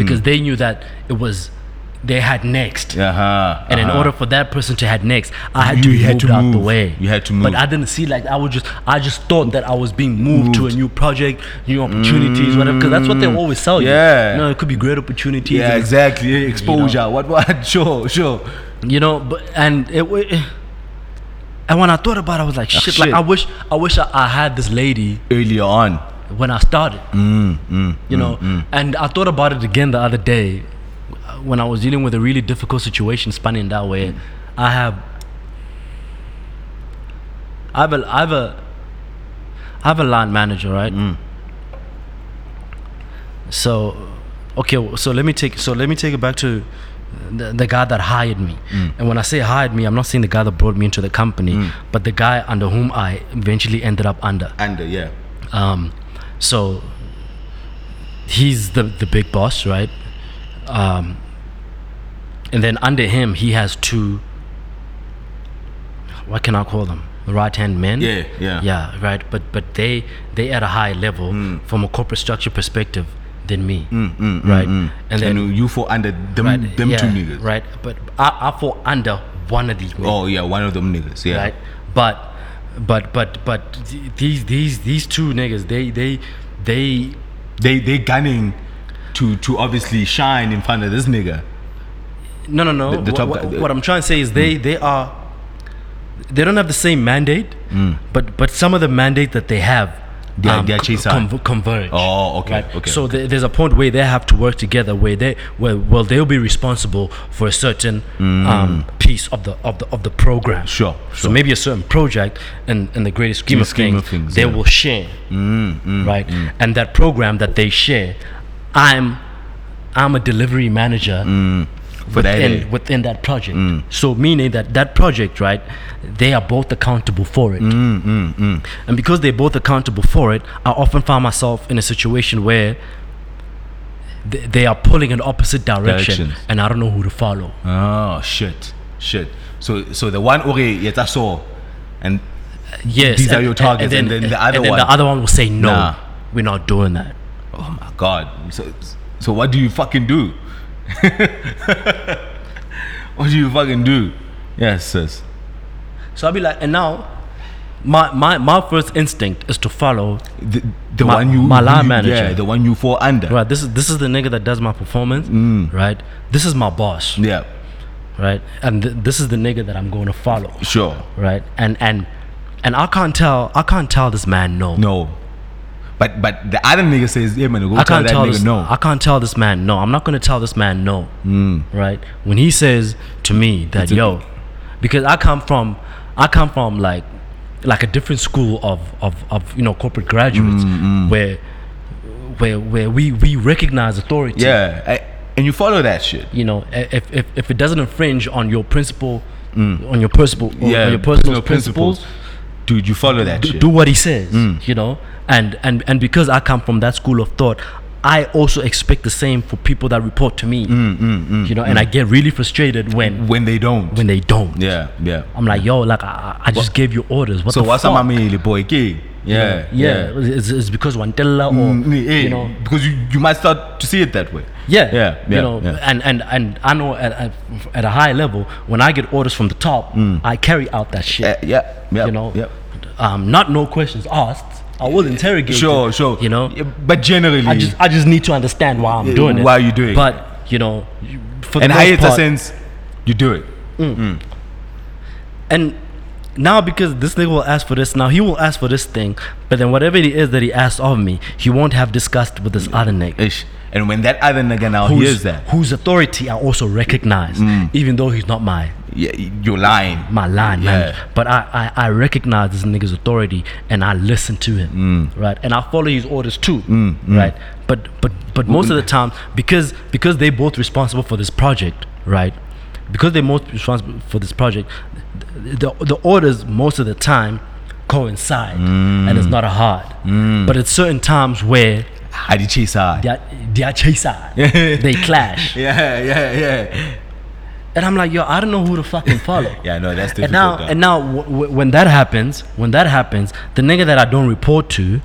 because they knew that it was they had next.
Uh-huh,
And in
uh-huh.
order for that person to head next, I had to
You
be
had
moved
to
out the
move.
way.
You had to move.
But I didn't see like I would just I just thought that I was being moved, to a new project, new opportunities, whatever. Because that's what they always sell you.
Mm. Yeah.
You know, it could be great opportunities.
yeah,
and-
exactly. yeah, Exposure. What what? Sure, sure.
You know, but and it. wa- and when I thought about it, I was like, shit, like
Ah, shit.
I wish I wish I, I had this lady
Earlier on.
when I started. you know, and I thought about it again the other day uh, when I was dealing with a really difficult situation spanning that way. I have, I have a, I have a, I have a line manager, right? So, okay, w- so let me take so let me take it back to the, the guy that hired me. And when I say hired me, I'm not saying the guy that brought me into the company, but the guy under whom I eventually ended up under.
And uh, yeah,
Um, so he's the, the big boss, right? Um, and then under him, he has two, what can I call them? Right hand men.
Yeah, yeah.
Yeah, right. But but they they at a high level
Mm.
from a corporate structure perspective than me. right. And then
and mm, you fall under them,
right,
them
yeah,
two niggas.
Right. But I, I fall under one of these men
Oh yeah, one of them niggas. Yeah.
right? But but but but th- these these these two niggas, they they they
They they gunning to to obviously shine in front of this nigga.
no no no.
the
Wha-
top
wha-
guy,
what,
the-
I'm trying to say is they they are they don't have the same mandate, but but some of the mandate that they have.
Mm. They are- they are chasing.
conv- converge.
Oh, okay, okay,
So there- there's a point where they have to work together, where they, where, well, they'll be responsible for a certain um, piece of the of the of the program.
Mm. Sure,
So maybe a certain project, and in the greater scheme, of,
scheme
things,
of things,
they
yeah. Mm,
will share, right? And that program that they share, I'm, I'm a delivery manager
Mm, For that
within,
eh,
within that project. So meaning that that project, right, they are both accountable for it.
Mm,
And because they're both accountable for it, I often find myself in a situation where th- they are pulling in opposite direction,
Directions.
and I don't know who to follow.
Oh shit, shit. So so the one okay, yet I saw, and
Yes,
These are your targets, and then the other
and then
one-
the other one will say no,
Nah.
we're not doing that.
oh my god. So so what do you fucking do? what do you fucking do? Yes, sis.
So I'll be like, and now. My, my, my first instinct is to follow.
The, the
My-
one you
my line
you-
manager.
Yeah, the one you fall under.
Right, this is this is the nigga that does my performance.
Mm.
Right, this is my boss.
Yeah,
right? And th- this is the nigga that I'm going to follow,
sure.
right? And and and I can't tell I can't tell this man no.
No. But but the other nigga says, yeah man, go
I
tell
can't
that
tell
nigga
this
no. Mm.
I can't tell this man no. I'm not going to tell this man no, right? When he says to me that
a-
yo, because I come from I come from like like a different school of of, of you know corporate graduates
Mm,
where where where we we recognize authority.
yeah. I- and you follow that shit.
you know, i- if, if, if it doesn't infringe on your principle, on your principle, on
Mm. yeah.
your personal
no
principles,
Dude, you follow that
do,
shit.
do what he says
Mm.
you know and and and because i come from that school of thought i also expect the same for people that report to me
Mm,
you know and i get really frustrated when
when they don't.
when they don't
yeah, yeah.
i'm like yo like i, I I just gave you orders what
so
the
what's
fuck?
up, my boy? King? Yeah,
yeah, It's, it's because wantella or
Mm, eh,
you know
because you, you might start to see it that way.
yeah,
yeah, yeah,
you know, Uh,
yeah.
and and and I know at, at, at a high level when I get orders from the top, I carry out that shit.
Mm. Eh, yeah, yeah,
you know,
yeah.
um, not no questions asked. I will interrogate. you,
Eh, Sure, sure.
You know,
Yeah, but generally,
I just I just need to understand why I'm doing it.
Eh, why you doing it.
But you know, you- for
and
the most
highest
part-
sense, you do it.
and now because this nigga will ask for this, now he will ask for this thing, but then whatever it is that he asks of me, he won't have discussed with this other nigga.
Ish. And when that other nigga now
whose-
hears Eh, that, Mm.
Whose authority I also recognize, even though he's not my
yeah, you're lying.
my line
Yeah.
manager. But I, I, I recognize this nigga's authority and I listen to him. Right. And I follow his orders too. Right. But but but most of the time because because they're both responsible for this project, right? Because they're most responsible for this project, th- the, the orders most of the time coincide and it's not a hard. But at certain times where
How did she say?
they are, they are chaser, they clash.
Yeah, yeah, yeah.
And I'm like, yo, I don't know who to fucking follow.
Yeah, no, that's difficult.
and now
dog.
and now w- w- when that happens when that happens the nigga that i don't report to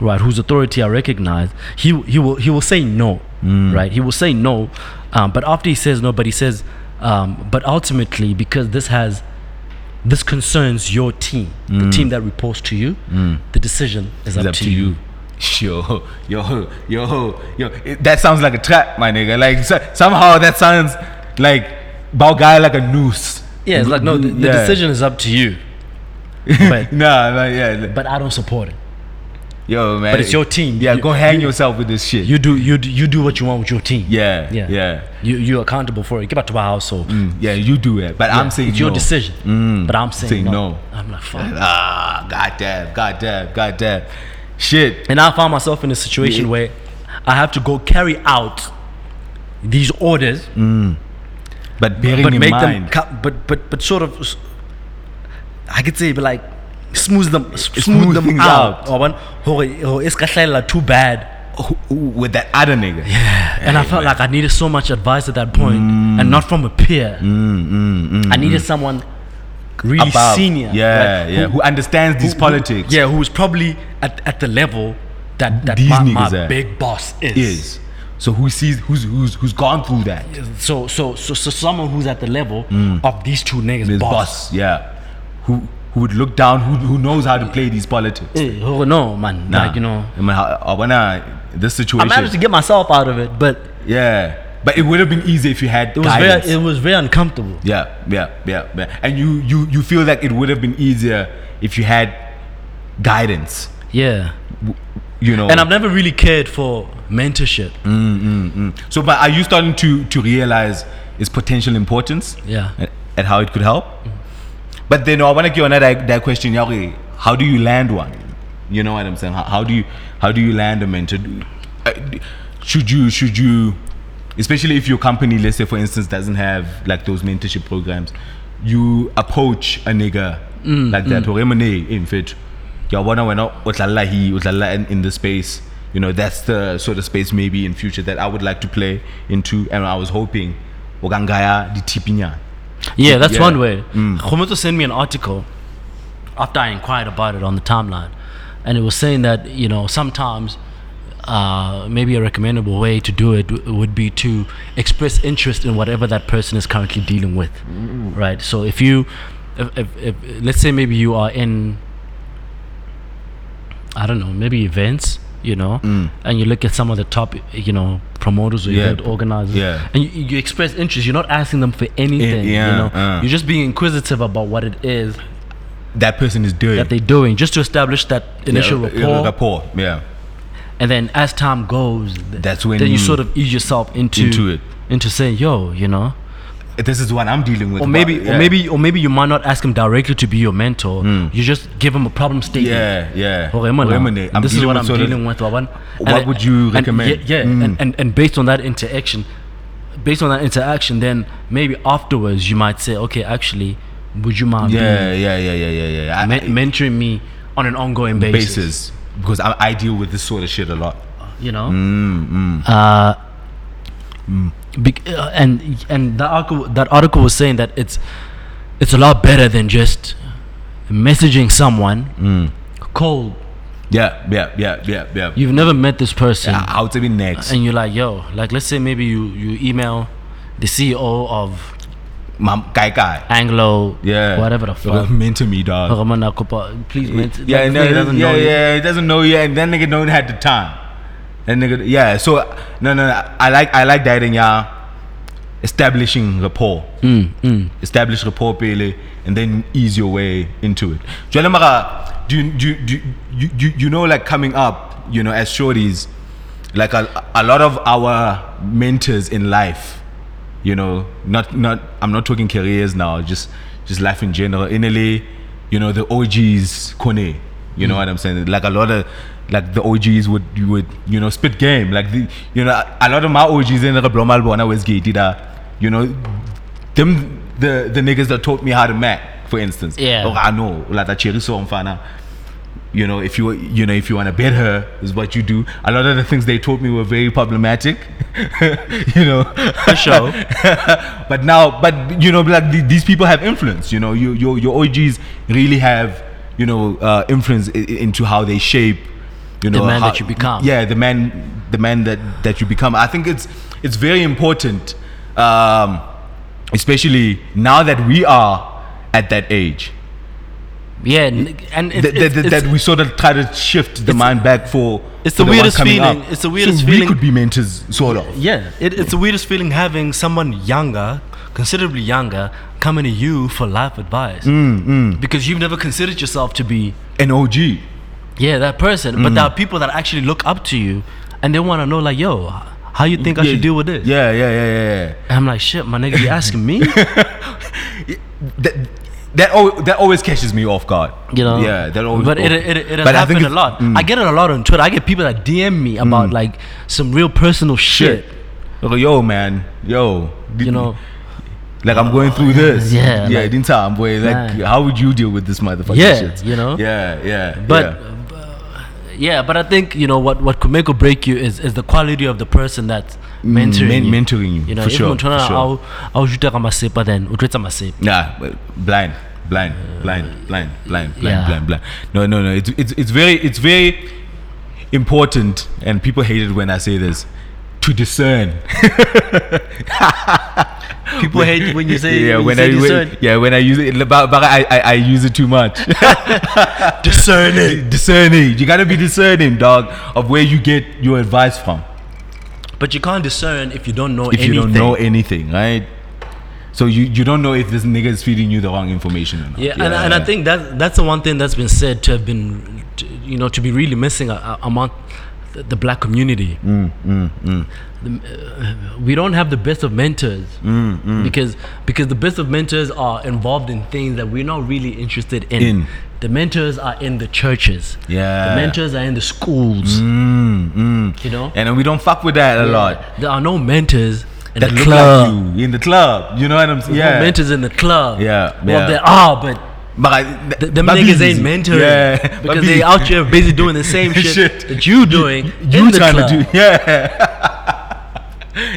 right whose authority i recognize he he will he will say no right he will say no um, but after he says no but he says um, but ultimately because this has this concerns your team the team that reports to you the decision is up,
It's
to you,
Yo, yo, yo, yo. It- that sounds like a trap, my nigga. Like so, somehow that sounds like bow guy like a noose.
yeah it's like no the, the
Yeah.
decision is up to you but
Nah, nah, yeah.
but i don't support it
Yo, man.
But it's your team.
Yeah,
You-
go hang
you-
yourself with this shit.
you do you do, you do what you want with your team
yeah, yeah,
yeah
yeah,
you you're accountable for it get back to my household
yeah. You do it, but Mm. I'm saying
it's your
no. Mm.
decision. But I'm saying,
Saying
no.
no.
I'm like, fuck.
Ah, goddamn, goddamn, goddamn. Shit.
And I found myself in a situation
Yeah.
where I have to go carry out these orders
But Mm. bearing
but
in
make them
mind,
co- but but but sort of s- I could say but like smooth them s- smooth,
smooth
them
things
out
out.
wabona? Hore- hore e ska hlahella too bad
who- who- with that other nigga.
yeah. and I felt like I needed so much advice at that point,
Mm.
and not from a peer. I needed someone really
Above.
senior,
Yeah,
right,
yeah. Who, understands these politics?
yeah, who was probably at, at the level that that
These
my, my
niggas are.
big boss is.
Is so who sees who's who's who's gone through that?
So, so so so someone who's at the level of these two niggas,
His
boss.
Mm. boss. Yeah. Who who would look down? Who who knows how to play these politics?
Eh, oh no, man,
Nah.
like you know,
I mean, I, I wanna this
I
situation.
managed to get myself out of it, but
yeah, but it would have been easy if you had
it was
guidance.
very it was very uncomfortable.
Yeah, yeah, yeah, yeah. And you, you, you feel like it would have been easier if you had guidance,
Yeah,
you know.
and I've never really cared for mentorship.
so, but are you starting to to realize its potential importance?
Yeah.
And, and how it could help. But then I want to get on that that question. yeah, okay, How do you land one? You know what I'm saying? How, how do you how do you land a mentor? Do- uh, d- Should you should you, especially if your company, let's say for instance, doesn't have like those mentorship programs, you approach a nigga like that or M&A in fit. Yeah, wanna when in in the space. You know, that's the sort of space maybe in future that I would like to play into, and I was hoping. Ogangaya di tipinya.
Yeah, that's
Yeah. Mm.
one way. Khomoto sent me an article after I inquired about it on the timeline, and it was saying that you know sometimes uh, maybe a recommendable way to do it w- would be to express interest in whatever that person is currently dealing with,
Mm.
right? So if you, if, if, if, let's say maybe you are in, I don't know, maybe events. You know, and you look at some of the top, you know, promoters or
Mm. Yeah.
event organizers,
Yeah.
and you, you express interest. You're not asking them for anything, you
yeah,
know.
uh.
You're just being inquisitive about what it is
that person is doing.
that they're doing, just to establish that initial
yeah,
rapport.
Yeah, rapport. Yeah.
And then as time goes, th-
That's when
then you
you-
sort of ease yourself into
Into it.
into saying, "Yo, you know."
This is what I'm dealing with.
Or maybe,
yeah. Hmm.
or maybe, or maybe you might not ask him directly to be your mentor. You just give him a problem statement.
Yeah, yeah.
Or Emma,
Or
now,
Emma, I'm
this is
dealing
what
with
I'm
sort of-
dealing with. Wawan.
What
it-
would you
and
recommend? Hmm.
Yeah, yeah, and, and, and based on that interaction, based on that interaction, then maybe afterwards you might say, okay, actually, would you mind being-
Yeah, yeah, yeah, yeah, yeah, yeah. I-
men- mentoring me on an ongoing basis?
basis because I, I deal with this sort of shit a lot.
you know.
Mm,
Uh, bec- uh, and and that article that article was saying that it's it's a lot better than just messaging someone
Mm.
cold.
Yeah, yeah, yeah, yeah, yeah.
You've never met this person,
I, I would say me next.
and you're like, yo, like let's say maybe you you email the CEO of
Mam guy guy.
Anglo,
Yeah.
whatever the
Like,
fuck.
Mentor me, dog.
Ramana Kopa- Please, ment-
Yeah,
like,
and
nigga
then,
doesn't
yeah,
know you.
yeah, he doesn't know yet, and that nigga don't had the time. That nigga, yeah. So no, no, no I like, I like that in y'all establishing rapport,
Mm,
establish rapport pele, and then ease your way into it. Jwale mara, do you, do you, do you, you, you know, like coming up, you know, as shorties, like a, a lot of our mentors in life, you know, not, not, I'm not talking careers now, just, just life in general. In LA, you know, the OGs, Kone, you know what I'm saying? Like a lot of, like the OGs would, you would, you know, spit game. Like the, you know, a lot of my OGs in the Blomal Bona was gay, did you know, them, the, the niggas that taught me how to map, for instance.
Yeah.
Or I know, like a cherry song, fana you know if you you know if you want to bed her is what you do a lot of the things they taught me were very problematic you know for
sure.
but now but you know like the, these people have influence you know your your, your og's really have you know uh, influence I- i- into how they shape you know
man
how-
that you become.
yeah the man the man that that you become i think it's it's very important um especially now that we are at that age
yeah, n- and it's,
that,
it's,
that,
it's,
that we sort of try to shift the mind back for.
it's
for
the
ones
weirdest
coming
feeling.
up.
It's the weirdest
so
feeling.
We could be mentors, sort of.
Yeah, it, it's the weirdest feeling having someone younger, considerably younger, coming to you for life advice
Mm,
because you've never considered yourself to be
An OG.
yeah that person.
Mm.
But there are people that actually look up to you and they want to know like, yo, h- how you think I
Yeah.
should deal with this?
Yeah, yeah, yeah,
And I'm like, shit, my nigga, you asking me?
yeah. That that, al- that always catches me off guard.
You know?
Yeah, that always.
But it
off-
it, it, it has
But I think
happened a
it's- Mm,
lot. I get it a lot on Twitter. I get people that DM me about like some real personal shit.
Shit. Like, yo, man, yo.
You know,
Like I'm going through this.
Yeah,
yeah.
like-
in time, boy. Like,
Man.
how would you deal with this motherfucking
Yeah,
shit?
you know?
Yeah, yeah.
But
yeah. Mm,
uh, yeah, but I think you know what what could make or break you is, is the quality of the person that's mentoring
Mm, men-
you.
mentoring you,
You know,
for
if
sure,
mutshana
for sure.
au- aujuta kamasepa then utwetsa masepa.
Nah, but blind, blind, blind, blind, blind, blind,
Yeah.
blind, blind. No, no, no. It's, it's it's very it's very important, and people hate it when I say this. To discern,
People hate when you say
yeah. When, I when, yeah, when I use it, but, but I, I I use it too much. discerning, discerning. You gotta be discerning, dog, of where you get your advice from.
But you can't discern if you don't know
If
anything.
you don't know anything, right? So you you don't know if this nigga is feeding you the wrong information or not.
Yeah, And, and I think that that's the one thing that's been said to have been, to, you know, to be really missing a, a, among the, the black community.
Mm,
The- uh, we don't have the best of mentors
Mm,
because because the best of mentors are involved in things that we're not really interested in.
In.
The mentors are in the churches.
Yeah. Mm,
The mentors are in the schools. You know,
and we don't fuck with that a lot.
there are no mentors in
the,
the,
club.
club.
you in the club. You know what I'm saying?
No
Yeah.
mentors in the club.
Yeah,
Well,
yeah.
there are, but
But I, th-
The, them
but
niggas
busy.
ain't mentoring
Yeah. but
because
busy.
they out here busy doing the same shit,
Shit.
that you doing.
You
in the
trying
club.
to do? Yeah. yeah.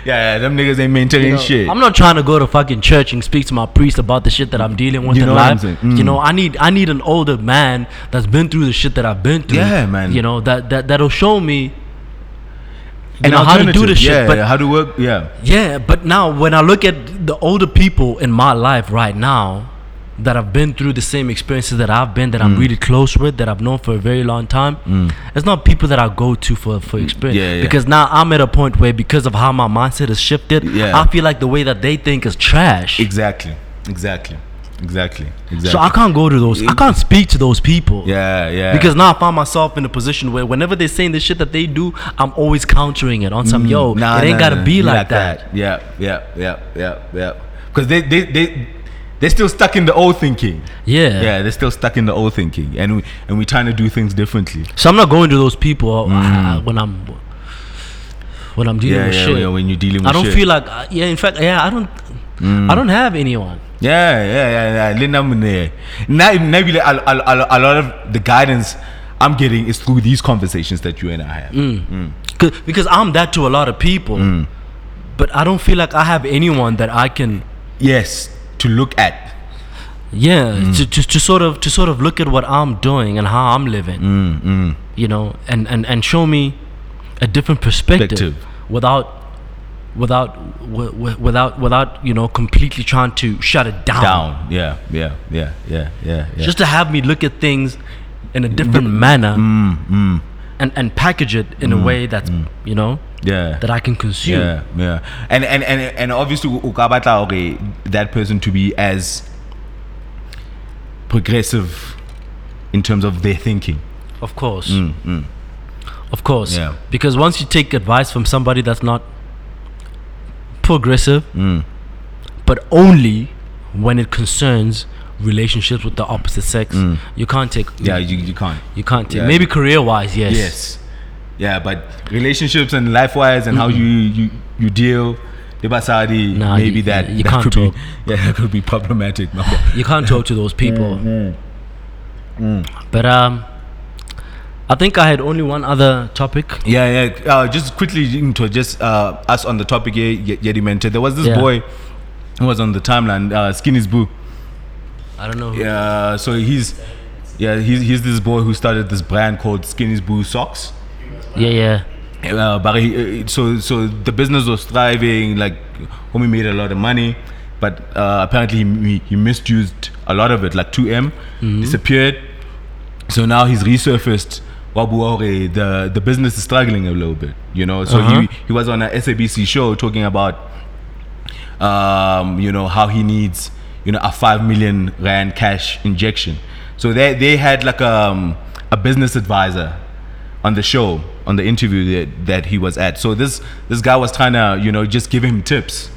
Yeah. Them niggas ain't mentoring
You know,
shit.
I'm not trying to go to fucking church and speak to my priest about the shit that I'm dealing with
You
in
know what I'm
life.
saying? Mm.
You know, I need I need an older man that's been through the shit that I've been through.
Yeah, man.
You know that that that'll show me. You
An
know how to do the
alternative.
shit,
Yeah,
but
how to work? Yeah.
Yeah, but now when I look at the older people in my life right now that have been through the same experiences that I've been, that
Mm.
I'm really close with, that I've known for a very long time, it's not people that I go to for, for experience.
Mm. yeah.
Because now I'm at a point where, because of how my mindset has shifted,
Yeah.
I feel like the way that they think is trash.
Exactly. Exactly. Exactly. Exactly.
So I can't go to those, I can't speak to those people.
yeah. Yeah.
Because now I find myself in a position where whenever they're saying the shit that they do, I'm always countering it on some yo.
Mm. Nah,
it ain't
nah,
gotta
nah,
be
nah,
like, that.
Yeah. Yeah. Yeah. Yeah. Yeah. Because they they they they're still stuck in the old thinking.
Yeah.
yeah they're still stuck in the old thinking and we and we're trying to do things differently
So I'm not going to those people uh, when I'm when I'm dealing
Mm. yeah,
with
yeah,
shit.
yeah, when you're dealing with
I don't
shit. Mm.
feel like uh, yeah. In fact, yeah, I don't. I don't have anyone.
yeah yeah yeah yeah Lena Mune. now maybe like, a, a, a, a lot of the guidance i'm getting is through these conversations that you and i have
Mm. Cause, because I'm that to a lot of people,
Mm.
but I don't feel like I have anyone that I can
yes to look at
yeah
Mm.
to, to to sort of to sort of look at what I'm doing and how I'm living,
Mm,
you know, and, and and show me a different perspective,
Perspective.
without. Without, w- w- without, without, you know, completely trying to shut it
down yeah yeah yeah yeah yeah, yeah.
Uh-huh.
Mm,
just to have me look at things in a different manner and and package it in a way that's
mm.
you know
yeah
that I can consume.
yeah yeah and and and, and obviously o ka batla hore that person to be as progressive in terms of their thinking
Of course, of course,
Mm, Yeah.
because once you take advice from somebody that's not progressive,
Mm.
but only when it concerns relationships with the opposite sex, you can't take.
Mm. yeah you, you can't
you can't take.
yeah.
Maybe career wise, yes.
Yes. Yeah, but relationships and life wise and how you, you you deal, the basadi,
Nah,
maybe
you-
that
you
that
can't
could
talk.
be yeah, that could be problematic. my boy.
you can't talk to those people. But um, I think I had only one other topic.
yeah, yeah. Uh, just quickly into just uh, us on the topic here, Ye- Yeti mentioned there was this
Yeah.
boy who was on the timeline, uh, Skinny's Boo.
I don't know. who-
Yeah, so he's yeah he's he's this boy who started this brand called Skinny's Boo socks.
yeah, yeah.
uh, but he, uh, so so the business was thriving like homie made a lot of money but uh, apparently he, he, he misused a lot of it like 2m disappeared so now he's resurfaced Wabuore, the the business is struggling a little bit you know so
Uh-huh.
he he was on a sabc show talking about um, you know how he needs you know a five million rand cash injection. So they they had like um, a business advisor on the show on the interview that, that he was at. So this this guy was trying to you know just give him tips,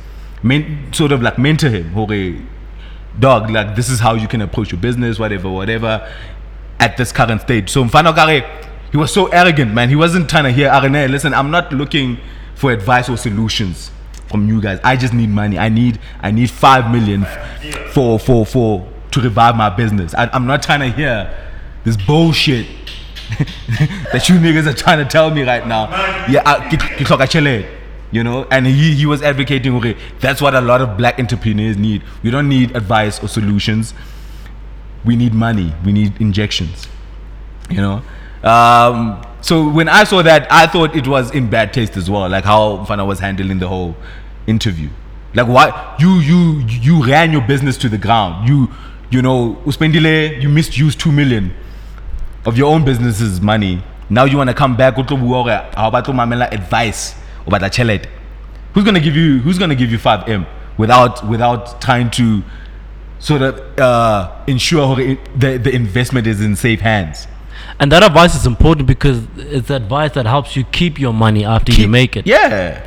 men, sort of like mentor him. Okay, dog, like this is how you can approach your business, whatever, whatever. At this current stage, so Mfano Kare, he was so arrogant, man. He wasn't trying to hear Arne. Listen, I'm not looking for advice or solutions. from you guys. I just need money. I need I need five million f- for for for to revive my business. I, I'm not trying to hear this bullshit that you niggas are trying to tell me right now. Yeah, I, ke- ke hloka tjhelete, you know. And he he was advocating. Okay, that's what a lot of black entrepreneurs need. We don't need advice or solutions. We need money. We need injections you know um, so when i saw that i thought it was in bad taste as well like how fana was handling the whole interview like why you you you ran your business to the ground you you know uspendile you misused 2 million of your own business's money now you want to come back utlo bua hore ha o batle ho mamela advice o batla tjhelete who's going to give you who's going to give you 5m without without trying to sort of uh, ensure hore it- the the investment is in safe hands
And that advice is important because it's advice that helps you keep your money after you make it.
Yeah. Yeah,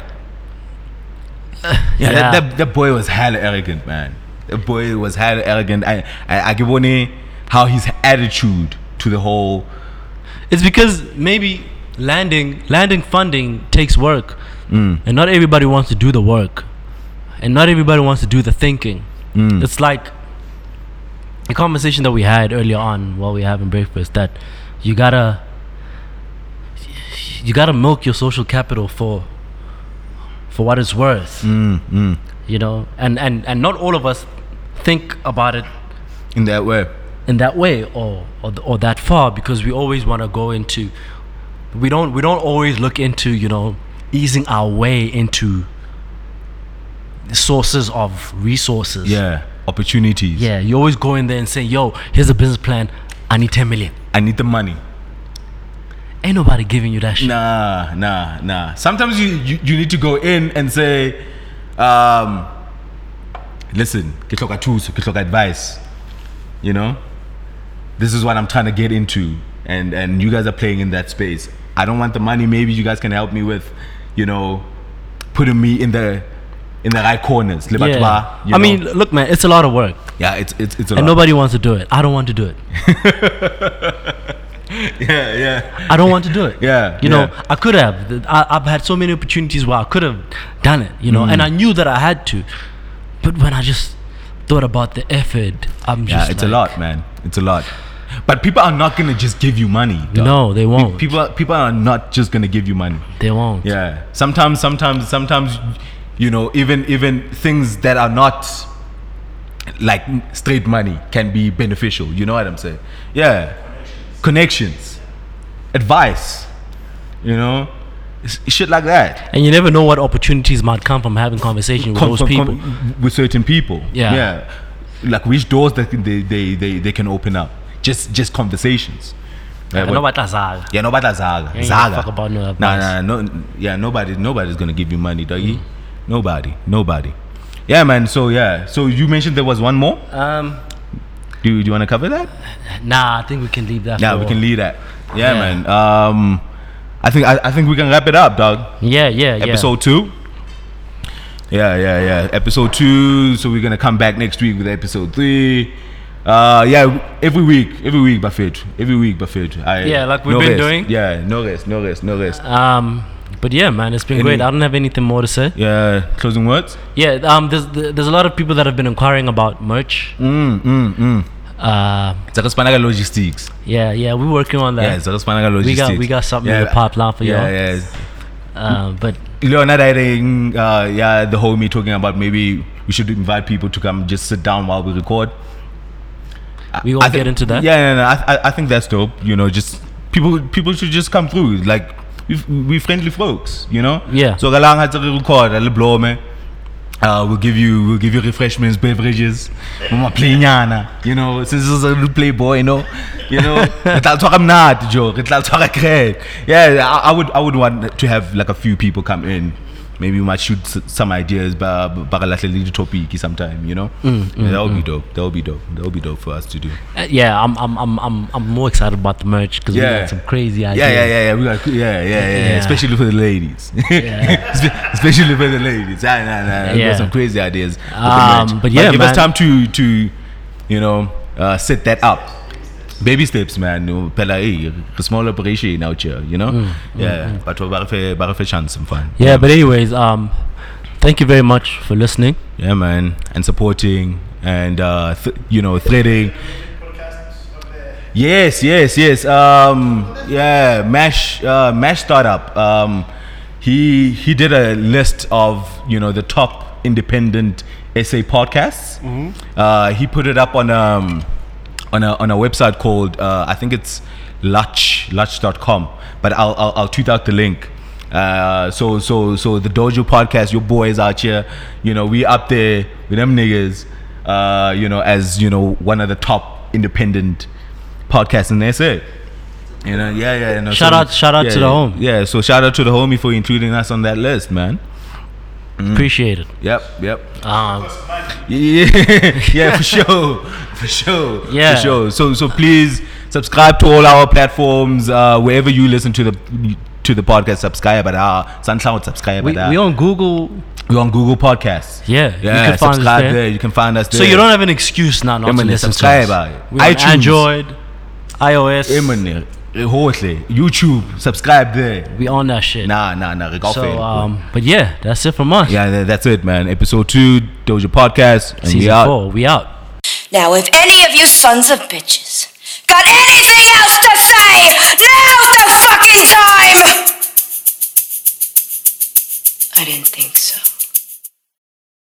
Yeah.
That, that, that boy was hella arrogant, man. That boy was hella arrogant. I, I, I give one how his attitude to the whole.
It's because maybe landing landing funding takes work, and not everybody wants to do the work, and not everybody wants to do the thinking. It's like the conversation that we had earlier on while we were having breakfast that you gotta you gotta milk your social capital for for what it's worth. You know, and and and not all of us think about it
In that way.
in that way or or, th- or that far because we always want to go into we don't we don't always look into you know easing our way into the sources of resources
Yeah. Opportunities.
yeah you always go in there and say yo here's a business plan i need 10 million
I need the money.
ain't nobody giving you that shit
Nah, nah, nah. Sometimes you, you, you need to go in and say, um, listen, get look at tools, get look at advice. You know, this is what I'm trying to get into, and and you guys are playing in that space. I don't want the money. Maybe you guys can help me with, you know, putting me in the in the right corners. Le batho ba, you
i
know.
mean look man it's a lot of work
yeah, it's it's it's a
and
lot.
nobody wants to do it i don't want to do it
yeah, yeah,
I don't want to do it.
Yeah,
You
yeah.
know, I could have. Th- I, I've had so many opportunities where I could have done it, you know, and I
Mm.
knew that I had to. But when I just thought about the effort, I'm
yeah.
just.
It's a
like,
lot, man. It's a lot. But people are not gonna just give you money. dog.
No, they won't.
people people are not just gonna give you money
they won't.
yeah sometimes sometimes sometimes you know even even things that are not like straight money can be beneficial you know what i'm saying yeah connections advice you know s- shit like that
And you never know what opportunities might come from having conversation with
Con-
those
con-
people.
con- with certain people
Yeah.
yeah like which doors that they they, they, they can open up just just conversations Yeah,
I
what-
know what that's all.
yeah, nobody that's Zaga.
ain't
Zaga.
gonna fuck about no
nah,
advice. Mm.
nah, no. Yeah, nobody, nobody's gonna give you money, doggy. Nobody, nobody. Yeah, man. So yeah, so you mentioned there was one more.
Um,
Do, you- do you want to cover that?
nah, I think we can leave that.
Yeah,
for,
we can leave that. Yeah,
Yeah.
man. Um, I think I, I think we can wrap it up, dog.
Yeah, yeah, yeah.
Episode two. Yeah, yeah, yeah. Episode two. So we're gonna come back next week with episode three. Uh, yeah, every week, every week, Buffett, every week, Buffett. I,
Yeah, like we've
no
been
rest.
doing.
Yeah, no rest, no rest, no rest.
Um, but yeah, man, it's been great.
Any-
I don't have anything more to say.
Yeah, closing words.
Yeah, um, there's there's a lot of people that have been inquiring about merch.
Mm, mm, mm.
Uh,
Zakaspanaka Logistics.
yeah, yeah, we're working on that.
Yeah, Zakaspanaka
we
Logistics.
got we got something in the pipeline for y'all.
Yeah, yeah.
Uh, but
Leonard, I think, uh, yeah, the homie talking about maybe we should invite people to come just sit down while we record. I-
We gonna
I thi-
get into that?
Yeah, yeah, no, I, I, I think that's dope. You know, just people, people should just come through. Like, we've, we friendly folks. You know.
Yeah.
So galang had to record a little blow man. Uh, we'll give you we'll give you refreshments, beverages, Mama playnyana, you know, since this is a little playboy, you know, you know, I'm not Joe, yeah, I, I would I would want to have like a few people come in, maybe we might shoot s- some ideas, but but like a little topic sometime, you know, Yeah, that would be dope, that would be dope, that would be dope for us to do.
uh, yeah, I'm I'm I'm I'm I'm more excited about the merch because we
Yeah.
got some crazy
Yeah,
ideas.
yeah, yeah, yeah. We got, yeah, yeah, yeah, yeah.
Yeah.
Especially for the ladies. Espe- Especially for the ladies. Nah, nah, nah. We
Yeah.
got some crazy ideas. with the
Um,
merch.
but yeah,
give us
man.
time to to you know uh, set that up. Baby steps, man. You know, Pella, hey, a small operation
Mm,
out here, you know. yeah, but we have a chance and fun.
Yeah, but anyways, um, Thank you very much for listening.
Yeah, man, and supporting and uh, th- you know threading. Yes, yes, yes. Um, yeah, Mash, uh, Mash startup. Um, he he did a list of you know the top independent SA podcasts. Uh, he put it up on um on a on a website called uh, I think it's Lutch Lutch.com, but I'll I'll, I'll tweet out the link. Uh, so so so the Dojo podcast, your boys out here, you know we up there with them niggas, uh, you know as you know one of the top independent podcasts in the SA. You know, yeah, yeah. You know,
Shout out- shout out
yeah,
to the
yeah.
home.
Yeah, so shout out to the homie for including us on that list, man. Mm.
Appreciate it.
Yep, yep.
Um,
Yeah, yeah, for sure, for sure,
Yeah.
for sure. So, so please subscribe to all our platforms uh, wherever you listen to the to the podcast. Subscribe at our SoundCloud. Subscribe
we,
at our.
we on Google.
we're on Google Podcasts.
Yeah, you
yeah.
can find us
subscribe
there.
there. You can find us there.
So you don't have an excuse now not
Yeah, man,
to listen to
subscribe,
us.
aye.
We're on
iTunes.
Android, iOS.
Yeah, man, eh, Hohle, YouTube. Subscribe there.
We on that shit.
Nah, nah, nah. Regal
so,
fail.
um, but yeah, that's it from us.
yeah, tha- that's it, man. Episode two, Doja Podcast, and we
Season
out.
four, we out.
Now, if any of you sons of bitches got anything else to say, now's the fucking time! I didn't think so.